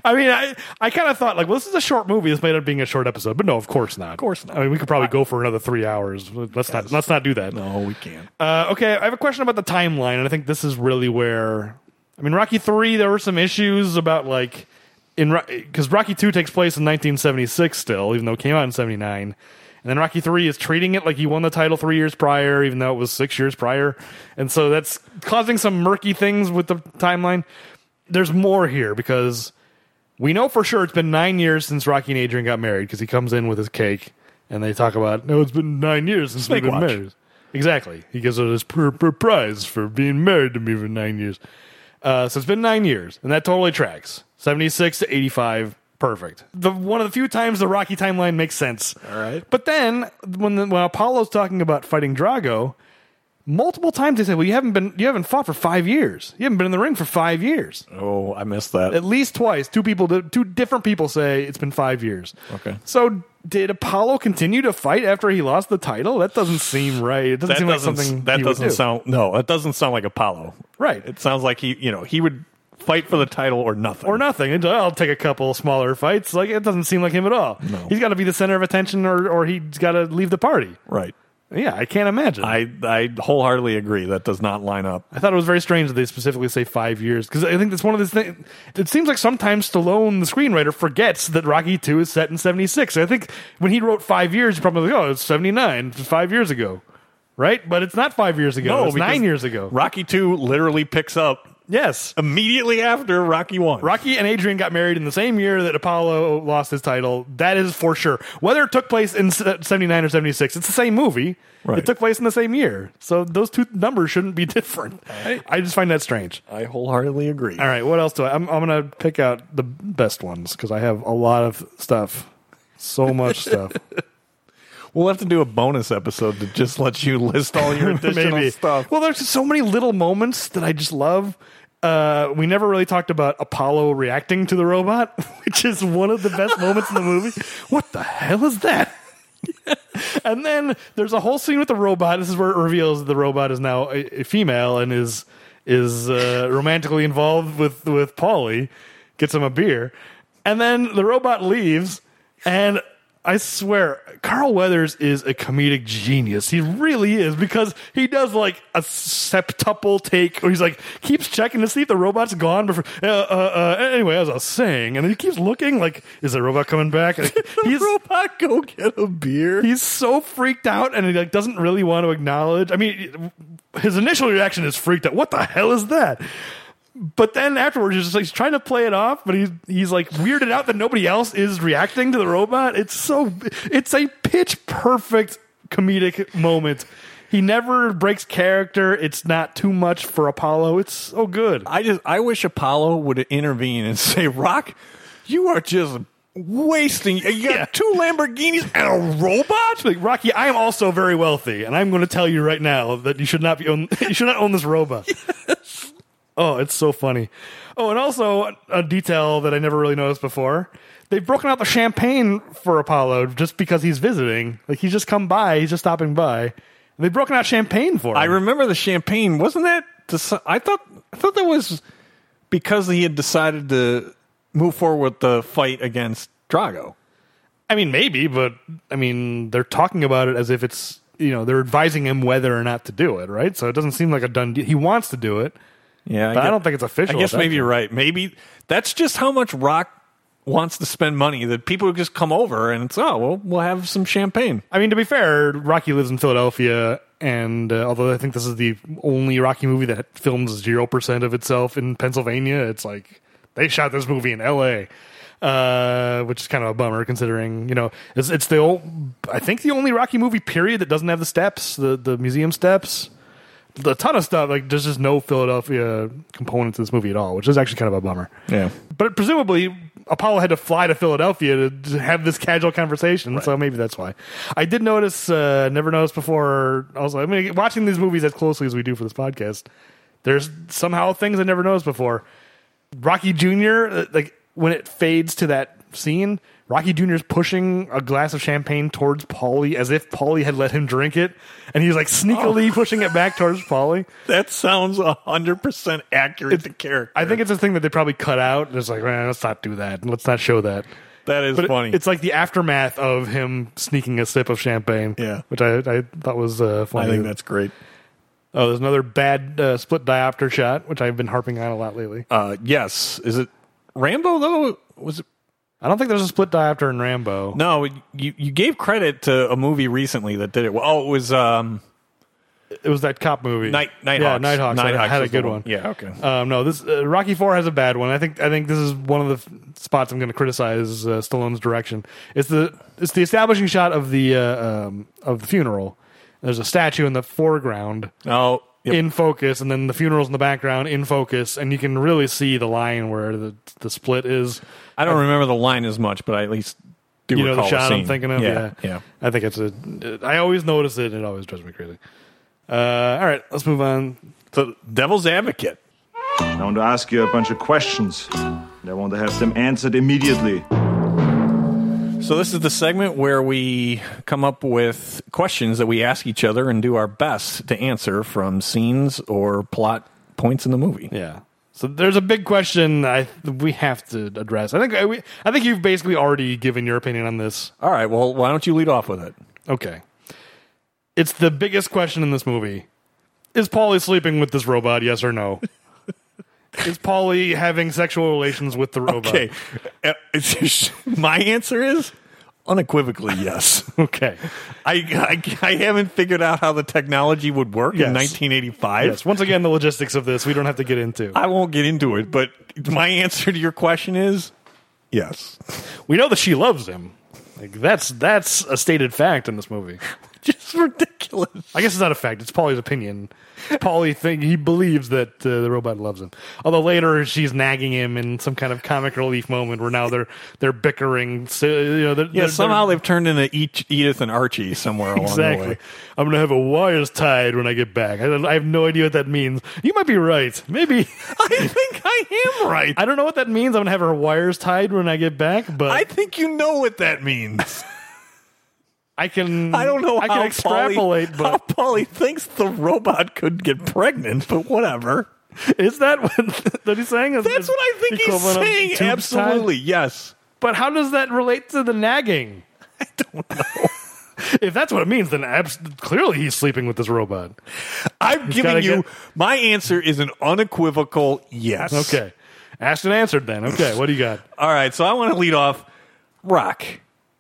I mean, I I kind of thought like, well, this is a short movie. This might end up being a short episode, but no, of course not. Of course not. I mean, we could probably go for another three hours. Let's not let's not do that. No, we can't. Uh, okay, I have a question about the timeline, and I think this is really where I mean, Rocky three. There were some issues about like in because Rocky two takes place in 1976 still, even though it came out in 79. And then Rocky three is treating it like he won the title three years prior, even though it was six years prior, and so that's causing some murky things with the timeline. There's more here because we know for sure it's been nine years since Rocky and Adrian got married because he comes in with his cake and they talk about no, it's been nine years since Snake we've been watch. married. Exactly. He gives her this per, per prize for being married to me for nine years. Uh, so it's been nine years, and that totally tracks. Seventy six to eighty five, perfect. The one of the few times the Rocky timeline makes sense. All right. But then when the, when Apollo's talking about fighting Drago, multiple times they say, "Well, you haven't been you haven't fought for five years. You haven't been in the ring for five years." Oh, I missed that. at least twice two people two different people say it's been five years Okay. so did apollo continue to fight after he lost the title that doesn't seem right it doesn't that seem like doesn't, something that he would doesn't do. sound no that doesn't sound like apollo Right. it sounds like he you know he would fight for the title or nothing or nothing And, i'll take a couple smaller fights like it doesn't seem like him at all No. he's got to be the center of attention or, or he's got to leave the party right yeah i can't imagine i i wholeheartedly agree that does not line up I thought it was very strange that they specifically say five years because I think that's one of these things. It seems like sometimes Stallone, the screenwriter, forgets that Rocky Two is set in '76. I think when he wrote five years, he probably like, oh, it's '79, five years ago, right? But it's not five years ago. it's because nine years ago. rocky 2 literally picks up yes, immediately after rocky 1 Rocky and Adrian got married in the same year that Apollo lost his title. That is for sure. Whether it took place in '79 or '76, it's the same movie. Right. It took place in the same year, so those two numbers shouldn't be different. I just find that strange. i wholeheartedly agree All right, what else do I? I'm, I'm gonna pick out the best ones because I have a lot of stuff, so much stuff. we'll have to do a bonus episode to just let you list all your additional stuff Well, there's just so many little moments that I just love. Uh, we never really talked about Apollo reacting to the robot, which is one of the best moments in the movie. What the hell is that? and then there's a whole scene with the robot. This is where it reveals that the robot is now a, a female and is is uh, romantically involved with with Polly. Gets him a beer, and then the robot leaves, and I swear, Carl Weathers is a comedic genius. He really is because he does like a septuple take, where he's like keeps checking to see if the robot's gone. Before, uh, uh, uh, anyway, as I was saying, and he keeps looking like, is the robot coming back? Like, he's robot go get a beer. he's so freaked out, and he like doesn't really want to acknowledge. I mean, his initial reaction is freaked out. What the hell is that? But then afterwards, he's just like he's trying to play it off, but he's he's like weirded out that nobody else is reacting to the robot. It's so it's a pitch perfect comedic moment. He never breaks character. It's not too much for Apollo. It's so good. I just I wish Apollo would intervene and say, Rock, you are just wasting. You got Yeah. two Lamborghinis and a robot. Like Rocky, I am also very wealthy, and I'm going to tell you right now that you should not be own, you should not own this robot. Oh, it's so funny. Oh, and also a detail that I never really noticed before. They've broken out the champagne for Apollo just because he's visiting. Like he's just come by, he's just stopping by. They've broken out champagne for him. I remember the champagne. Wasn't that? deci- I thought I thought that was because he had decided to move forward with the fight against Drago. I mean, maybe, but I mean, they're talking about it as if it's you know they're advising him whether or not to do it, right? So it doesn't seem like a done deal. He wants to do it. Yeah, But I don't think it's official I guess at that maybe point. you're right. Maybe that's just how much Rock wants to spend money that people just come over and it's oh well we'll have some champagne. I mean, to be fair, Rocky lives in Philadelphia, and uh, although I think this is the only Rocky movie that films zero percent of itself in Pennsylvania, it's like they shot this movie in L.A., uh, which is kind of a bummer considering you know it's, it's the old, I think the only Rocky movie period that doesn't have the steps, the the museum steps. A ton of stuff like there's just no Philadelphia component to this movie at all, which is actually kind of a bummer. Yeah. But presumably, Apollo had to fly to Philadelphia to- to have this casual conversation, so maybe that's why. I did notice, uh, never noticed before. Also, I mean, watching these movies as closely as we do for this podcast, there's somehow things I never noticed before. Rocky Junior, uh, like when it fades to that scene, Rocky Junior's pushing a glass of champagne towards Paulie as if Paulie had let him drink it, and he's like sneakily pushing it back towards Paulie. That sounds hundred percent accurate to character. I think it's a thing that they probably cut out. and It's like, man, let's not do that. Let's not show that. that is But it- funny. it's like the aftermath of him sneaking a sip of champagne. Yeah. which I, I thought was uh, I funny. think that's great. oh, there's another bad uh, split diopter shot, which I've been harping on a lot lately. Uh, yes, is it Rambo though? Was it? I don't think there's a split diopter in Rambo. No, you you gave credit to a movie recently that did it. Well, oh, it was um, It was that cop movie, Night Nighthawks. Yeah, Nighthawks. I Nighthawks had a was the good one. Yeah, okay. Um, no, this uh, Rocky Four has a bad one. I think I think this is one of the f- spots I'm going to criticize uh, Stallone's direction. It's the it's the establishing shot of the uh, um, of the funeral. There's a statue in the foreground. oh, yep. in focus, and then the funerals in the background in focus, and you can really see the line where the the split is. I don't remember the line as much, but I at least do You know the recall shot I'm scene. thinking of. Yeah, Yeah, yeah. I think it's a. I always notice it, and it always drives me crazy. Uh, all right, let's move on. So, Devil's Advocate. I want to ask you a bunch of questions. And I want to have them answered immediately. So this is the segment where we come up with questions that we ask each other and do our best to answer from scenes or plot points in the movie. Yeah. So there's a big question I we have to address. I think I, we, I think you've basically already given your opinion on this. All right. Well, why don't you lead off with it? Okay. It's the biggest question in this movie. Is Polly sleeping with this robot? Yes or no? is Polly having sexual relations with the robot? Okay. Uh, it's- My answer is unequivocally yes. Okay. I, I I haven't figured out how the technology would work in Yes. 1985. Yes. Once again, the logistics of this we don't have to get into. I won't get into it, but my answer to your question is yes. We know that she loves him. Like that's that's a stated fact in this movie. Just ridiculous. I guess it's not a fact. It's Polly's opinion. Polly think he believes that uh, the robot loves him. Although later she's nagging him in some kind of comic relief moment where now they're they're bickering. So, you know, they're, Yeah, they're- somehow they've turned into Each, Edith and Archie somewhere along the Exactly. way. I'm gonna have a wires tied when I get back. I, don't- I have no idea what that means. You might be right. Maybe I think I am right. I don't know what that means. I'm gonna have her wires tied when I get back, but I I, think you know what that means. can. I don't know I how can extrapolate, Polly, how but Polly thinks the robot could get pregnant, but whatever. is that what that he's saying? Is- That's is what I think he's equivalent of saying. tubes tied? Absolutely, yes. But how does that relate to the nagging? If that's what it means, then abs- clearly he's sleeping with this robot. I'm gotta giving you get- my answer is an unequivocal yes. Okay. Ashton answered then. Okay, what do you got? All right, so I want to lead off Rock.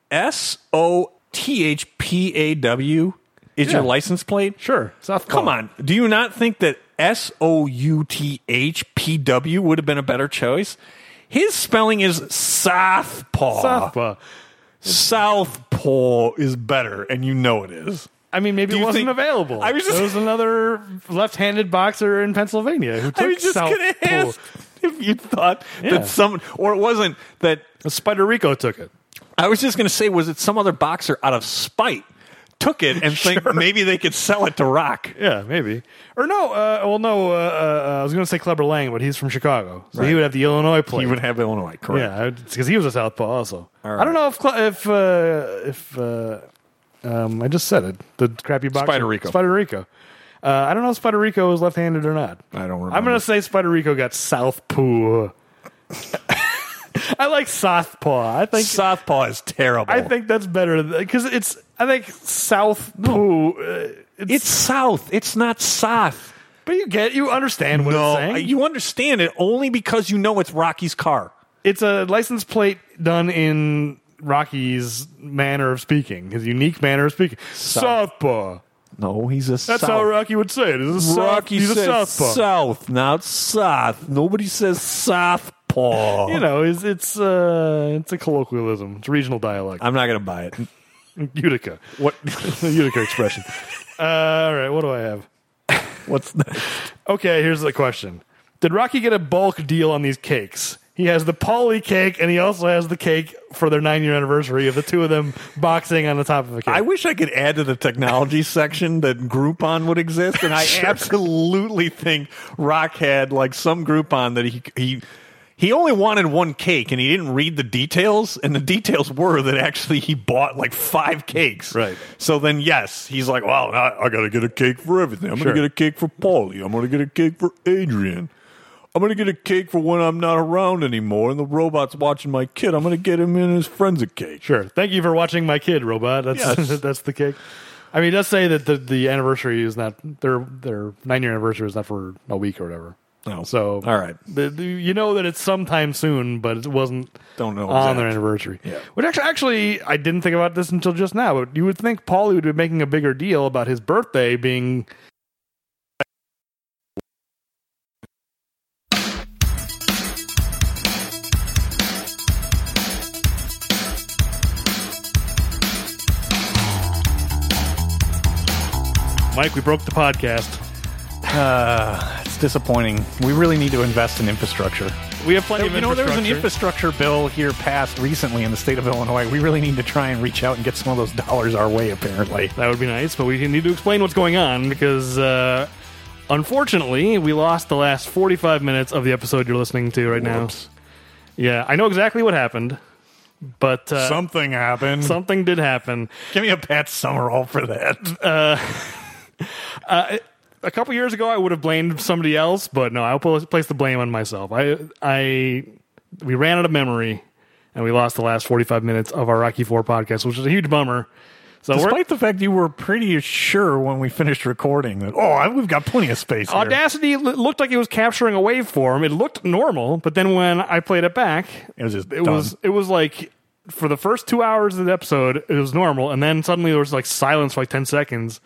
S O T H P A W is your Yeah. license plate? Sure. South Come on. Do you not think that S O U T H P W would have been a better choice? His spelling is Southpaw. Southpaw. Southpaw is better, and you know it is. I mean, maybe Do it you wasn't think- available. I was just- there was another left-handed boxer in Pennsylvania who took I was just South going to ask if you thought Yeah. that someone, or it wasn't that Spider Rico took it. I was just going to say, was it some other boxer out of spite took it and think maybe they could sell it to Rock? Yeah, maybe. Or no, uh, well, no. Uh, uh, uh, I was going to say Clever Lang, but he's from Chicago, so he would have the Illinois plate. You would have Illinois, correct? yeah, because he was a southpaw also. All I don't know if Cle- if uh, if uh, um, I just said it. The crappy boxer, Spider Rico. Spider Rico. Uh, I don't know if Spider Rico was left-handed or not. I don't remember. I'm going to say Spider Rico got southpaw. I like southpaw. I think Southpaw is terrible. I think that's better because it's. I think South Poo. uh, It's, it's South. It's not South. but you get you understand what it's No, saying. you understand it only because you know it's Rocky's car. it's a license plate done in Rocky's manner of speaking, his unique manner of speaking. Southpaw. No, he's a That's how Rocky would say it. He's a Rocky south, he's says a southpaw. South, not South. Nobody says Southpaw. You know, it's it's uh, it's a colloquialism. It's a regional dialect. I'm not going to buy it. Utica. What Utica expression? Uh, all right. What do I have? What's Okay, here's the question. Did Rocky get a bulk deal on these cakes? He has the Polly cake, and he also has the cake for their nine year anniversary of the two of them boxing on the top of a cake. I wish I could add to the technology section that Groupon would exist, and I absolutely think Rock had like some Groupon that he he he only wanted one cake, and he didn't read the details, and the details were that actually he bought like five cakes. Right. So then, yes, he's like, "Well, I, I got to get a cake for everything. I'm Sure. going to get a cake for Paulie. I'm going to get a cake for Adrian." I'm gonna get a cake for when I'm not around anymore, and the robot's watching my kid. I'm gonna get him in his friends a cake. sure. Thank you for watching my kid, robot. That's Yes. that's the cake. I mean, it does say that the, the anniversary is not their their nine year anniversary is not for a week or whatever. Oh. So All right. the, the- you know that it's sometime soon, but it wasn't Don't know on their exact. anniversary. Oh, Yeah. Which actually, actually, I didn't think about this until just now. But you would think Paulie would be making a bigger deal about his birthday being. Mike, we broke the podcast. Uh, It's disappointing. We really need to invest in infrastructure. We have plenty of you know, there was an infrastructure. infrastructure bill here passed recently in the state of Illinois. We really need to try and reach out and get some of those dollars our way, apparently. That would be nice, but we need to explain what's going on because uh, unfortunately, we lost the last 45 minutes of the episode you're listening to right Whoops. now. Yeah, I know exactly what happened, but uh, Something happened. something did happen. Give me a Pat Summerall for that. A couple years ago, I would have blamed somebody else, but no, I'll pl- place the blame on myself. I, I, we ran out of memory, and we lost the last 45 minutes of our Rocky Four podcast, which is a huge bummer. So we're, Despite the fact you were pretty sure when we finished recording that, oh, I- we've got plenty of space here. Audacity l- looked like it was capturing a waveform. It looked normal, but then when I played it back, It was just it was it was like for the first two hours of the episode, it was normal, and then suddenly there was like silence for like ten seconds.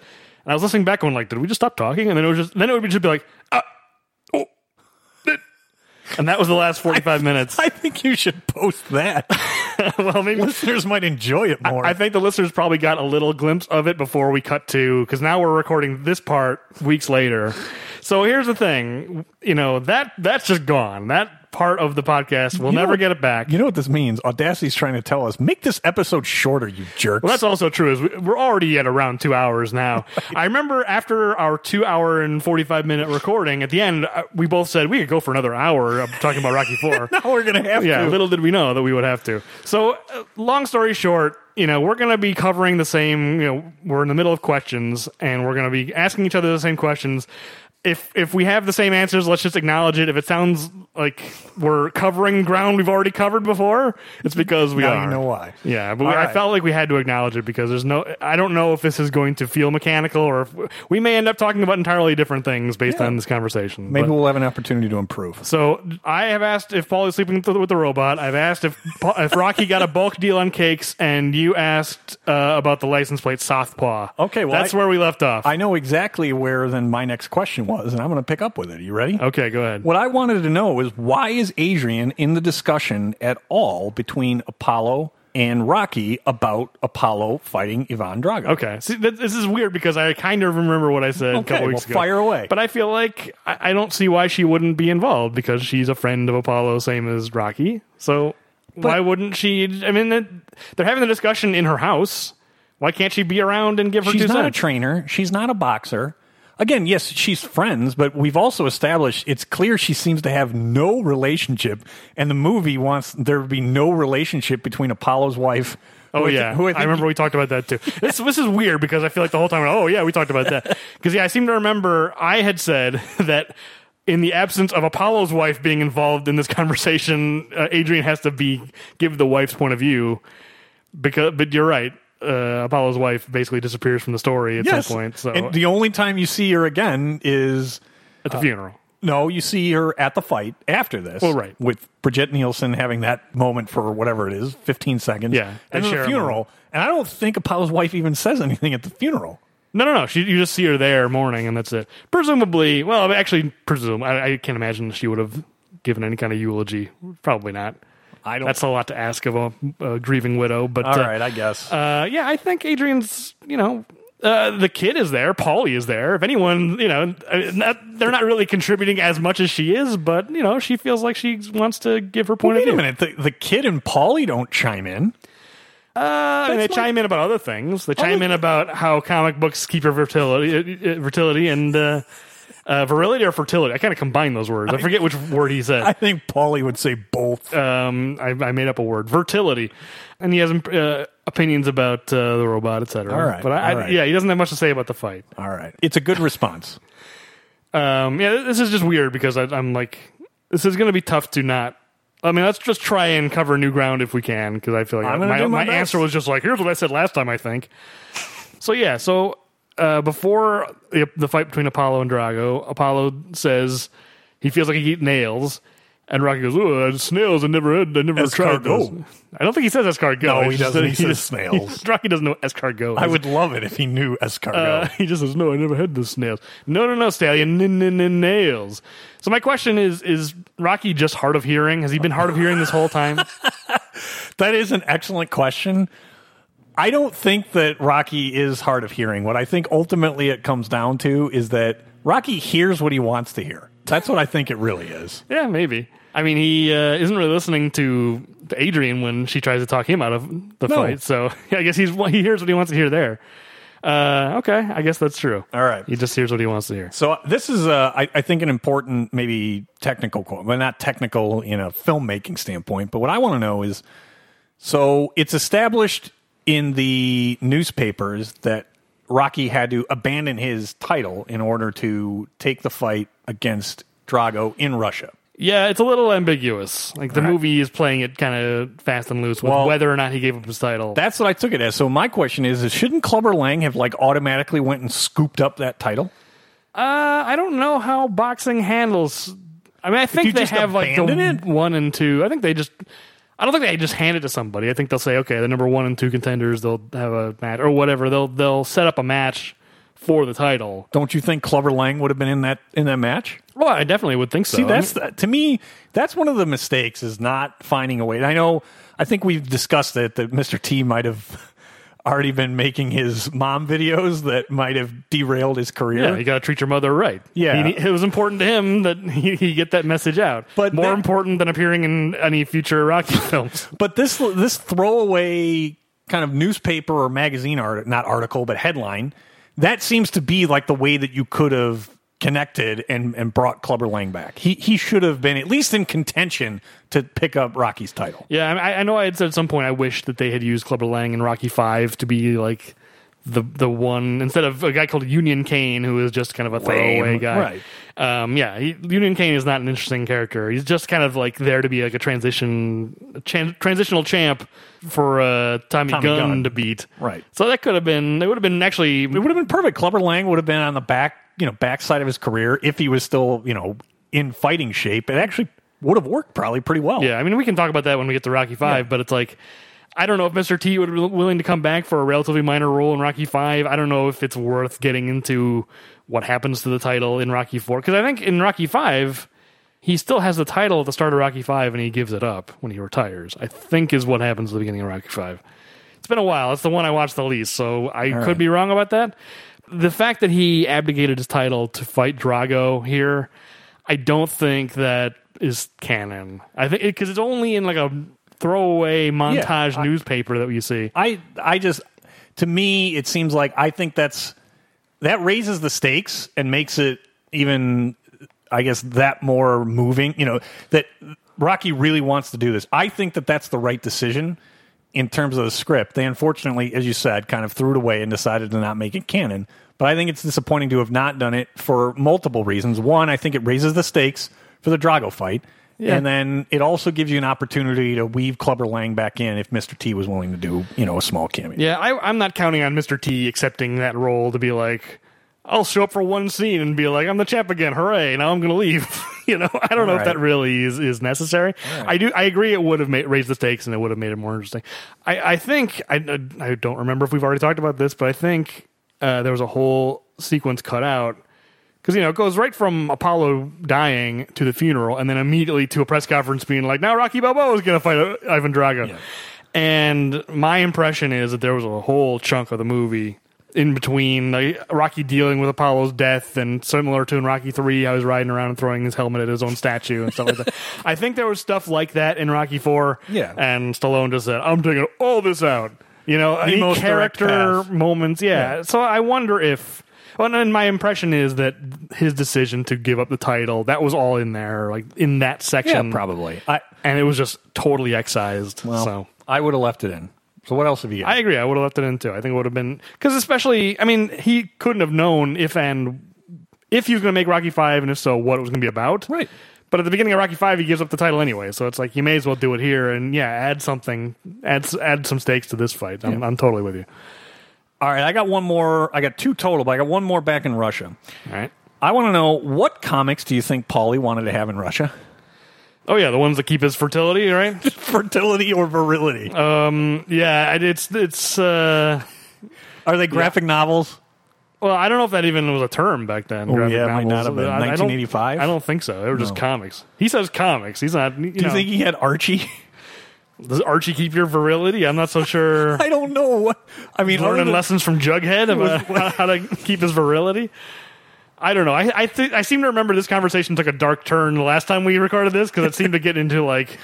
And I was listening back, going like, "Did we just stop talking?" And then it was just then it would just be like, ah, oh, eh." and that was the last forty five minutes. I think you should post that. well, maybe Listeners might enjoy it more. I think the listeners probably got a little glimpse of it before we cut to because now we're recording this part weeks later. So here's the thing, you know that that's just gone. That part of the podcast we'll You never know- get it back. you know what this means? Audacity's trying to tell us, make this episode shorter, you jerks. well, that's also true. Is we- we're already at around two hours now. I remember after our two hour and forty five minute recording at the end, uh, we both said we could go for another hour of talking about Rocky Four. now we're going to have yeah, to. little did we know that we would have to. So, uh, long story short, you know, we're going to be covering the same, you know, we're in the middle of questions and we're going to be asking each other the same questions. if if we have the same answers, let's just acknowledge it. If it sounds like we're covering ground we've already covered before, it's because we Now are. you know why. Yeah, but All I right. felt like we had to acknowledge it because there's no. I don't know if this is going to feel mechanical or if we may end up talking about entirely different things based Yeah. on this conversation. Maybe but- we'll have an opportunity to improve. so I have asked if Paul is sleeping with the, with the robot. I've asked if Pa- if Rocky got a bulk deal on cakes, and you asked uh, about the license plate Softpaw. Okay, well, that's I- where we left off. I know exactly where then my next question was, and I'm going to pick up with it. Are you ready? okay, go ahead. What I wanted to know is why is Adrian in the discussion at all between Apollo and Rocky about Apollo fighting Ivan Drago? Okay, see, th- this is weird because I kind of remember what I said a Okay, couple weeks well, ago. fire away. but I feel like I, I don't see why she wouldn't be involved because she's a friend of Apollo, same as Rocky. So why wouldn't she? I mean, th- they're having the discussion in her house. Why can't she be around and give her She's two not a cents? trainer. She's not a boxer. Again, yes, she's friends, but we've also established it's clear she seems to have no relationship, and the movie wants there to be no relationship between Apollo's wife. Oh who I thi- yeah, who I, I, think remember we talked about that too. This this is weird because I feel like the whole time. Oh yeah, we talked about that because yeah, I seem to remember I had said that in the absence of Apollo's wife being involved in this conversation, uh, Adrian has to be give the wife's point of view. Because, but you're right. Uh, Apollo's wife basically disappears from the story at yes. some point. So And the only time you see her again is at the funeral. No, you see her at the fight after this. Well, right. With Bridget Nielsen having that moment for whatever it is, 15 seconds. Yeah, they And then share the a funeral. And I don't think Apollo's wife even says anything at the funeral. No, no, no. She, you just see her there mourning, and that's it. Presumably, well, I mean, actually, presume. I, I can't imagine she would have given any kind of eulogy. Probably not. I don't- That's a lot to ask of a, a grieving widow. But All uh, right, I guess. uh, yeah, I think Adrian's. You know, uh, the kid is there. Paulie is there. If anyone, you know, I- not, they're not really contributing as much as she is, but you know, she feels like she wants to give her point Wait of a view. minute. The, the kid and Polly don't chime in. Uh, and they chime in about other things. They chime in about how comic books keep your fertility, uh, uh, fertility and uh, uh, virility or fertility. I kind of combine those words. I forget which word he I said. think Polly would say both. Um, I, I made up a word, fertility, and he has uh, opinions about uh, the robot, etc. All right, but I, all I, right. yeah, he doesn't have much to say about the fight. All right. It's a good response. Um, yeah, this is just weird because I, I'm like, this is going to be tough to not. I mean, let's just try and cover new ground if we can because I feel like I'm gonna my, do my best. answer was just like, here's what I said last time, I think. So, yeah, so uh, before the, the fight between Apollo and Drago, Apollo says he feels like he eat nails. And Rocky goes, oh, snails, I never, had- I never tried those. Escargot. I don't think he says escargot. No, I he just doesn't. said- He says just- snails. Rocky doesn't know escargot. I is. would love it if he knew escargot. Uh, he just says, "No, I never had the snails." No, no, no, stallion, n- n- n- nails. So my question is: Is Rocky just hard of hearing? Has he been hard of hearing this whole time? that is an excellent question. I don't think that Rocky is hard of hearing. What I think ultimately it comes down to is that Rocky hears what he wants to hear. That's what I think it really is. yeah, maybe. I mean, he uh, isn't really listening to to Adrian when she tries to talk him out of the No. fight. So I guess he's he hears what he wants to hear there. Uh, okay, I guess that's true. All right. he just hears what he wants to hear. So this is, uh, I, I think, an important, maybe technical, qu- well, not technical in a filmmaking standpoint. But what I want to know is, so it's established in the newspapers that Rocky had to abandon his title in order to take the fight against Drago in Russia. Yeah, it's a little ambiguous. Like the movie is playing it kind of fast and loose with Well- whether or not he gave up his title. That's what I took it as. So my question is, is shouldn't Clubber Lang have like automatically went and scooped up that title? Uh, I don't know how boxing handles. I mean, I you think they just have like the abandon it? one and two. I think they just. I don't think they just hand it to somebody. I think they'll say, okay, the number one and two contenders, they'll have a match or whatever. They'll they'll set up a match for the title. Don't you think Clubber Lang would have been in that in that match? Well, I definitely would think so. See, that's the, to me, that's one of the mistakes is not finding a way. And I know, I think we've discussed it that Mr. T might have already been making his mom videos that might have derailed his yeah. career. You got to treat your mother right. Yeah. He- it was important to him that he, he get that message out. But more that- important than appearing in any future Rocky films. but this this throwaway kind of newspaper or magazine art, not article, but headline, that seems to be like the way that you could have connected and, and brought Clubber Lang back. He he should have been at least in contention to pick up Rocky's title. Yeah, I, I know I had said at some point I wish that they had used Clubber Lang and Rocky Five to be like the the one instead of a guy called Union Kane who is just kind of a throwaway guy. right. Um, yeah, he, Union Kane is not an interesting character. He's just kind of like there to be like a transition chan, transitional champ for uh, Tommy, Tommy Gunn, Gunn. to beat. Right. So that could have been. It would have been actually. It would have been perfect. Clubber Lang would have been on the back, you know, backside of his career if he was still, you know, in fighting shape. It actually would have worked probably pretty well. Yeah, I mean, we can talk about that when we get to Rocky Five, but it's like. I don't know if Mr. T would be willing to come back for a relatively minor role in Rocky Five. I don't know if it's worth getting into what happens to the title in Rocky Four because I think in Rocky Five he still has the title at the start of Rocky Five and he gives it up when he retires. I think is what happens at the beginning of Rocky Five. It's been a while. It's the one I watched the least, so I could be wrong about that. The fact that he abdicated his title to fight Drago here, I don't think that is canon. I think because it's only in like a throwaway montage I- newspaper that you see. I I just to me it seems like I think that's that raises the stakes and makes it even I guess that more moving, you know, that Rocky really wants to do this. I think that that's the right decision in terms of the script. They unfortunately as you said kind of threw it away and decided to not make it canon. But I think it's disappointing to have not done it for multiple reasons. One, I think it raises the stakes for the Drago fight. And then it also gives you an opportunity to weave Clubber Lang back in if Mr. T was willing to do, you know, a small cameo. Yeah, I, I'm not counting on Mr. T accepting that role to be like, I'll show up for one scene and be like, I'm the champ again, hooray! Now I'm going to leave. you know, I don't know if Right. that really is is necessary. I do. I agree. It would have made, raised the stakes and it would have made it more interesting. I, I think I, I don't remember if we've already talked about this, but I think uh, there was a whole sequence cut out because you know it goes right from Apollo dying to the funeral, and then immediately to a press conference being like, "Now Rocky Balboa is going to fight uh, Ivan Drago." And my impression is that there was a whole chunk of the movie in between like, Rocky dealing with Apollo's death, and similar to in Rocky Three, I was riding around and throwing his helmet at his own statue and stuff like that. I think there was stuff like that in Rocky Four. Yeah. and Stallone just said, "I'm taking all this out." You know, any most direct character path. moments. Yeah. So I wonder if. Well, and my impression is that his decision to give up the title that was all in there, like in that section, I and it was just totally excised. so so I would have left it in. So what else have you got? I agree. I would have left it in too. I think it would have been because, especially, I mean, he couldn't have known if and if he was going to make Rocky Five, and if so, what it was going to be about. Right. But at the beginning of Rocky Five, he gives up the title anyway, so it's like you may as well do it here, and yeah, add something, add s- add some stakes to this fight. I'm, I'm totally with you. All right, I got one more. I got two total, but I got one more back in Russia. All right. I want to know what comics do you think Paulie wanted to have in Russia? Oh yeah, the ones that keep his fertility, right? Fertility or virility? yeah, and it's it's. uh Are they graphic novels? Well, I don't know if that even was a term back then. Oh, graphic yeah, it might novels. not have been. I- I don't- 1985? I don't think so. They were just comics. He says comics. He's not. You Do you know, think he had Archie? Does Archie keep your virility? I'm not so sure. I don't know. What I mean, other Learning than- lessons from Jughead about how to keep his virility. I don't know. I I, th- I seem to remember this conversation took a dark turn the last time we recorded this because it seemed to get into like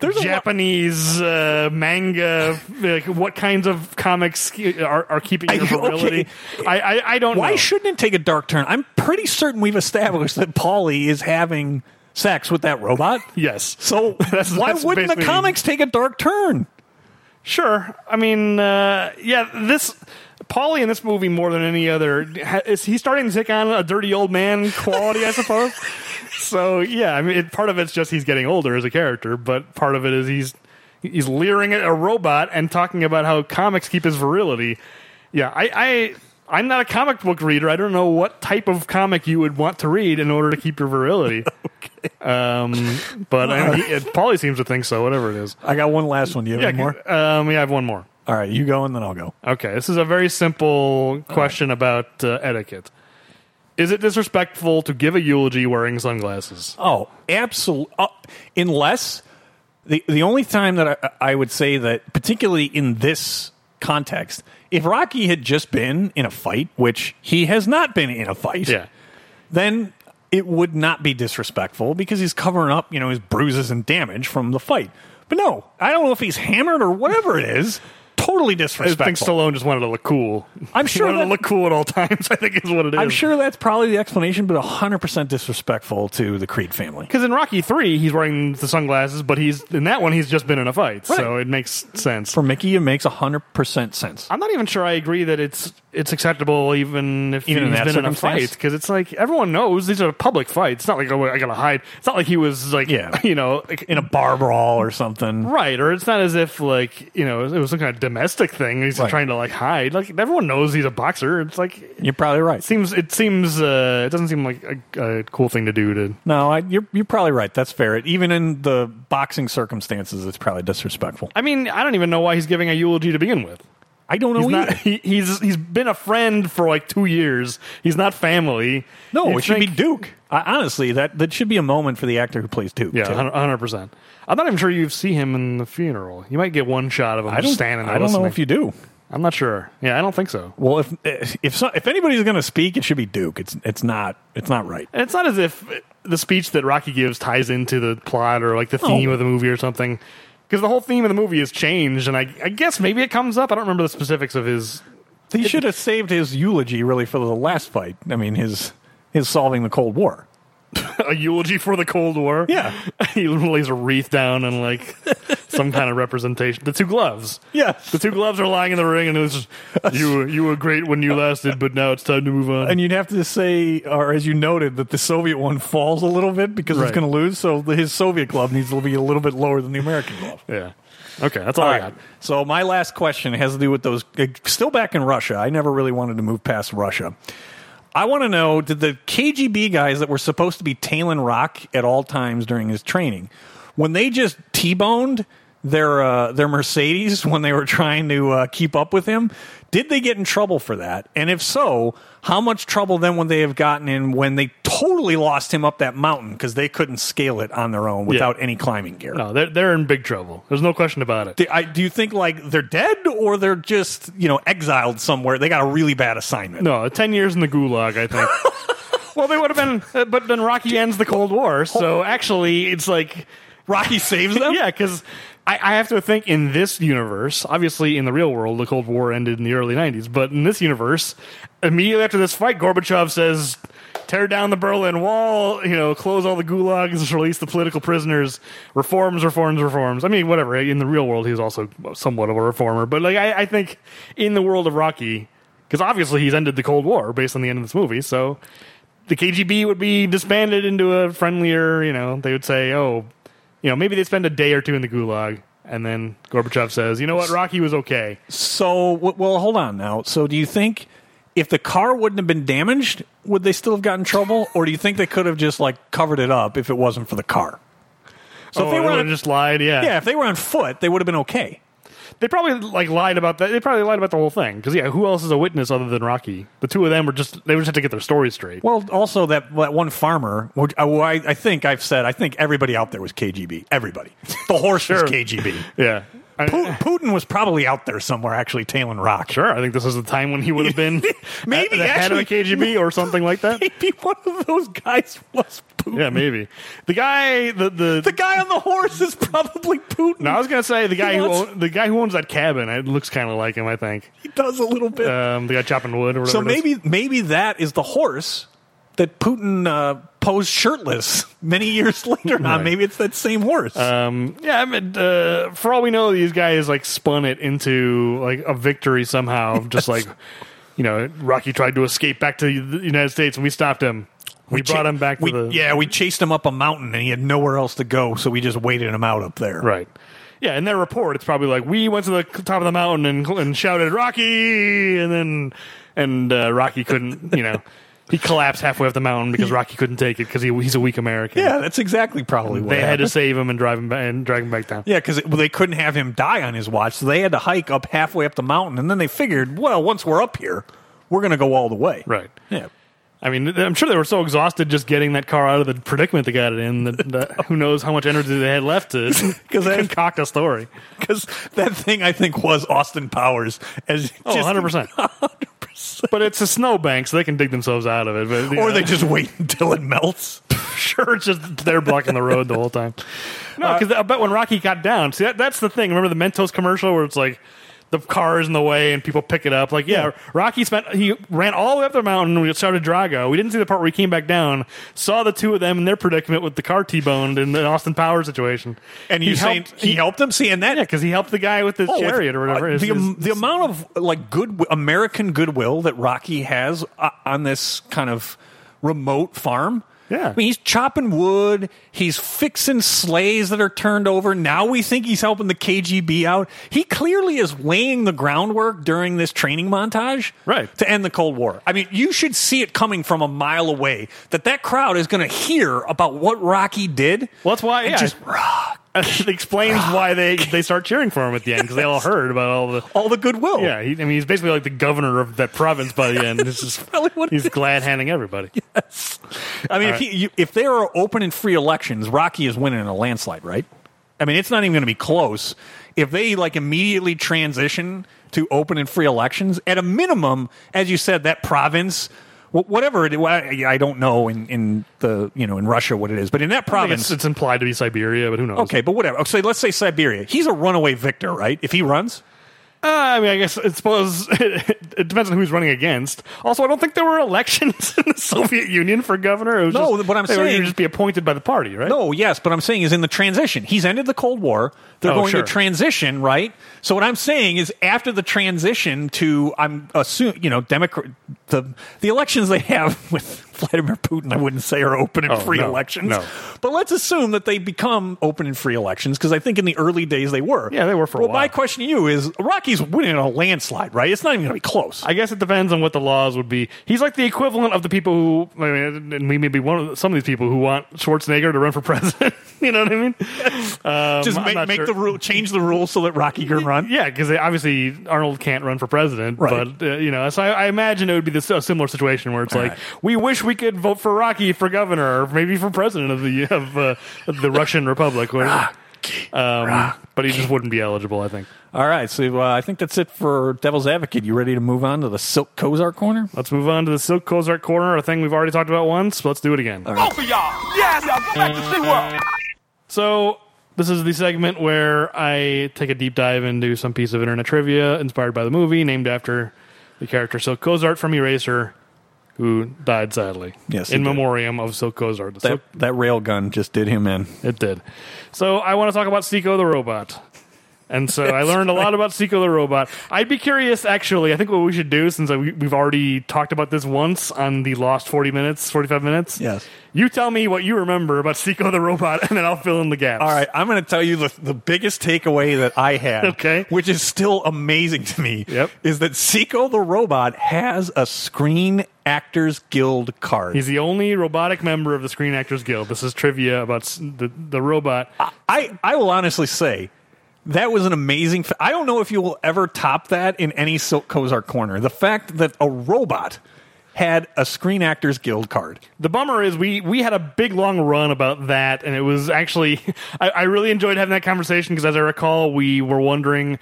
There's a lot- Japanese uh, manga. Like what kinds of comics are, are keeping your I- okay. virility? I, I I don't. Why know. shouldn't it take a dark turn? I'm pretty certain we've established that Paulie is having sex with that robot. yes? So That's- why that's wouldn't the basically- comics take a dark turn? Sure. I mean, uh, yeah, this. Paulie in this movie more than any other ha- is he starting to take on a dirty old man quality, I suppose. So yeah, I mean, it, part of it's just he's getting older as a character, but part of it is he's he's leering at a robot and talking about how comics keep his virility. Yeah, I, I I'm not a comic book reader. I don't know what type of comic you would want to read in order to keep your virility. Um, but I mean, he, Paulie seems to think so. Whatever it is. I got one last one. Do you have Yeah, any more? Um, yeah, I have one more. All right, you go and then I'll go. Okay, this is a very simple question about uh, etiquette. Is it disrespectful to give a eulogy wearing sunglasses? Oh, absolutely. Uh, unless the the only time that I, I would say that, particularly in this context, if Rocky had just been in a fight, which he has not been in a fight, Yeah. then it would not be disrespectful because he's covering up, you know, his bruises and damage from the fight. But no, I don't know if he's hammered or whatever it is. totally I think disrespectful. Stallone just wanted to look cool. I'm sure he wanted that- to look cool at all times. I think is what it is. I'm sure that's probably the explanation, but 100% disrespectful to the Creed family. because in Rocky Three he's wearing the sunglasses, but he's in that one he's just been in a fight, so Right. it makes sense. For Mickey, it makes 100% sense. I'm not even sure I agree that it's it's acceptable even if Even in he's that been in a circumstance? fight because it's like everyone knows these are public fights. It's not like oh, I gotta hide. It's not like he was like Yeah. you know like, In a bar brawl or something. right or it's not as if like you know it was some kind of domestic thing. He's Right. trying to like hide. Like everyone knows he's a boxer. It's like it You're probably right. seems it seems uh, it doesn't seem like a, a cool thing to do to No, I, you're, you're probably right. That's fair. It, even in the boxing circumstances, it's probably disrespectful. I mean, I don't even know why he's giving a eulogy to begin with. I don't know He's not. either. He, he's he's been a friend for like two years. He's not family. No, You'd it should think- be Duke. I, honestly, that, that should be a moment for the actor who plays Duke. too. Yeah, hundred percent. I'm not even sure you see him in the funeral. You might get one shot of him I don't, just standing there. I don't know listening. if you do. I'm not sure. Yeah, I don't think so. Well, if if so, if anybody's going to speak, it should be Duke. It's it's not it's not right. And it's not as if the speech that Rocky gives ties into the plot or like the theme of the movie or something. Because the whole theme of the movie has changed, and I, I guess maybe it comes up. I don't remember the specifics of his He should have saved his eulogy really for the last fight. I mean, his his solving the Cold War. a eulogy for the Cold War. Yeah. he lays a wreath down and like some kind of representation. The two gloves. Yes. The two gloves are lying in the ring, and it's just, you. You were great when you lasted, but now it's time to move on. And you'd have to say, or as you noted, that the Soviet one falls a little bit because Right. it's going to lose. So the- his Soviet glove needs to be a little bit lower than the American glove. yeah. Okay, that's all, I got. So my last question has to do with those. eh, Still back in Russia. I never really wanted to move past Russia. I want to know: Did the KGB guys that were supposed to be tailing Rock at all times during his training, when they just t-boned their uh, their Mercedes when they were trying to uh, keep up with him, did they get in trouble for that? And if so, how much trouble then would they have gotten in when they totally lost him up that mountain because they couldn't scale it on their own without any climbing gear? No, they're they're in big trouble. There's no question about it. Do, I, do you think like they're dead or they're just you know exiled somewhere? They got a really bad assignment. No, ten years in the gulag, I think. well, they would have been, uh, but then Rocky ends the Cold War, so actually, it's like Rocky saves them. yeah, because I, I have to think in this universe, obviously in the real world, the Cold War ended in the early 90s, but in this universe, immediately after this fight, Gorbachev says, tear down the Berlin Wall, you know, close all the gulags, release the political prisoners, reforms, reforms, reforms. I mean, whatever. In the real world, he's also somewhat of a reformer, but like, I, I think in the world of Rocky, because obviously he's ended the Cold War based on the end of this movie, so. The KGB would be disbanded into a friendlier, you know, they would say, oh, you know, maybe they spend a day or two in the gulag, and then Gorbachev says, "You know what, Rocky was okay." So w- well, hold on now. So do you think if the car wouldn't have been damaged, would they still have gotten trouble, or do you think they could have just like covered it up if it wasn't for the car? So So if Oh, they they were would on, have just lied, yeah. yeah, if they were on foot, they would have been okay. They probably like lied about that. They probably lied about the whole thing because yeah, who else is a witness other than Rocky? The two of them were just they just had to get their story straight. Well, also that, that one farmer, which I, I I think I've said, I think everybody out there was KGB. Everybody, the horse Sure. was KGB. yeah, I- Putin, Putin was probably out there somewhere, actually tailing Rock. sure. I think this is the time when he would have been Maybe at the head of actually- the KGB or something like that. Maybe one of those guys was Putin. yeah, maybe the guy the the. The guy on the horse is probably Putin. no, I was gonna say the guy He who wants- own, the guy who owns that cabin. It looks kind of like him, I think. he does a little bit. Um, the guy chopping wood or whatever. so it is. maybe maybe that is the horse that Putin uh, posed shirtless many years later on. Maybe it's that same horse. Um, yeah, I mean, uh, for all we know, these guys like spun it into like a victory somehow. of Just like you know, Rocky tried to escape back to the United States, and we stopped him. We, brought cha- him back to we- the Yeah, we chased him up a mountain and he had nowhere else to go, so we just waited him out up there. right. Yeah, in their report, it's probably like we went to the top of the mountain and, and shouted Rocky, and then and uh, Rocky couldn't, you know, he collapsed halfway up the mountain because Rocky couldn't take it because he, he's a weak American. Yeah, that's exactly probably what they had happened. to save him and drive him back, and drag him back down. Yeah, because well, they couldn't have him die on his watch, so they had to hike up halfway up the mountain, and then they figured, well, once we're up here, we're going to go all the way. Right. Yeah. I mean, th- I'm sure they were so exhausted just getting that car out of the predicament they got it in that, that who knows how much energy they had left to 'Cause I- concoct a story. Because that thing, I think, was Austin Powers. As Oh, just- 100%. 100%. But it's a snowbank, so they can dig themselves out of it. But, you Or know, they just wait until it melts. sure it's just they're blocking the road the whole Uh, time. No, because I bet when Rocky got down, see that, that's the thing. Remember the Mentos commercial where it's like the car is in the way and people pick it up. Like, yeah, Rocky spent he ran all the way up the mountain and we started Drago. We didn't see the part where he came back down, saw the two of them in their predicament with the car T boned in the Austin Power situation. And you saying helped, he helped them? See, and that Yeah, because he helped the guy with the Oh, with- chariot or whatever. uh, It's- the, am- it's- the amount of like good American goodwill that Rocky has uh, on this kind of remote farm. Yeah. I mean, he's chopping wood. He's fixing sleighs that are turned over. Now we think he's helping the KGB out. He clearly is laying the groundwork during this training montage, Right. to end the Cold War. I mean, you should see it coming from a mile away that that crowd is going to hear about what Rocky did. well, that's why and yeah, just it explains why they, they start cheering for him at the end because they all heard about all the all the goodwill. Yeah, he, I mean, he's basically like the governor of that province by the end. This is really what it he's glad handing everybody. I mean, All if, right. he, you, if there are open and free elections, Rocky is winning in a landslide, right? I mean, it's not even going to be close. If they like immediately transition to open and free elections, at a minimum, as you said, that province, wh- whatever it, I I don't know in, in the you know in Russia what it is, but in that I think province, It's, it's implied to be Siberia, but who knows? okay, but whatever. So let's say Siberia. He's a runaway victor, right? If he runs, Uh, I mean, I guess I suppose it, depends on who's running against. Also, I don't think there were elections in the Soviet Union for governor. It was No, just, what I'm they were- saying- you'd just be appointed by the party, right? No, yes, but I'm saying is in the transition. He's ended the Cold War. They're Oh, going sure. to transition, right? So what I'm saying is after the transition to I'm assume you know Democrat the the elections they have with Vladimir Putin, I wouldn't say are open and Oh, free no, elections. no. But let's assume that they become open and free elections because I think in the early days they were. Yeah, they were for a well, my while. question to you is Rocky's winning a landslide, right? It's not even going to be close. I guess it depends on what the laws would be. He's like the equivalent of the people who, I mean, and we may be one of the- some of these people who want Schwarzenegger to run for president. you know what I mean? Um, Just I'm make, not make sure. the rule, change the rules so that Rocky can run. Yeah, because obviously Arnold can't run for president, Right. but uh, you know, so I, I imagine it would be this, a similar situation where it's like we wish we could vote for Rocky for governor, or maybe for president of the of uh, the Russian Republic, or- um, but he just wouldn't be eligible. I think. All right, so uh, I think that's it for Devil's Advocate. You ready to move on to the Silk Kozar corner? Let's move on to the Silk Kozark corner, a thing we've already talked about once. Let's do it again. Both of Oh, y'all. Yes, y'all go back to SeaWorld. So this is the segment where I take a deep dive into some piece of internet trivia inspired by the movie, named after the character Silk Kozart from Eraser, who died sadly. Yes, he in did. memoriam of Silk Kozart. The That, Silk- that rail gun just did him in. it did. So I want to talk about Seiko the robot. And so I learned a lot about Seiko the robot. I'd be curious, actually. I think what we should do, since I- we- we've already talked about this once on the lost forty minutes, forty-five minutes. Yes. You tell me what you remember about Seiko the robot, and then I'll fill in the gaps. All right, I'm going to tell you the, the biggest takeaway that I had, Okay. which is still amazing to me, Yep. is that Seiko the robot has a Screen Actors Guild card. He's the only robotic member of the Screen Actors Guild. This is trivia about s- the, the robot. I, I will honestly say that was an amazing. F- I don't know if you will ever top that in any Silk Kozar corner. The fact that a robot had a Screen Actors Guild card. The bummer is we we had a big long run about that, and it was actually I, I really enjoyed having that conversation because as I recall, we were wondering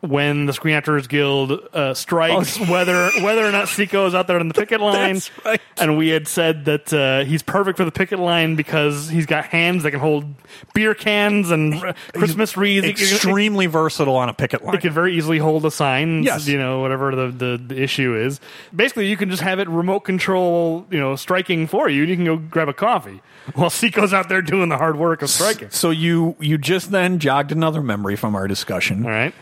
when the Screen Actors Guild uh, strikes whether whether or not Seiko is out there on the picket line. Oh. That's right. And we had said that uh, he's perfect for the picket line because he's got hands that can hold beer cans and uh, Christmas wreaths. He can- Extremely versatile on a picket line. It could very easily hold a sign, Yes. you know, whatever the, the, the issue is. Basically, you can just have it remote control, you know, striking for you, and you can go grab a coffee while Seiko's out there doing the hard work of striking. So you you just then jogged another memory from our discussion. All right.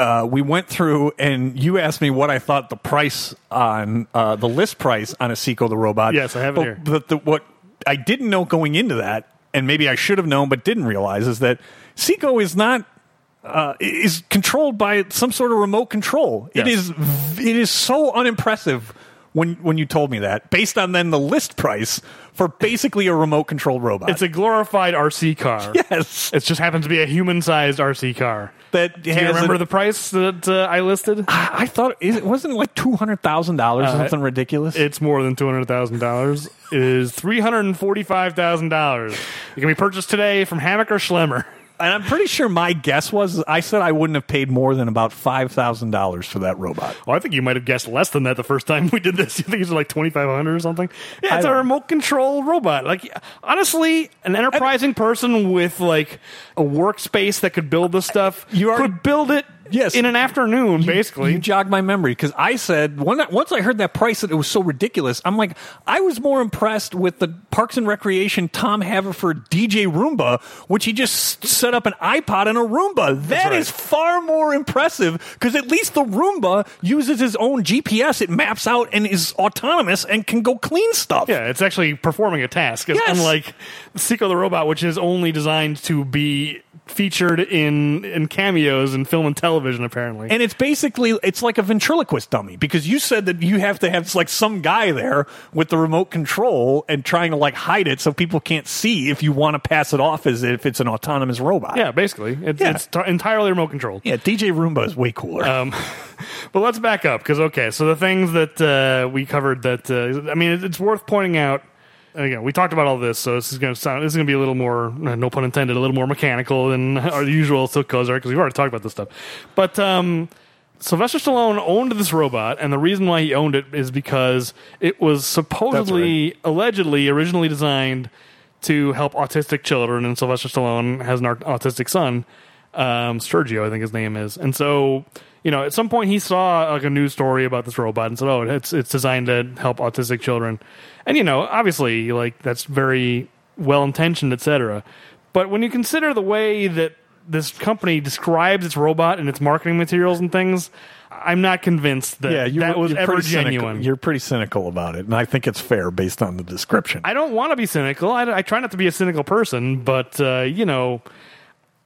Uh, we went through and you asked me what I thought the price on uh, the list price on a Seiko the robot. Yes, I have it but, here. But the, what I didn't know going into that, and maybe I should have known but didn't realize, is that Seiko is not. Uh, is controlled by some sort of remote control. It Yes. is v- it is so unimpressive when when you told me that based on then the list price for basically a remote controlled robot. It's a glorified RC car. yes, It just happens to be a human sized RC car. that Do you remember the price that uh, I listed? I thought is it wasn't it like two hundred thousand dollars Uh, something ridiculous. It's more than two hundred thousand dollars. It is three hundred and forty five thousand dollars. It can be purchased today from Hammock or Schlemmer. and I'm pretty sure my guess was I said I wouldn't have paid more than about five thousand dollars for that robot. Well, I think you might have guessed less than that the first time we did this. You think it's like twenty five hundred or something? Yeah, it's I a don't- remote control robot. Like honestly, an enterprising person with like a workspace that could build this stuff You already- could build it Yes. in an afternoon, basically. You jogged my memory because I said when, once I heard that price that it was so ridiculous. I'm like, I was more impressed with the Parks and Recreation Tom Haverford DJ Roomba, which he just s- set up an iPod and a Roomba. That is far more impressive because at least the Roomba uses his own GPS. It maps out and is autonomous and can go clean stuff. yeah, it's actually performing a task. It's Yes. unlike Seiko the Robot, which is only designed to be featured in in cameos in film and television, apparently. and it's basically it's like a ventriloquist dummy because you said that you have to have like some guy there with the remote control and trying to like hide it so people can't see if you want to pass it off as if it's an autonomous robot. yeah, basically. It's, Yeah. it's t- entirely remote controlled. yeah. DJ Roomba is way cooler. Um, but let's back up because okay, so the things that uh, we covered that uh, I mean, it, it's worth pointing out. and Again, we talked about all this, so this is going to sound this is going to be a little more, uh, no pun intended, a little more mechanical than our usual Silk Cozar because we've already talked about this stuff. But um, Sylvester Stallone owned this robot, and the reason why he owned it is because it was supposedly, allegedly, originally designed to help autistic children, and Sylvester Stallone has an ar- autistic son, um, Sergio, I think his name is, and so you know, at some point he saw like a news story about this robot and said, "Oh, it's it's designed to help autistic children," and you know, obviously, like that's very well intentioned, etc. But when you consider the way that this company describes its robot and its marketing materials and things, I'm not convinced that that was ever pretty cynical- genuine. You're pretty cynical about it, and I think it's fair based on the description. I don't want to be cynical. I, I try not to be a cynical person, but uh, you know,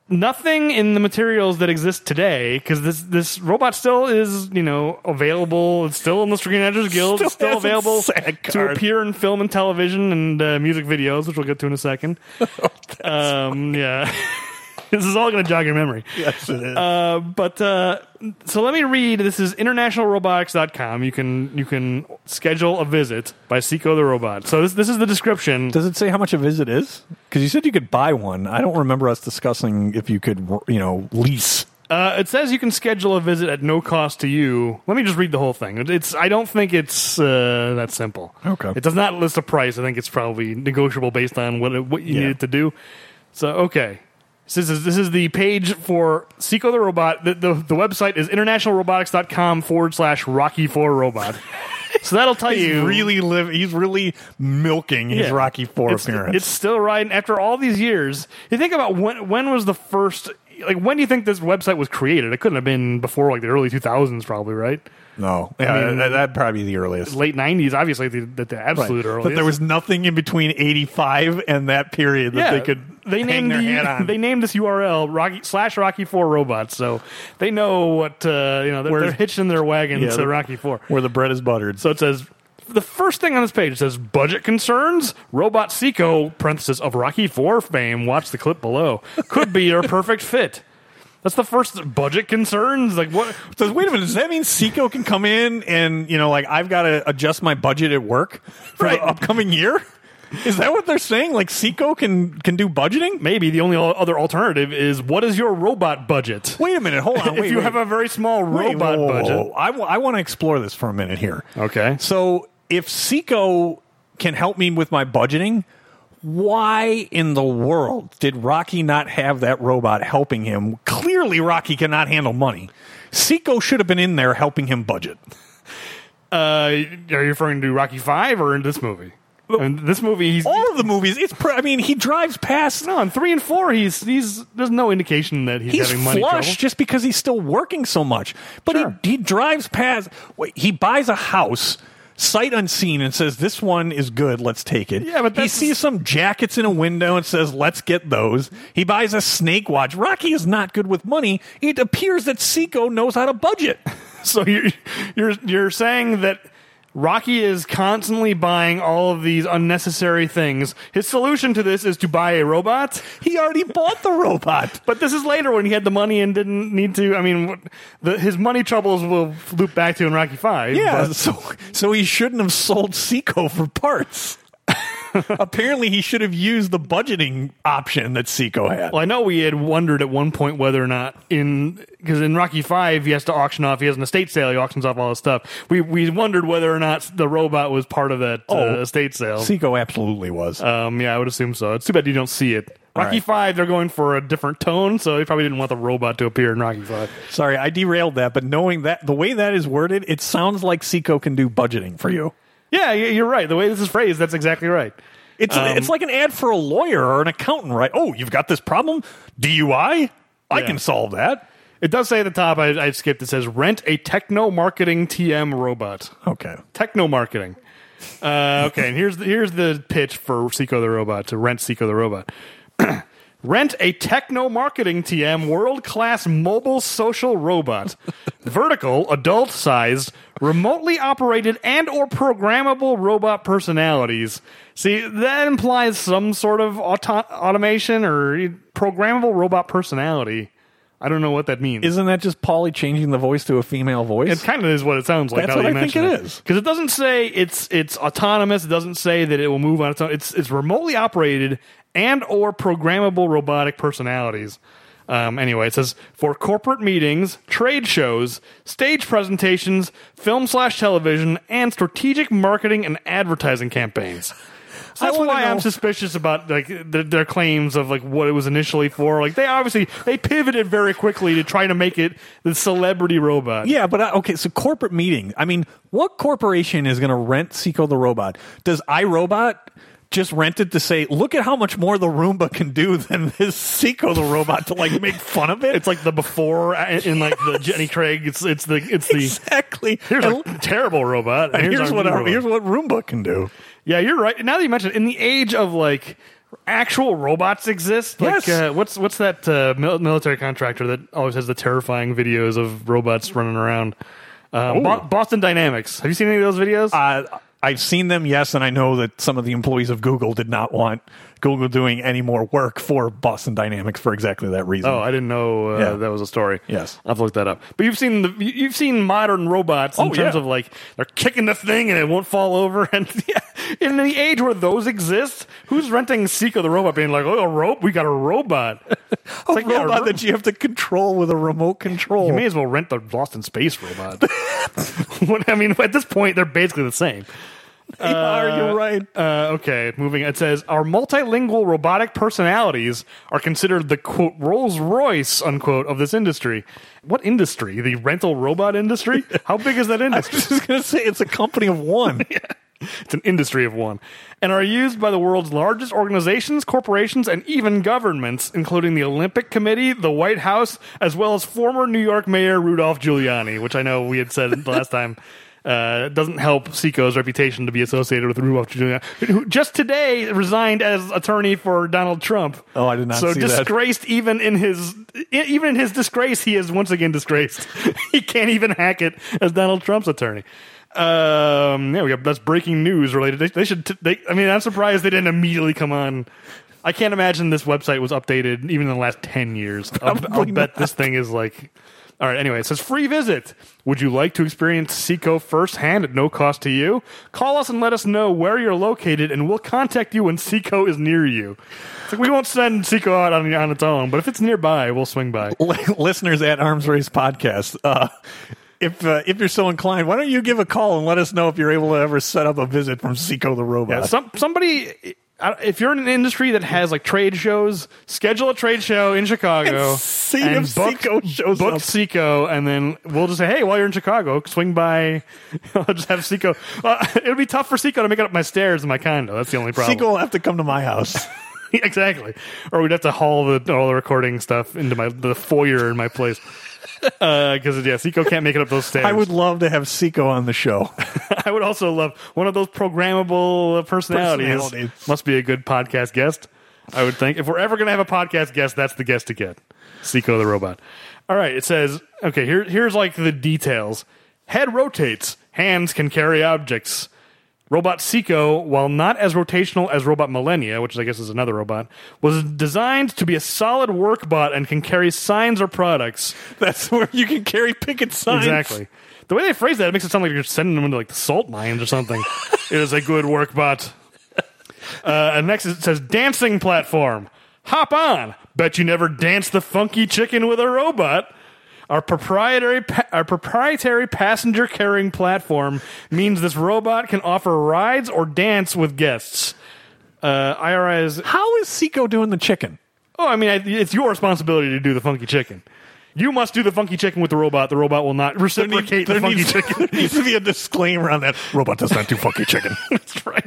nothing in the materials that exist today because this this robot still is you know available. It's still in the Screenwriters Guild. Still it's still has its available SAG to card. appear in film and television and uh, music videos, which we'll get to in a second. Oh, um, yeah, this is all going to jog your memory. yes, it is. Uh, but uh, so let me read. This is internationalrobotics.com. You can you can schedule a visit by Seiko the robot. So this this is the description. Does it say how much a visit is? Because you said you could buy one. I don't remember us discussing if you could, you know, lease. Uh, it says you can schedule a visit at no cost to you. Let me just read the whole thing. It- It's I don't think it's uh, that simple. Okay. It does not list a price. I think it's probably negotiable based on what it, what you need Yeah. it to do. So okay. So This is, this is the page for Seiko the Robot. The, the, the website is internationalrobotics.com forward slash Rocky 4 Robot. So that'll tell He's you. really live. He's really milking his Yeah. Rocky Four it's, appearance. It's still riding after all these years. You think about when when was the first like when do you think this website was created? It couldn't have been before like the early 2000s probably, right? No, yeah, mean- that, that'd probably be the earliest. Late 90s obviously the, the, the Right. absolute earliest. But there was nothing in between '85 and that period that yeah, they could they hang named their the- hat on. they named this URL Rocky slash Rocky Four robots, so they know what uh, you know. They're, Where's- they're hitching their wagon Yeah, to the- Rocky Four. where the bread is buttered. So it says the first thing on this page it says budget concerns. Robot Seiko parenthesis of Rocky Four fame. Watch the clip below. Could be your perfect fit. That's the first budget concerns. Like what? So wait a minute. Does that mean Seiko can come in and you know, like I've got to adjust my budget at work for Right. the upcoming year? Is that what they're saying? Like Seiko can can do budgeting? Maybe the only al- other alternative is what is your robot budget? Wait a minute. Hold on. if wait, you wait. have a very small Wait, robot whoa, whoa, budget, whoa. I want to explore this for a minute here. Okay. So if Seiko can help me with my budgeting, why in the world did Rocky not have that robot helping him? Clearly, Rocky cannot handle money. Seiko should have been in there helping him budget. uh, are you referring to Rocky Five or in this movie? In this movie, he's All of the movies, it's. Pre- I mean, he drives past. no in three and four. He's he's there's no indication that he's, He's having money flush trouble. just because he's still working so much. But Sure. he, he drives past, wait, he buys a house, sight unseen, and says, This one is good, let's take it. Yeah, but he that's- sees some jackets in a window and says, Let's get those. He buys a snake watch. Rocky is not good with money. It appears that Seiko knows how to budget. So you're you're you're saying that Rocky is constantly buying all of these unnecessary things. His solution to this is to buy a robot. He already bought the robot. But this is later when he had the money and didn't need to. I mean, what, the, his money troubles will loop back to in Rocky Five. Yeah, but- so so he shouldn't have sold Seiko for parts. Apparently, he should have used the budgeting option that Seiko had. Well, I know we had wondered at one point whether or not in because in Rocky Five he has to auction off. He has an estate sale. He auctions off all his stuff. We we wondered whether or not the robot was part of that uh, Oh. estate sale. Seiko absolutely was. Um, yeah, I would assume so. It's too bad you don't see it. All Rocky right. Five, they're going for a different tone, so they probably didn't want the robot to appear in Rocky Five. Sorry, I derailed that, but knowing that the way that is worded, it sounds like Seiko can do budgeting for you. Yeah, y- you're right. The way this is phrased, that's exactly right. It's Um, it's like an ad for a lawyer or an accountant, right? Oh, you've got this problem, DUI. I Yeah. can solve that. It does say at the top. I, I skipped. It says rent a techno marketing TM robot. Okay. techno marketing. Uh, okay, and here's the, here's the pitch for Seiko the Robot to rent Seiko the Robot. rent a techno marketing TM world class mobile social robot, vertical, adult sized, remotely operated and or programmable robot personalities. See, that implies some sort of auto- automation or programmable robot personality. I don't know what that means. Isn't that just Polly changing the voice to a female voice? It kind of is what it sounds like. That's now what that you I think mention it is. Because it doesn't say it's it's autonomous. It doesn't say that it will move on its own. It's it's remotely operated and or programmable robotic personalities. Um, anyway, it says for corporate meetings, trade shows, stage presentations, film slash television, and strategic marketing and advertising campaigns. So I that's wanna why I'm know- suspicious about like their, their claims of like what it was initially for. Like they obviously they pivoted very quickly to try to make it the celebrity robot. yeah, but I, okay. So corporate meeting. I mean, what corporation is going to rent Seiko the robot? Does iRobot just rent it to say, "Look at how much more the Roomba can do than this Seiko the robot"? To like make fun of it? It's like the before uh, in in, like the Jenny Craig. It's it's the it's the exactly. here's And- a terrible robot. and And here's, our what new our, robot. here's what Roomba can do. yeah, you're right. Now that you mention it, in the age of like actual robots exist. Like Yes. uh, what's what's that uh, mil- military contractor that always has the terrifying videos of robots running around? Uh, Bo- Boston Dynamics. Have you seen any of those videos? Uh, I've seen them, yes, and I know that some of the employees of Google did not want Google doing any more work for Boston Dynamics for exactly that reason. Oh, I didn't know uh, Yeah. that was a story. Yes. I've looked that up. But you've seen the you- you've seen modern robots in Oh, terms yeah. of like they're kicking the thing and it won't fall over. And yeah, in the age where those exist, who's renting Seiko the robot? Being like, oh, a rope, we got a robot. It's a like, yeah, robot ro- that you have to control with a remote control. you may as well rent the Lost in Space robot. What- I mean, at this point, they're basically the same. Are you right? Uh, okay, moving. It says our multilingual robotic personalities are considered the quote Rolls Royce unquote of this industry. What industry? The rental robot industry? How big is that industry? I was going to say it's a company of one. It's an industry of one, and are used by the world's largest organizations, corporations, and even governments, including the Olympic Committee, the White House, as well as former New York Mayor Rudolph Giuliani, which I know we had said the last time. Uh, doesn't help Seiko's reputation to be associated with Rudolph Giuliani, who just today resigned as attorney for Donald Trump. Oh, I did not So see that. disgraced, even in his e-, even in his disgrace, he is once again disgraced. he can't even hack it as Donald Trump's attorney. Um, yeah, we got that's breaking news related. They, they should. T- they, I mean, I'm surprised they didn't immediately come on. I can't imagine this website was updated even in the last ten years. I'll, I'll bet this thing is like. All right. Anyway, it says free visit. Would you like to experience Seco firsthand at no cost to you? Call us and let us know where you're located, and we'll contact you when Seco is near you. It's like we won't send Seco out on, on its own, but if it's nearby, we'll swing by. Li- Listeners at Arms Race Podcast. Uh, if uh, if you're so inclined, why don't you give a call and let us know if you're able to ever set up a visit from Seiko the robot? Yeah, some somebody. I- If you're in an industry that has like trade shows, schedule a trade show in Chicago And see if Seiko shows book up. Seiko, and then we'll just say, hey, while you're in Chicago, swing by. I'll just have Seiko. Uh, it'll be tough for Seiko to make it up my stairs in my condo. That's the only problem. Seiko will have to come to my house. exactly. Or we'd have to haul the, all the recording stuff into my the foyer in my place. Because yeah, Seiko can't make it up those stairs. I would love to have Seiko on the show. I would also love one of those programmable uh, personalities. Personalities. Must be a good podcast guest, I would think. If we're ever going to have a podcast guest, that's the guest to get. Seiko the robot. All right, it says okay. Here, here's like the details. Head rotates. Hands can carry objects. Robot Seiko, while not as rotational as Robot Millennia, which I guess is another robot, was designed to be a solid work bot and can carry signs or products. That's where you can carry picket signs. Exactly. The way they phrase that, it makes it sound like you're sending them into like the salt mines or something. it is a good work bot. Uh, and next it says dancing platform. Hop on. Bet you never danced the funky chicken with a robot. Our proprietary, pa- our proprietary passenger carrying platform means this robot can offer rides or dance with guests. Uh, IRI is How is Seiko doing the chicken? Oh, I mean, I- it's your responsibility to do the funky chicken. You must do the funky chicken with the robot. The robot will not reciprocate the funky needs, chicken. there needs to be a disclaimer on that. Robot does not do funky chicken. That's right.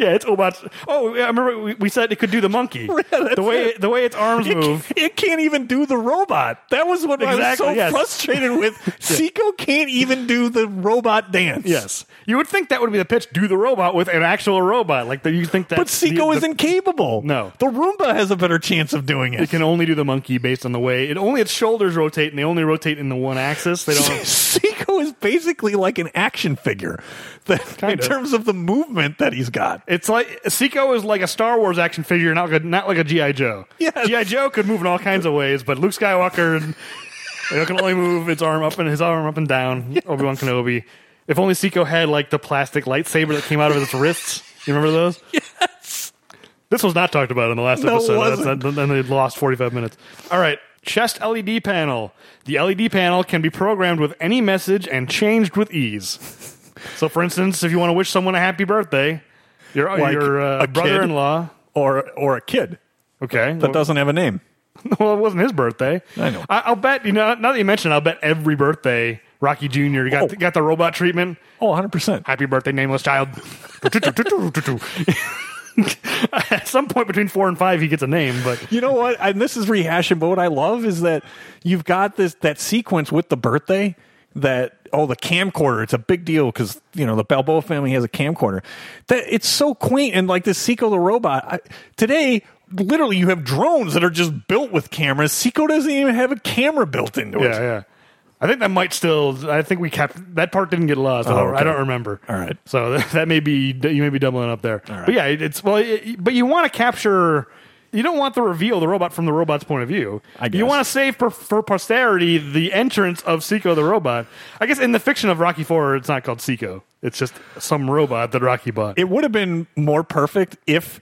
Yeah, it's robots. Oh, yeah, I remember we, we said it could do the monkey. the way the way its arms It, move. ca- it can't even do the robot. That was what I was Exactly, so yes. frustrated with. Seiko can't even do the robot dance. Yes, you would think that would be the pitch. Do the robot with an actual robot, like that. You think that? But Seiko is incapable. No. The Roomba has a better chance of doing it. It can only do the monkey based on the way it only its shoulders rotate, and they only rotate in the one axis. They don't. Seiko is basically like an action figure that, in Kind of. terms of the movement that he's got. It's like Seiko is like a Star Wars action figure, not good, not like a GI Joe. Yes. GI Joe could move in all kinds of ways, but Luke Skywalker and- you know, can only move its arm up and his arm up and down. Obi Wan Kenobi. If only Seiko had like the plastic lightsaber that came out of its wrists. You remember those? Yes. This was not talked about in the last No, it episode. That's- wasn't. that- then they lost 45 minutes. All right. Chest LED panel. The LED panel can be programmed with any message and changed with ease. So, for instance, if you want to wish someone a happy birthday, your, Like your a uh, kid? brother in law. Or or a kid Okay. that doesn't have a name. Well, it wasn't his birthday. I know. I, will bet you know. Now that you mention, it, I'll bet every birthday Rocky Junior got Oh. got the robot treatment. Oh, 100%. Happy birthday, nameless child. At some point between four and five, he gets a name, but You know what? And this is rehashing, but what I love is that you've got this that sequence with the birthday that oh the camcorder it's a big deal because you know the balboa family has a camcorder that it's so quaint and like this seiko the robot I, today literally you have drones that are just built with cameras seiko doesn't even have a camera built into yeah, it yeah. I think that might still. I think we kept that part didn't get lost. I don't- okay. I don't remember. All right. So that, that may be you may be doubling up there. right. But yeah, it- it's well, it, but you want to capture. You don't want the reveal of the robot from the robot's point of view. I guess. You want to save for, for posterity the entrance of Seiko the robot. I guess in the fiction of Rocky Four, it's not called Seiko. It's just some robot that Rocky bought. it would have been more perfect if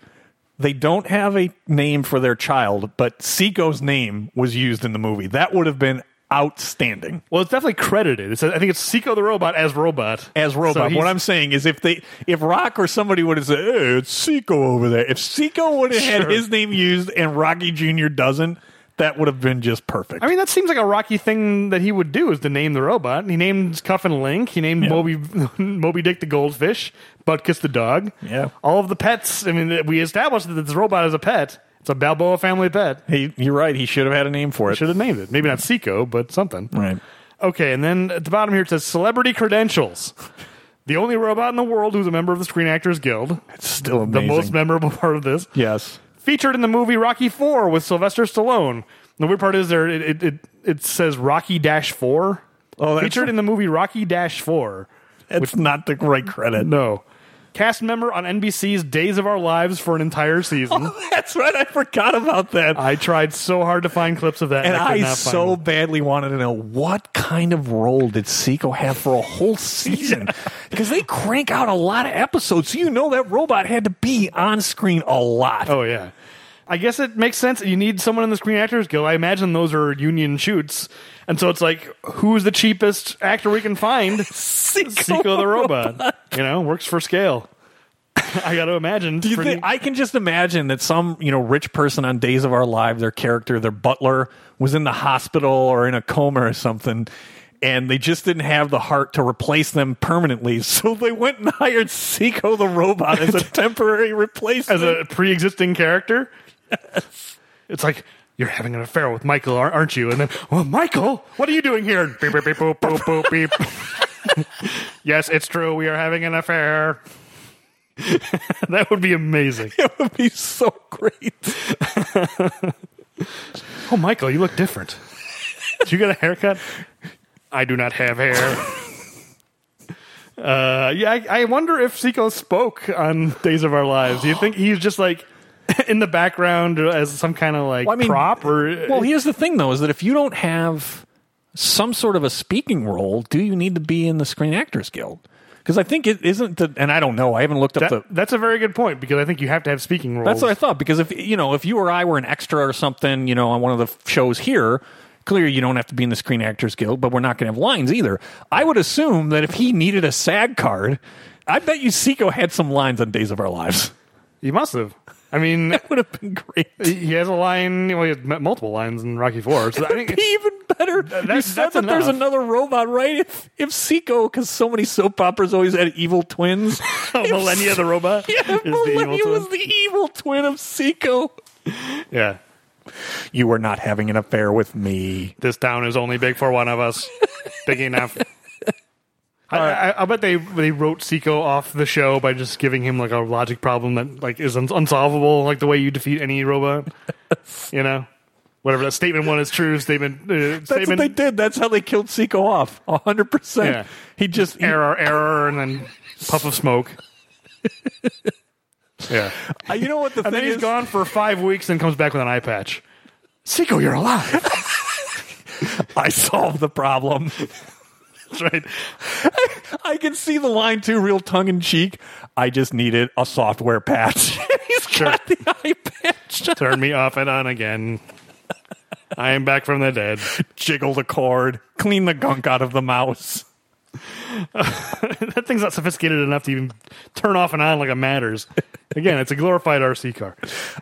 they don't have a name for their child but seiko's name was used in the movie that would have been outstanding well, it's definitely credited. It's, I think it's Seiko the robot as robot. as robot. So what he's- I'm saying is, if they, if Rock or somebody would have said, "Hey, it's Seiko over there," if Seiko would have had Sure. his name used and Rocky Junior doesn't, that would have been just perfect. I mean, that seems like a Rocky thing that he would do is to name the robot. He named Cuff and Link. He named Moby Moby Dick the goldfish, Butkus the dog. Yeah. all of the pets. I mean, we established that this robot is a pet. It's a Balboa family pet. he, you're right. He should have had a name for it. Should have named it. Maybe not Seiko, but something. Right. Okay, and then at the bottom here it says celebrity credentials. The only robot in the world who's a member of the Screen Actors Guild. It's still The amazing. most memorable part of this yes. featured in the movie Rocky Four with Sylvester Stallone. The weird part is there it it, it, it says Rocky Dash Four. Oh, that's- featured in the movie Rocky Dash Four. It's not the right credit. No, cast member on NBC's Days of Our Lives for an entire season. That's right. I forgot about that. I tried so hard to find clips of that, and could I not find so them. badly wanted to know what kind of role did Seiko have for a whole season because they crank out a lot of episodes. So you know that robot had to be on screen a lot. Oh yeah. I guess it makes sense. You need someone in the Screen Actors Guild. I imagine those are union shoots, and so it's like, who's the cheapest actor we can find? Seiko, Seiko the robot. You know, works for scale. I got to imagine. Do you pretty- think, I can just imagine that some you know rich person on Days of Our Lives, their character, their butler, was in the hospital or in a coma or something, and they just didn't have the heart to replace them permanently, so they went and hired Seiko the robot as a temporary replacement. as a pre-existing character. It's like you're having an affair with Michael, ar- aren't you? And then, well, Michael, what are you doing here? Beep, beep, beep, boop, boop, boop, beep. yes, it's true. We are having an affair. that would be amazing. it would be so great. Oh, Michael, you look different. Did you get a haircut? I do not have hair. uh, yeah, I, I wonder if Seiko spoke on Days of Our Lives. Do you think he's just like in the background as some kind of like Well, I mean- prop or uh, Well, here's the thing though: is that if you don't have some sort of a speaking role, do you need to be in the Screen Actors Guild? Because I think it isn't the, and I don't know. I haven't looked up That, the. that's a very good point because I think you have to have speaking roles. That's what I thought. Because if you know, if you or I were an extra or something, you know, on one of the f- shows here, clearly you don't have to be in the Screen Actors Guild, but we're not going to have lines either. I would assume that if he needed a SAG card, I bet you Seiko had some lines on Days of Our Lives. He must have. I mean, That would have been great. he he has a line. Well, he had m- multiple lines in Rocky Four. So I think Be even better. you that's- said that's that there's enough. another robot, right? If if Seiko, because so many soap operas always had evil twins. If Millennia the robot Yeah, is the evil Millennia twin. was the evil twin of Seiko. yeah, You were not having an affair with me. this town is only big for one of us. big enough. I, I, I bet they they wrote Seiko off the show by just giving him like a logic problem that like is un- unsolvable, like the way you defeat any robot. you know, whatever that statement one is true. Statement uh, That's what statement they did. That's how they killed Seiko off. hundred Yeah. percent. He just he- error error, and then puff of smoke. yeah, Uh, you know what the and thing then is? he's gone for five weeks and comes back with an eye patch. Seiko, you're alive. I solved the problem. That's right. I can see the line too, real tongue in cheek. I just needed a software patch. He's got the eye patch. Turn me off and on again. I am back from the dead. Jiggle the cord. Clean the gunk out of the mouse. that thing's not sophisticated enough to even turn off and on like it matters. Again, it's a glorified RC car.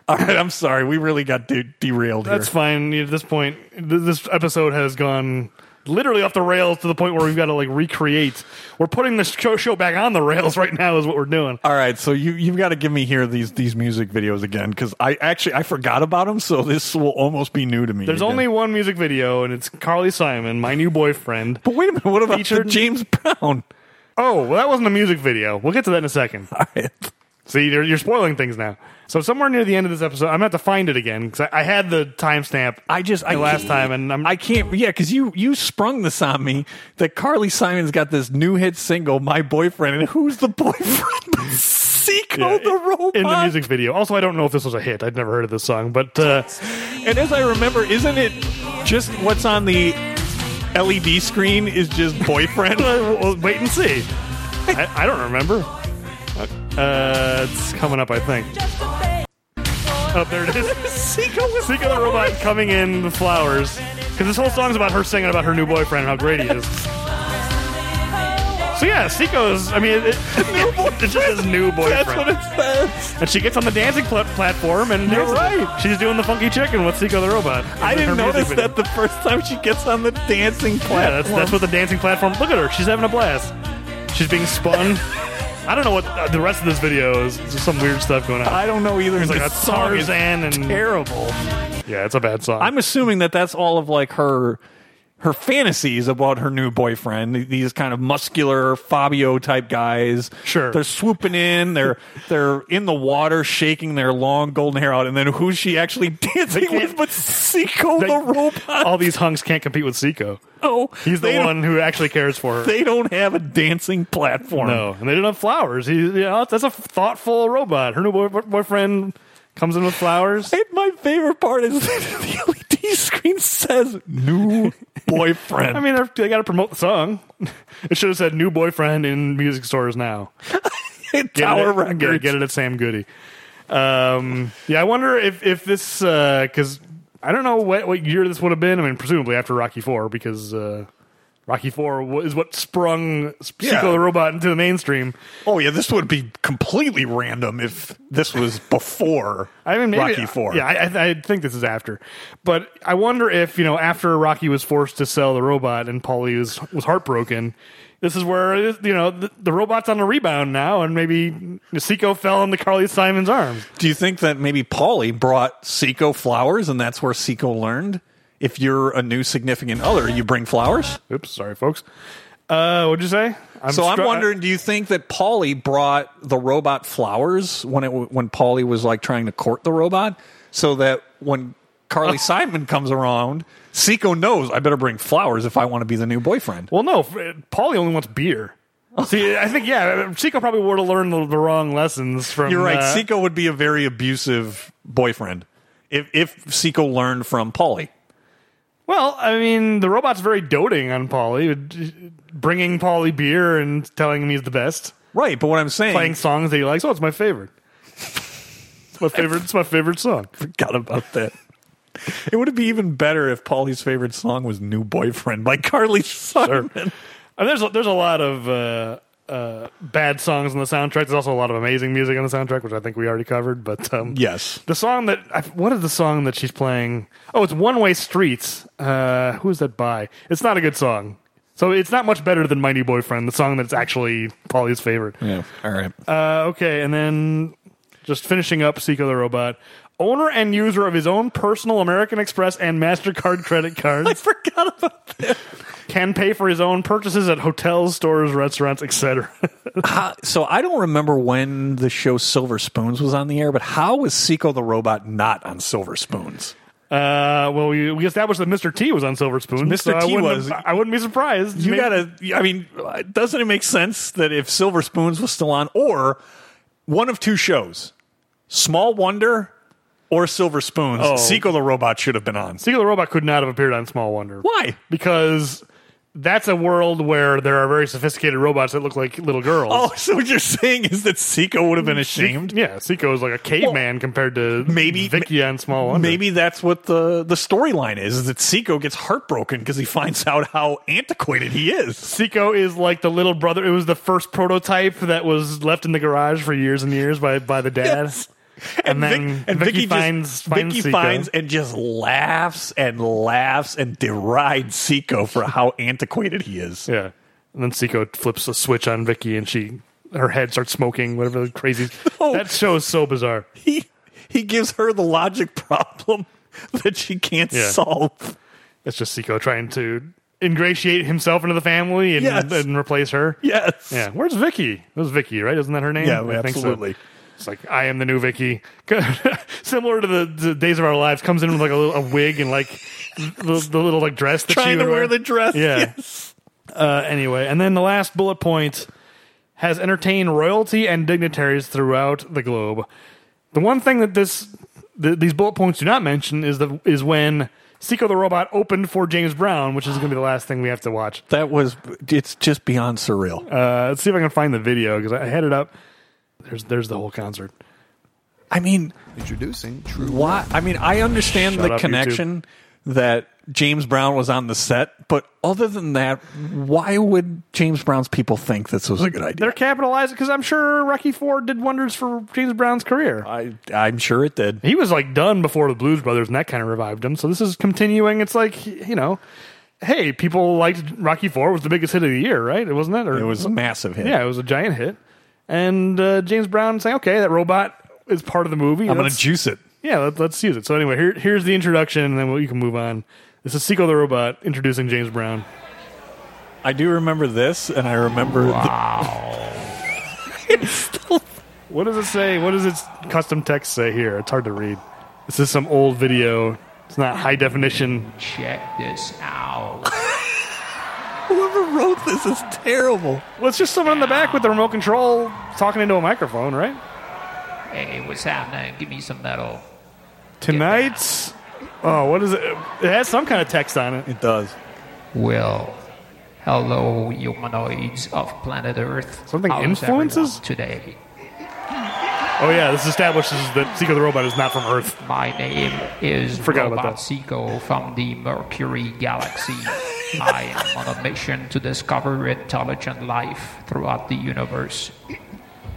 All right, I'm sorry. We really got de- derailed here. That's fine. At this point, th- this episode has gone literally off the rails to the point where we've got to like recreate. We're putting the show show back on the rails right now. Is what we're doing. All right, so you you've got to give me here these these music videos again because I actually I forgot about them, so this will almost be new to me. There's again. only one music video, and it's Carly Simon, my new boyfriend. But wait a minute, what about Featured- the James Brown? Oh, well, that wasn't a music video. We'll get to that in a second. All right. See, you're, you're spoiling things now. So somewhere near the end of this episode, I'm going to have to find it again because I, I had the timestamp I just I the last can't- time, and I'm I can't. Yeah, because you you sprung this on me that Carly Simon's got this new hit single, "My Boyfriend," and who's the boyfriend? but Seiko Yeah, the robot in the music video. Also, I don't know if this was a hit. I'd never heard of this song, but uh, And as I remember, isn't it just what's on the LED screen is just boyfriend? we'll wait and see. I, I don't remember. Uh, it's coming up, I think. Oh, there it is. Seiko was Seek of the robot coming in the flowers because this whole song's about her singing about her new boyfriend and how great he is. So yeah, Siko's. I mean, it, it, it's just his new boyfriend. That's what it says. and she gets on the dancing pla- platform, and You're dances. right. She's doing the funky chicken with Siko the robot. I Her didn't music notice video. that the first time she gets on the dancing platform. Yeah, that's, that's what the dancing platform. Look at her. She's having a blast. She's being spun. I don't know what uh, the rest of this video is. It's just some weird stuff going on. I don't know either. It's like a This song is Tarzan and terrible. yeah, it's a bad song. I'm assuming that that's all of like her her fantasies about her new boyfriend. th- These kind of muscular Fabio type guys. Sure. they're swooping in. They're they're in the water, shaking their long golden hair out. And then who's she actually dancing can't- with? But Seiko They- the robot. All these hunks can't compete with Siko. Oh, He's the they don't- one who actually cares for her. They don't have a dancing platform. no, and they didn't have flowers. He, yeah, that's a thoughtful robot. Her new boy, boyfriend comes in with flowers. And my favorite part is the LED screen says new boyfriend. I mean, they're- they got to promote the song. It should have said "new boyfriend in music stores now." Get Tower it, at- Records. Get, it- get it at Sam Goody. Um, yeah, I wonder if if this because I don't know what what year this would have been. I mean, presumably after Rocky Four because uh, Rocky Four wa- is what sprung Yeah. Seiko the Robot into the mainstream. Oh yeah, this would be completely random if this was before I mean, maybe, Rocky Four. Yeah, I- I, I think this is after. But I wonder if you know after Rocky was forced to sell the robot and Paulie was was heartbroken. This is where you know the, the robot's on the rebound now, and maybe Seiko fell into Carly Simon's arms. Do you think that maybe Paulie brought Seiko flowers, and that's where Seiko learned? If you're a new significant other, you bring flowers. Oops, sorry, folks. Uh, what'd you say? I'm So I'm str- uh, wondering, do you think that Paulie brought the robot flowers when it w- when Paulie was like trying to court the robot, so that when Carly Simon comes around, Seiko knows I better bring flowers if I want to be the new boyfriend. Well, no, f- Paulie only wants beer. See, I think yeah, Seiko probably would have learned the, the wrong lessons from. You're right. uh, Seiko would be a very abusive boyfriend if if Seiko learned from Polly. Well, I mean, the robot's very doting on Paulie, bringing Paulie beer and telling him he's the best, Right, but what I'm saying, playing songs that he likes. Oh, it's my favorite. It's my favorite. It's my favorite song. forgot about that. It would be even better if Paulie's favorite song was "New Boyfriend" by Carly Simon. And there's a, there's a lot of uh, uh, bad songs on the soundtrack. There's also a lot of amazing music on the soundtrack, which I think we already covered. But um, Yes. the song that I, what is the song that she's playing? Oh, it's One Way Streets. Uh, who is that by? It's not a good song. So it's not much better than My New Boyfriend, the song that's actually Polly's favorite. Yeah. All right. Uh, okay, and then just finishing up Seiko the Robot. Owner and user of his own personal American Express and MasterCard credit cards. I forgot about that. Can pay for his own purchases at hotels, stores, restaurants, etc. Uh, so I don't remember when the show Silver Spoons was on the air, but how was Seiko the robot not on Silver Spoons? Uh, well, we, we established that Mr. T was on Silver Spoon. Mr. T I wouldn't was- have- I wouldn't be surprised. You Maybe- gotta. I mean, doesn't it make sense that if Silver Spoons was still on, or one of two shows, Small Wonder or Silver Spoons, Oh. Seiko the robot should have been on. Seiko the Robot could not have appeared on Small Wonder. Why? Because that's a world where there are very sophisticated robots that look like little girls. Oh, so what you're saying is that Seiko would have been ashamed? Yeah, Seiko is like a caveman compared to maybe- Vicky on Small Wonder. Maybe that's what the the storyline is: is that Seiko gets heartbroken because he finds out how antiquated he is. Seiko is like the little brother. It was the first prototype that was left in the garage for years and years by, by the dad. And, Vic- then Vicky, Vicky just- finds, finds Vicky Seiko. finds and just laughs and laughs and derides Seiko for how antiquated he is. Yeah. And then Seiko flips a switch on Vicky and she her head starts smoking, whatever the crazy No. that show is so bizarre. He he gives her the logic problem that she can't Yeah. solve. It's just Seiko trying to ingratiate himself into the family and, Yes. and replace her. Yes. Yeah. Where's Vicky? That was Vicky, right? Isn't that her name? Yeah, I think so. absolutely. It's like I am the new Vicky, similar to the, the Days of Our Lives. Comes in with like a, little, a wig and like the, the little like dress. That she Trying to would wear the dress. Yeah. Yes. Uh, anyway, and then the last bullet point has entertained royalty and dignitaries throughout the globe. The one thing that this th- these bullet points do not mention is the is when Seiko the robot opened for James Brown, which is going to be the last thing we have to watch. That was it's just beyond surreal. Uh, let's see if I can find the video because I had it up. There's there's the whole concert. I mean, Introducing True. why I mean, I understand Shut the up, YouTube. connection that James Brown was on the set, but other than that, why would James Brown's people think this was a good idea? They're capitalizing because I'm sure Rocky Ford did wonders for James Brown's career. I I'm sure it did. he was like done before the Blues Brothers, and that kind of revived him. So this is continuing. It's like you know, hey, people liked Rocky Four was the biggest hit of the year, right? It wasn't it? Or It was a massive hit. yeah, it was a giant hit. And uh, James Brown saying, okay, that robot is part of the movie. I'm going to Let's- juice it. yeah, let, let's use it. So anyway, here, here's the introduction, and then we you can move on. This is Sequel the Robot introducing James Brown. I do remember this, and I remember. What does it say? What does its custom text say here? It's hard to read. This is some old video. It's not high definition. Check this out. The, whoever wrote this is terrible. Well, it's just someone in the back with the remote control talking into a microphone, right? Hey, what's happening? Give me some metal. Tonight's. Oh, what is it? It has some kind of text on it. It does. Well, hello, humanoids of planet Earth. Something How's influences? everyone today. Oh, yeah, this establishes that Seiko the Robot is not from Earth. My name is Forgot about Robot that. Seiko from the Mercury Galaxy. I am on a mission to discover intelligent life throughout the universe.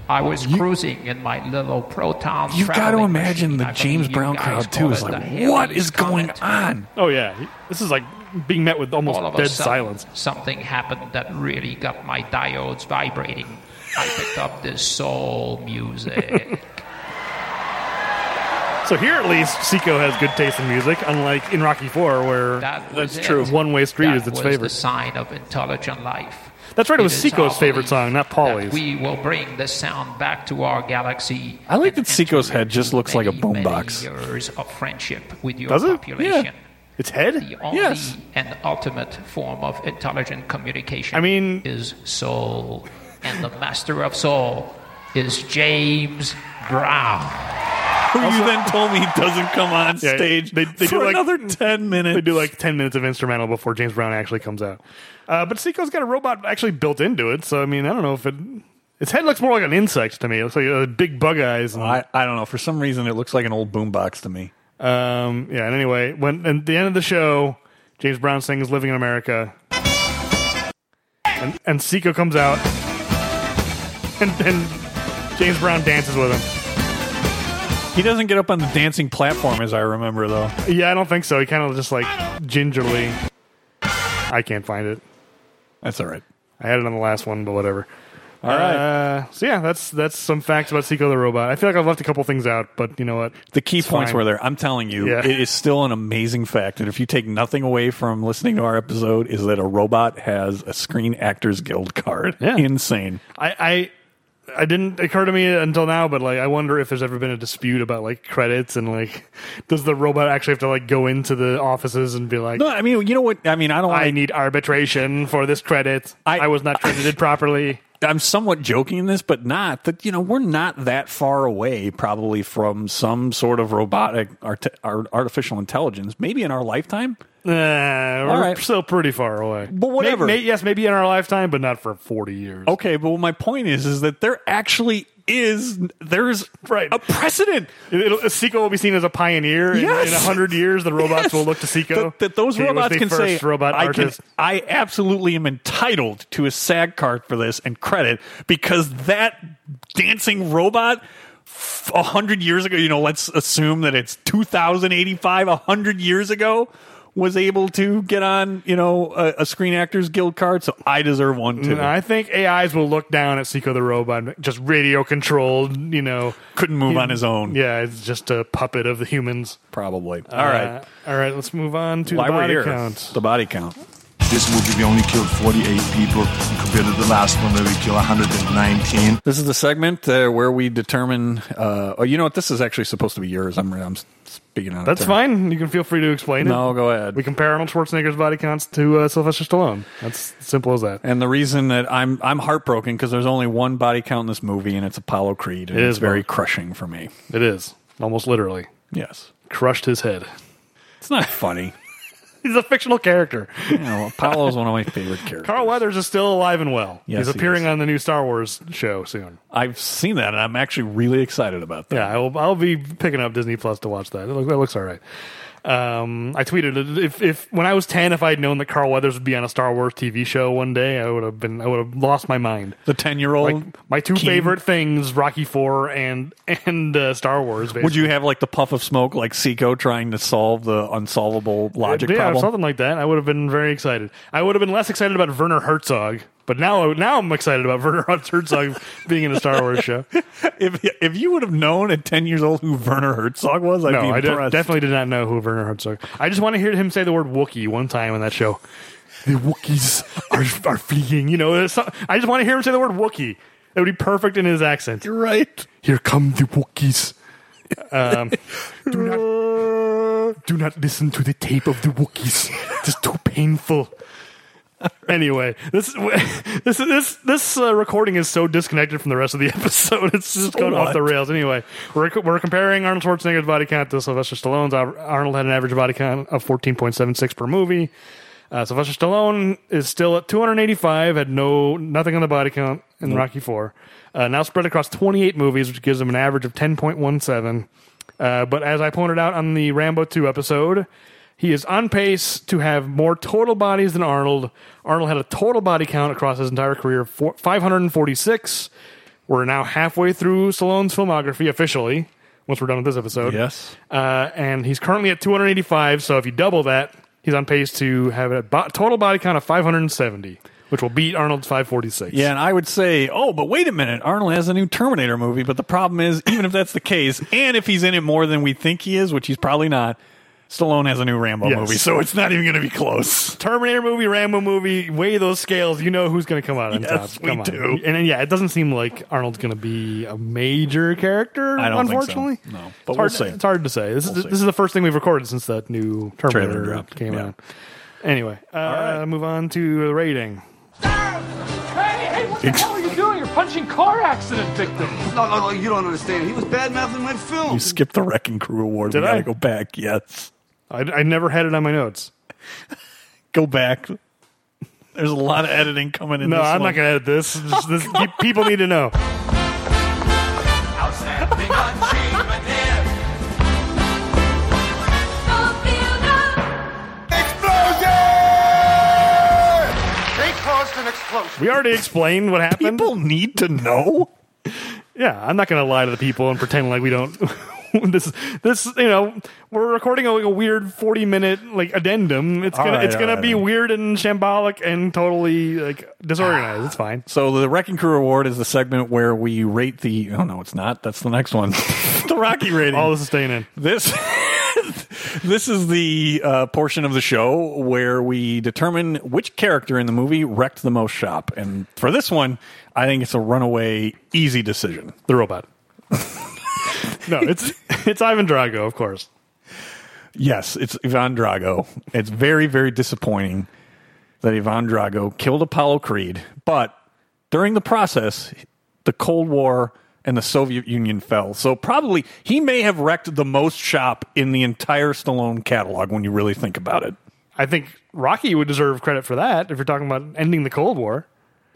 I was cruising in my little proton. You've got to traveling imagine machine. the I James believe you Brown guys crowd call too is it like, the what Halley's is going Comet." on? Oh, yeah. This is like being met with almost All of a dead sudden, silence. Something happened that really got my diodes vibrating. I picked up this soul music. So here, at least, Seiko has good taste in music, unlike in Rocky Four, where That was it. One Way Street that is its was favorite. The sign of intelligent life. That's right, it was is our Seiko's favorite belief song, not that Paulie's. We will bring this sound back to our galaxy. I like and that Seiko's enter head just into looks like a many, boombox. many Years of friendship with your Does it? population. Its head? The only Yes. and ultimate form of intelligent communication I mean- is soul. And the master of soul is James Brown. Who you then told me doesn't come on Yeah, stage they- they do for like- another 10 minutes. They do like 10 minutes of instrumental before James Brown actually comes out. Uh, but Seiko's got a robot actually built into it, so I mean, I don't know if it. Its head looks more like an insect to me. It looks like uh, big bug eyes. And, I, I don't know. For some reason, it looks like an old boombox to me. um, yeah, and anyway, when at the end of the show, James Brown sings Living in America. And, and Seiko comes out. And, and James Brown dances with him. He doesn't get up on the dancing platform, as I remember, though. Yeah, I don't think so. He kind of just like gingerly. I can't find it. That's all right. I had it on the last one, but whatever. All right. Uh, so yeah, that's that's some facts about Seiko the robot. I feel like I've left a couple things out, but you know what? The key points fine. were there. I'm telling you, Yeah. it is still an amazing fact. And if you take nothing away from listening to our episode, is that a robot has a Screen Actors Guild card. Yeah. Insane. I I, I didn't occur to me until now, but like I wonder if there's ever been a dispute about like credits and like does the robot actually have to like go into the offices and be like. No, I mean, you know what? I mean, I don't I want need arbitration for this credit. I- I, was not credited properly. I'm somewhat joking in this, but not that you know we're not that far away, probably from some sort of robotic art- ar- artificial intelligence, maybe in our lifetime. Uh, we're right. still pretty far away. But whatever. May- may- yes, maybe in our lifetime, but not for forty years. Okay, but my point is, is that there actually is there's Right. a precedent It'll, Seiko will be seen as a pioneer. In- Yes. In a hundred years, the robots Yes. will look to Seiko. that, that those He was robots the can say first robot I can- artist. I absolutely am entitled to a SAG card for this and credit because that dancing robot f- a hundred years ago, you know, let's assume that it's 2085, a hundred years ago, was able to get on, you know, a, a Screen Actors Guild card, so I deserve one too. And Mm, I think AIs will look down at Seiko the robot, and just radio controlled. You know, Couldn't move on his own, Yeah, it's just a puppet of the humans. probably. All right, Uh, all right. Let's move on to why the we're body here? count. The body count. This movie, we only killed 48 people compared to the last one where we killed 119. This is the segment uh, where we determine. Uh, oh, you know what? This is actually supposed to be yours. I'm I'm speaking on. That's fine. You can feel free to explain No, it. go ahead. We compare Arnold Schwarzenegger's body counts to uh, Sylvester Stallone. That's simple as that. and the reason that I'm I'm heartbroken because there's only one body count in this movie, and it's Apollo Creed. And It it's is very one. crushing for me. It is almost literally Yes, crushed his head. it's not funny. He's a fictional character. you know, Apollo's one of my favorite characters. Carl Weathers is still alive and well. Yes, He's he appearing is. on the new Star Wars show soon. I've seen that, and I'm actually really excited about that. Yeah, I'll, I'll be picking up Disney Plus to watch that. It looks, that looks all right. Um, I tweeted if, if when I was ten, if I had known that Carl Weathers would be on a Star Wars TV show one day, I would have been I would have lost my mind. The ten year Like old. my two Keen. favorite things, Rocky Four and and uh, Star Wars. Basically. Would you have like the puff of smoke, like Seiko trying to solve the unsolvable logic yeah, problem? something like that. I would have been very excited. I would have been less excited about Werner Herzog, but now now I'm excited about Werner Herzog being in a Star Wars show. if if you would have known at ten years old who Werner Herzog was, I'd be No, I de- impressed. definitely did not know who Werner Herzog. I just want to hear him say the word Wookiee one time in that show. The Wookiees are are fleeing. You know, there's some- I just want to hear him say the word Wookiee. That would be perfect in his accent. You're right. Here come the Wookiees. Um, do not do not listen to the tape of the Wookiees. It is too painful. Anyway, this this this this uh, recording is so disconnected from the rest of the episode. It's just going off the rails. Anyway, we're we're comparing Arnold Schwarzenegger's body count to Sylvester Stallone's. Ar- Arnold had an average body count of fourteen point seven six per movie. Uh, Sylvester Stallone is still at 285, had no nothing on the body count in Rocky Four. Uh, now spread across 28 movies, which gives him an average of 10.17. Uh, but as I pointed out on the Rambo 2 episode, he is on pace to have more total bodies than Arnold. Arnold had a total body count across his entire career of four, 546. We're now halfway through Stallone's filmography officially. Once we're done with this episode, Yes. uh, and he's currently at 285. So if you double that, he's on pace to have a bo- total body count of 570, which will beat Arnold's 546. Yeah, and I would say, oh, but wait a minute, Arnold has a new Terminator movie. But the problem is, even if that's the case, and if he's in it more than we think he is, which he's probably not, Stallone has a new Rambo Yes. movie, so it's not even going to be close. Terminator movie, Rambo movie, weigh those scales. You know who's going to come out on Yes, top. we Come on. do. And then, yeah, it doesn't seem like Arnold's going to be a major character. I don't think so. unfortunately, No. It's But we'll hard- see. It's hard to say. This is see. this is the first thing we've recorded since that new Terminator dropped, came yeah. out. Anyway, uh, move on to the rating. Hey, hey, what the hell are you doing? You're punching car accident victims. No, no, no, you don't understand. He was bad mouthing my film. You skipped the Wrecking Crew Award. Did we I? gotta go back. Yes. I, I never had it on my notes. Go back. There's a lot of editing coming in. No, this one. I'm Oh, not gonna edit this. This- this- pe- people need to know. They caused an explosion. We already explained what happened. People need to know. Yeah, I'm not gonna lie to the people and pretend like we don't. this this you know we're recording a, like a weird 40 minute like addendum. It's All gonna right, it's all gonna right, be all right. weird and shambolic and totally like disorganized. it's fine. So the Wrecking Crew Award is the segment where we rate the. Oh no, it's not. That's the next one. the Rocky rating. All this is staying in. This this is the uh, portion of the show where we determine which character in the movie wrecked the most shop, and for this one, I think it's a runaway easy decision. The robot. no, it's it's Ivan Drago, of course. Yes, it's Ivan Drago. It's very very disappointing that Ivan Drago killed Apollo Creed, but during the process, the Cold War and the Soviet Union fell. So probably he may have wrecked the most shop in the entire Stallone catalog when you really think about it. I think Rocky would deserve credit for that. If you're talking about ending the Cold War,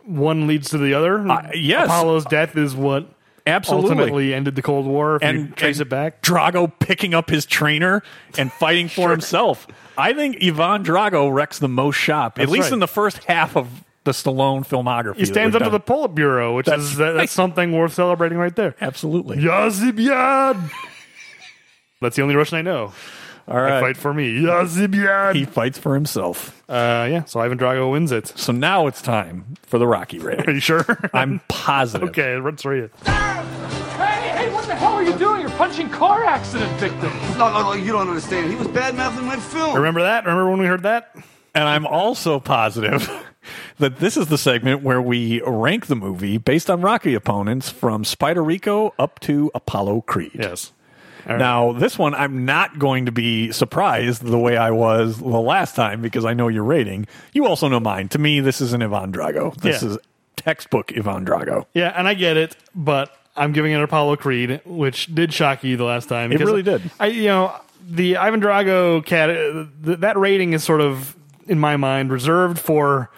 one leads to the other. Uh, yes. Apollo's death is what Absolutely. ultimately ended the Cold War. If you and trace and it back, Drago picking up his trainer and fighting for himself. I think Ivan Drago wrecks the most shop, at least right. in the first half of the Stallone filmography. he that stands we've up to the done. Politburo, which is that, that's something worth celebrating right there. absolutely. Yazibyad. That's the only Russian I know. All They right, Fight for me, Yazibyad. he fights for himself. Uh, yeah, so Ivan Drago wins it. So now it's time for the Rocky Are rating. you sure? I'm positive. okay. Let's read it. Hey, hey, what the hell are you doing? You're punching car accident victims. No, no, no, you don't understand. He was bad mouthing my film. Remember that? Remember when we heard that? And I'm also positive that this is the segment where we rank the movie based on Rocky opponents from Spider Rico up to Apollo Creed. Yes. Now, this one, I'm not going to be surprised the way I was the last time because I know your rating. You also know mine. To me, this is an Ivan Drago. This Yeah. is textbook Ivan Drago. Yeah, and I get it, but I'm giving it Apollo Creed, which did shock you the last time. because really did. I, you know, the Ivan Drago cat. uh, Th- that rating is sort of, in my mind, reserved for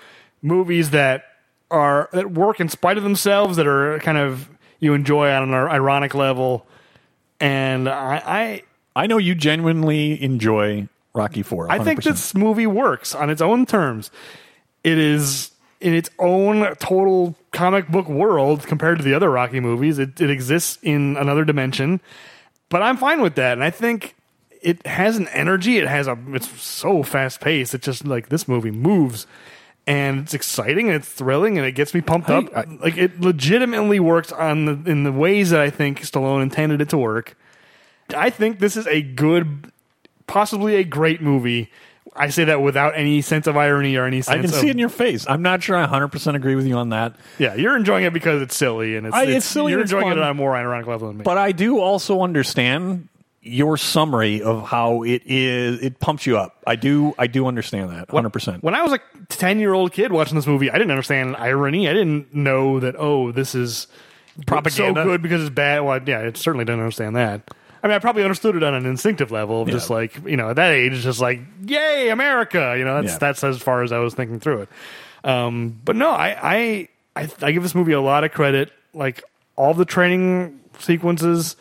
movies that are that work in spite of themselves, that are kind of you enjoy on an ir- ironic level. And I, I I know you genuinely enjoy Rocky Four. I think this movie works on its own terms. It is in its own total comic book world compared to the other Rocky movies. It, it exists in another dimension, but I'm fine with that. And I think it has an energy. It has a. It's so fast paced. It's just like this movie moves, and it's exciting and it's thrilling and it gets me pumped up. like it legitimately works on the in the ways that I think Stallone intended it to work. I think this is a good, possibly a great movie. I say that without any sense of irony or any sense I can of see it in your face. I'm not sure I 100% agree with you on that. yeah, you're enjoying it because it's silly and it's, I- it's, it's silly You're and it's enjoying fun. it on a more ironic level than me. But I do also understand your summary of how it is it pumps you up. I do I do understand that 100%. when I was a ten year old kid watching this movie, I didn't understand irony. I didn't know that oh, this is Propaganda. so good because it's bad. Well, yeah, I certainly didn't understand that. I mean, I probably understood it on an instinctive level, of just Yeah. like you know, at that age, just like yay, America. You know, that's Yeah. that's as far as I was thinking through it. Um, but no, I, I I I give this movie a lot of credit. Like all the training sequences,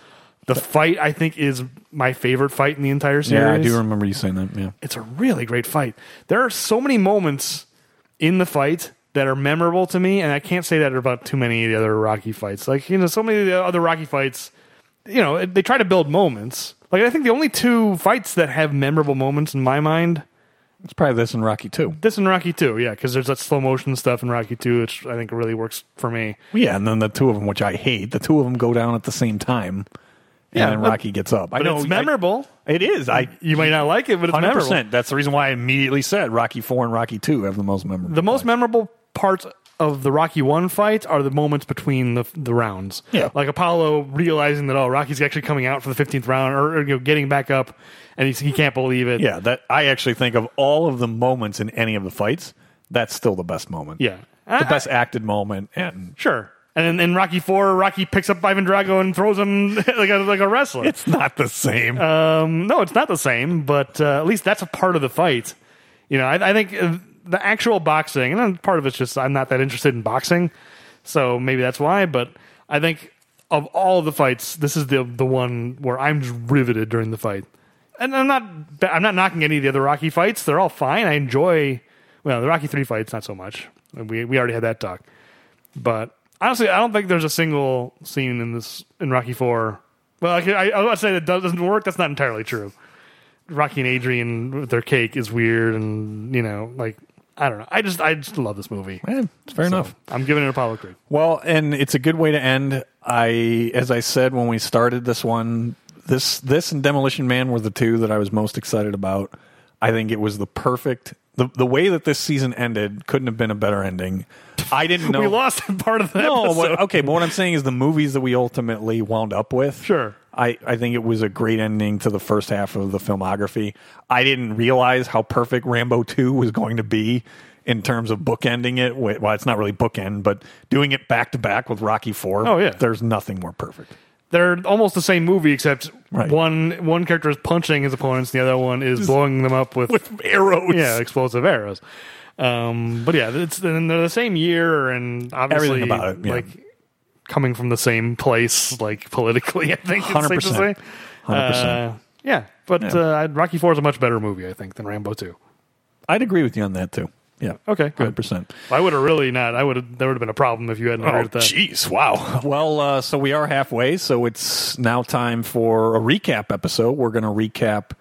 the fight I think is my favorite fight in the entire series yeah, I do remember you saying that. Yeah. it's a really great fight. There are so many moments in the fight that are memorable to me, and I can't say that about too many of the other Rocky fights. Like you know, so many of the other Rocky fights, you know, they try to build moments. Like I think the only two fights that have memorable moments in my mind, It's probably this in Rocky too. this and Rocky Two, yeah, because there's that slow motion stuff in Rocky Two, which I think really works for me. Yeah, and then the two of them, which I hate, the two of them go down at the same time. Yeah, and then but- Rocky gets up. I But know it's memorable. I- it is. I you may not like it, but it's hundred memorable. percent. That's the reason why I immediately said Rocky Four and Rocky Two have the most memorable. The most memorable parts of the Rocky One fight are the moments between the the rounds. Yeah. like Apollo realizing that oh, Rocky's actually coming out for the fifteenth round, or, or, you know, getting back up, and he's, he can't believe it. yeah, that I actually think of all of the moments in any of the fights. That's still the best moment. yeah, Ah, the best acted moment, and Sure. And in, in Rocky Four, Rocky picks up Ivan Drago and throws him like a, like a wrestler. It's not the same. Um, no, it's not the same, but uh, at least that's a part of the fight. You know, I, I think uh, the actual boxing, and then part of it's just I'm not that interested in boxing, so maybe that's why. But I think of all the fights, this is the the one where I'm just riveted during the fight. And I'm not ba- I'm not knocking any of the other Rocky fights; they're all fine. I enjoy well the Rocky three fights, not so much. We we already had that talk, but honestly, I don't think there's a single scene in this in Rocky four. Well, I, I, I would say that does- doesn't work. That's not entirely true. Rocky and Adrian with their cake is weird, and you know, like I don't know. I just I just love this movmovie. Eh, fair So, enough. I'm giving it a Apollo Creed. Well, and it's a good way to end. I, as I said when we started this one, this this and Demolition Man were the two that I was most excited about. I think it was the perfect the the way that this season ended couldn't have been a better ending. I didn't know We lost part of the no, episode. what, okay, but what I'm saying is the movies that we ultimately wound up with. Sure. I, I think it was a great ending to the first half of the filmography. I didn't realize how perfect Rambo 2 was going to be in terms of bookending it. with- Well, it's not really bookend, but doing it back to back with Rocky 4. Oh, yeah. There's nothing more perfect. They're almost the same movie, except Right. one one character is punching his opponents, the other one is blowing them up with, Arrows. yeah explosive arrows. Um, but yeah, it's and they're the same year, and obviously Everything about it, yeah. like coming from the same place, like politically. I think it's safe to 100%. say. 100%. Uh, yeah, but Yeah. Uh, Rocky Four is a much better movie, I think, than Rambo Two. I'd agree with you on that, too. Yeah. Okay, good. 100%. I would have really not. I would have. There would have been a problem if you Oh, hadn't heard that. jeez. Wow. Well, uh, so we are halfway. So it's now time for a recap episode. We're going to recap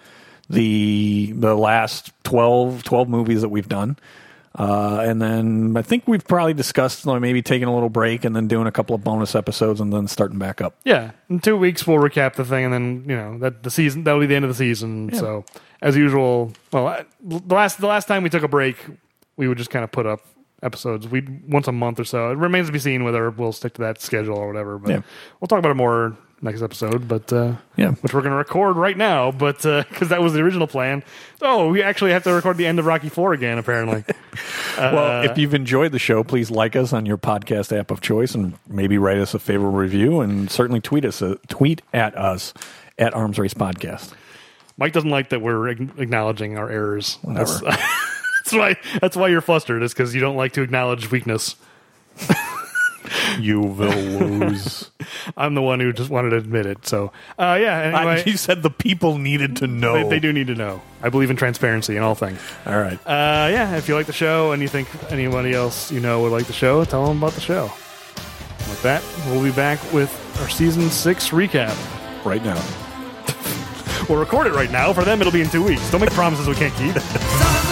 the the last 12, 12 movies that we've done. Uh, and then I think we've probably discussed like, maybe taking a little break and then doing a couple of bonus episodes and then starting back up. Yeah, in two weeks we'll recap the thing, and then you know that the season that'll be the end of the season. So as usual, well, I- the last the last time we took a break, we would just kind of put up episodes we once a month or so. It remains to be seen whether we'll stick to that schedule or whatever. But Yeah. we'll talk about it more next episode. But uh, Yeah. which we're going to record right now, but because that was the original plan. Oh, we actually have to record the end of Rocky Four again, apparently. well, if you've enjoyed the show, please like us on your podcast app of choice and maybe write us a favorable review and certainly tweet us uh, tweet at us at Arms Race Podcast. Mike doesn't like that we're ag- acknowledging our errors. Whatever. That's, that's why. That's why you're flustered. Is because you don't like to acknowledge weakness. You will lose. I'm the one who just wanted to admit it. So, uh, yeah. I, Anyway, you said the people needed to know. they, they do need to know. I believe in transparency in all things. All right. Uh, yeah. If you like the show and you think anybody else you know would like the show, tell them about the show. With that, we'll be back with our season six recap. right now. We'll record it right now. For them, it'll be in two weeks. Don't make promises we can't keep. Sons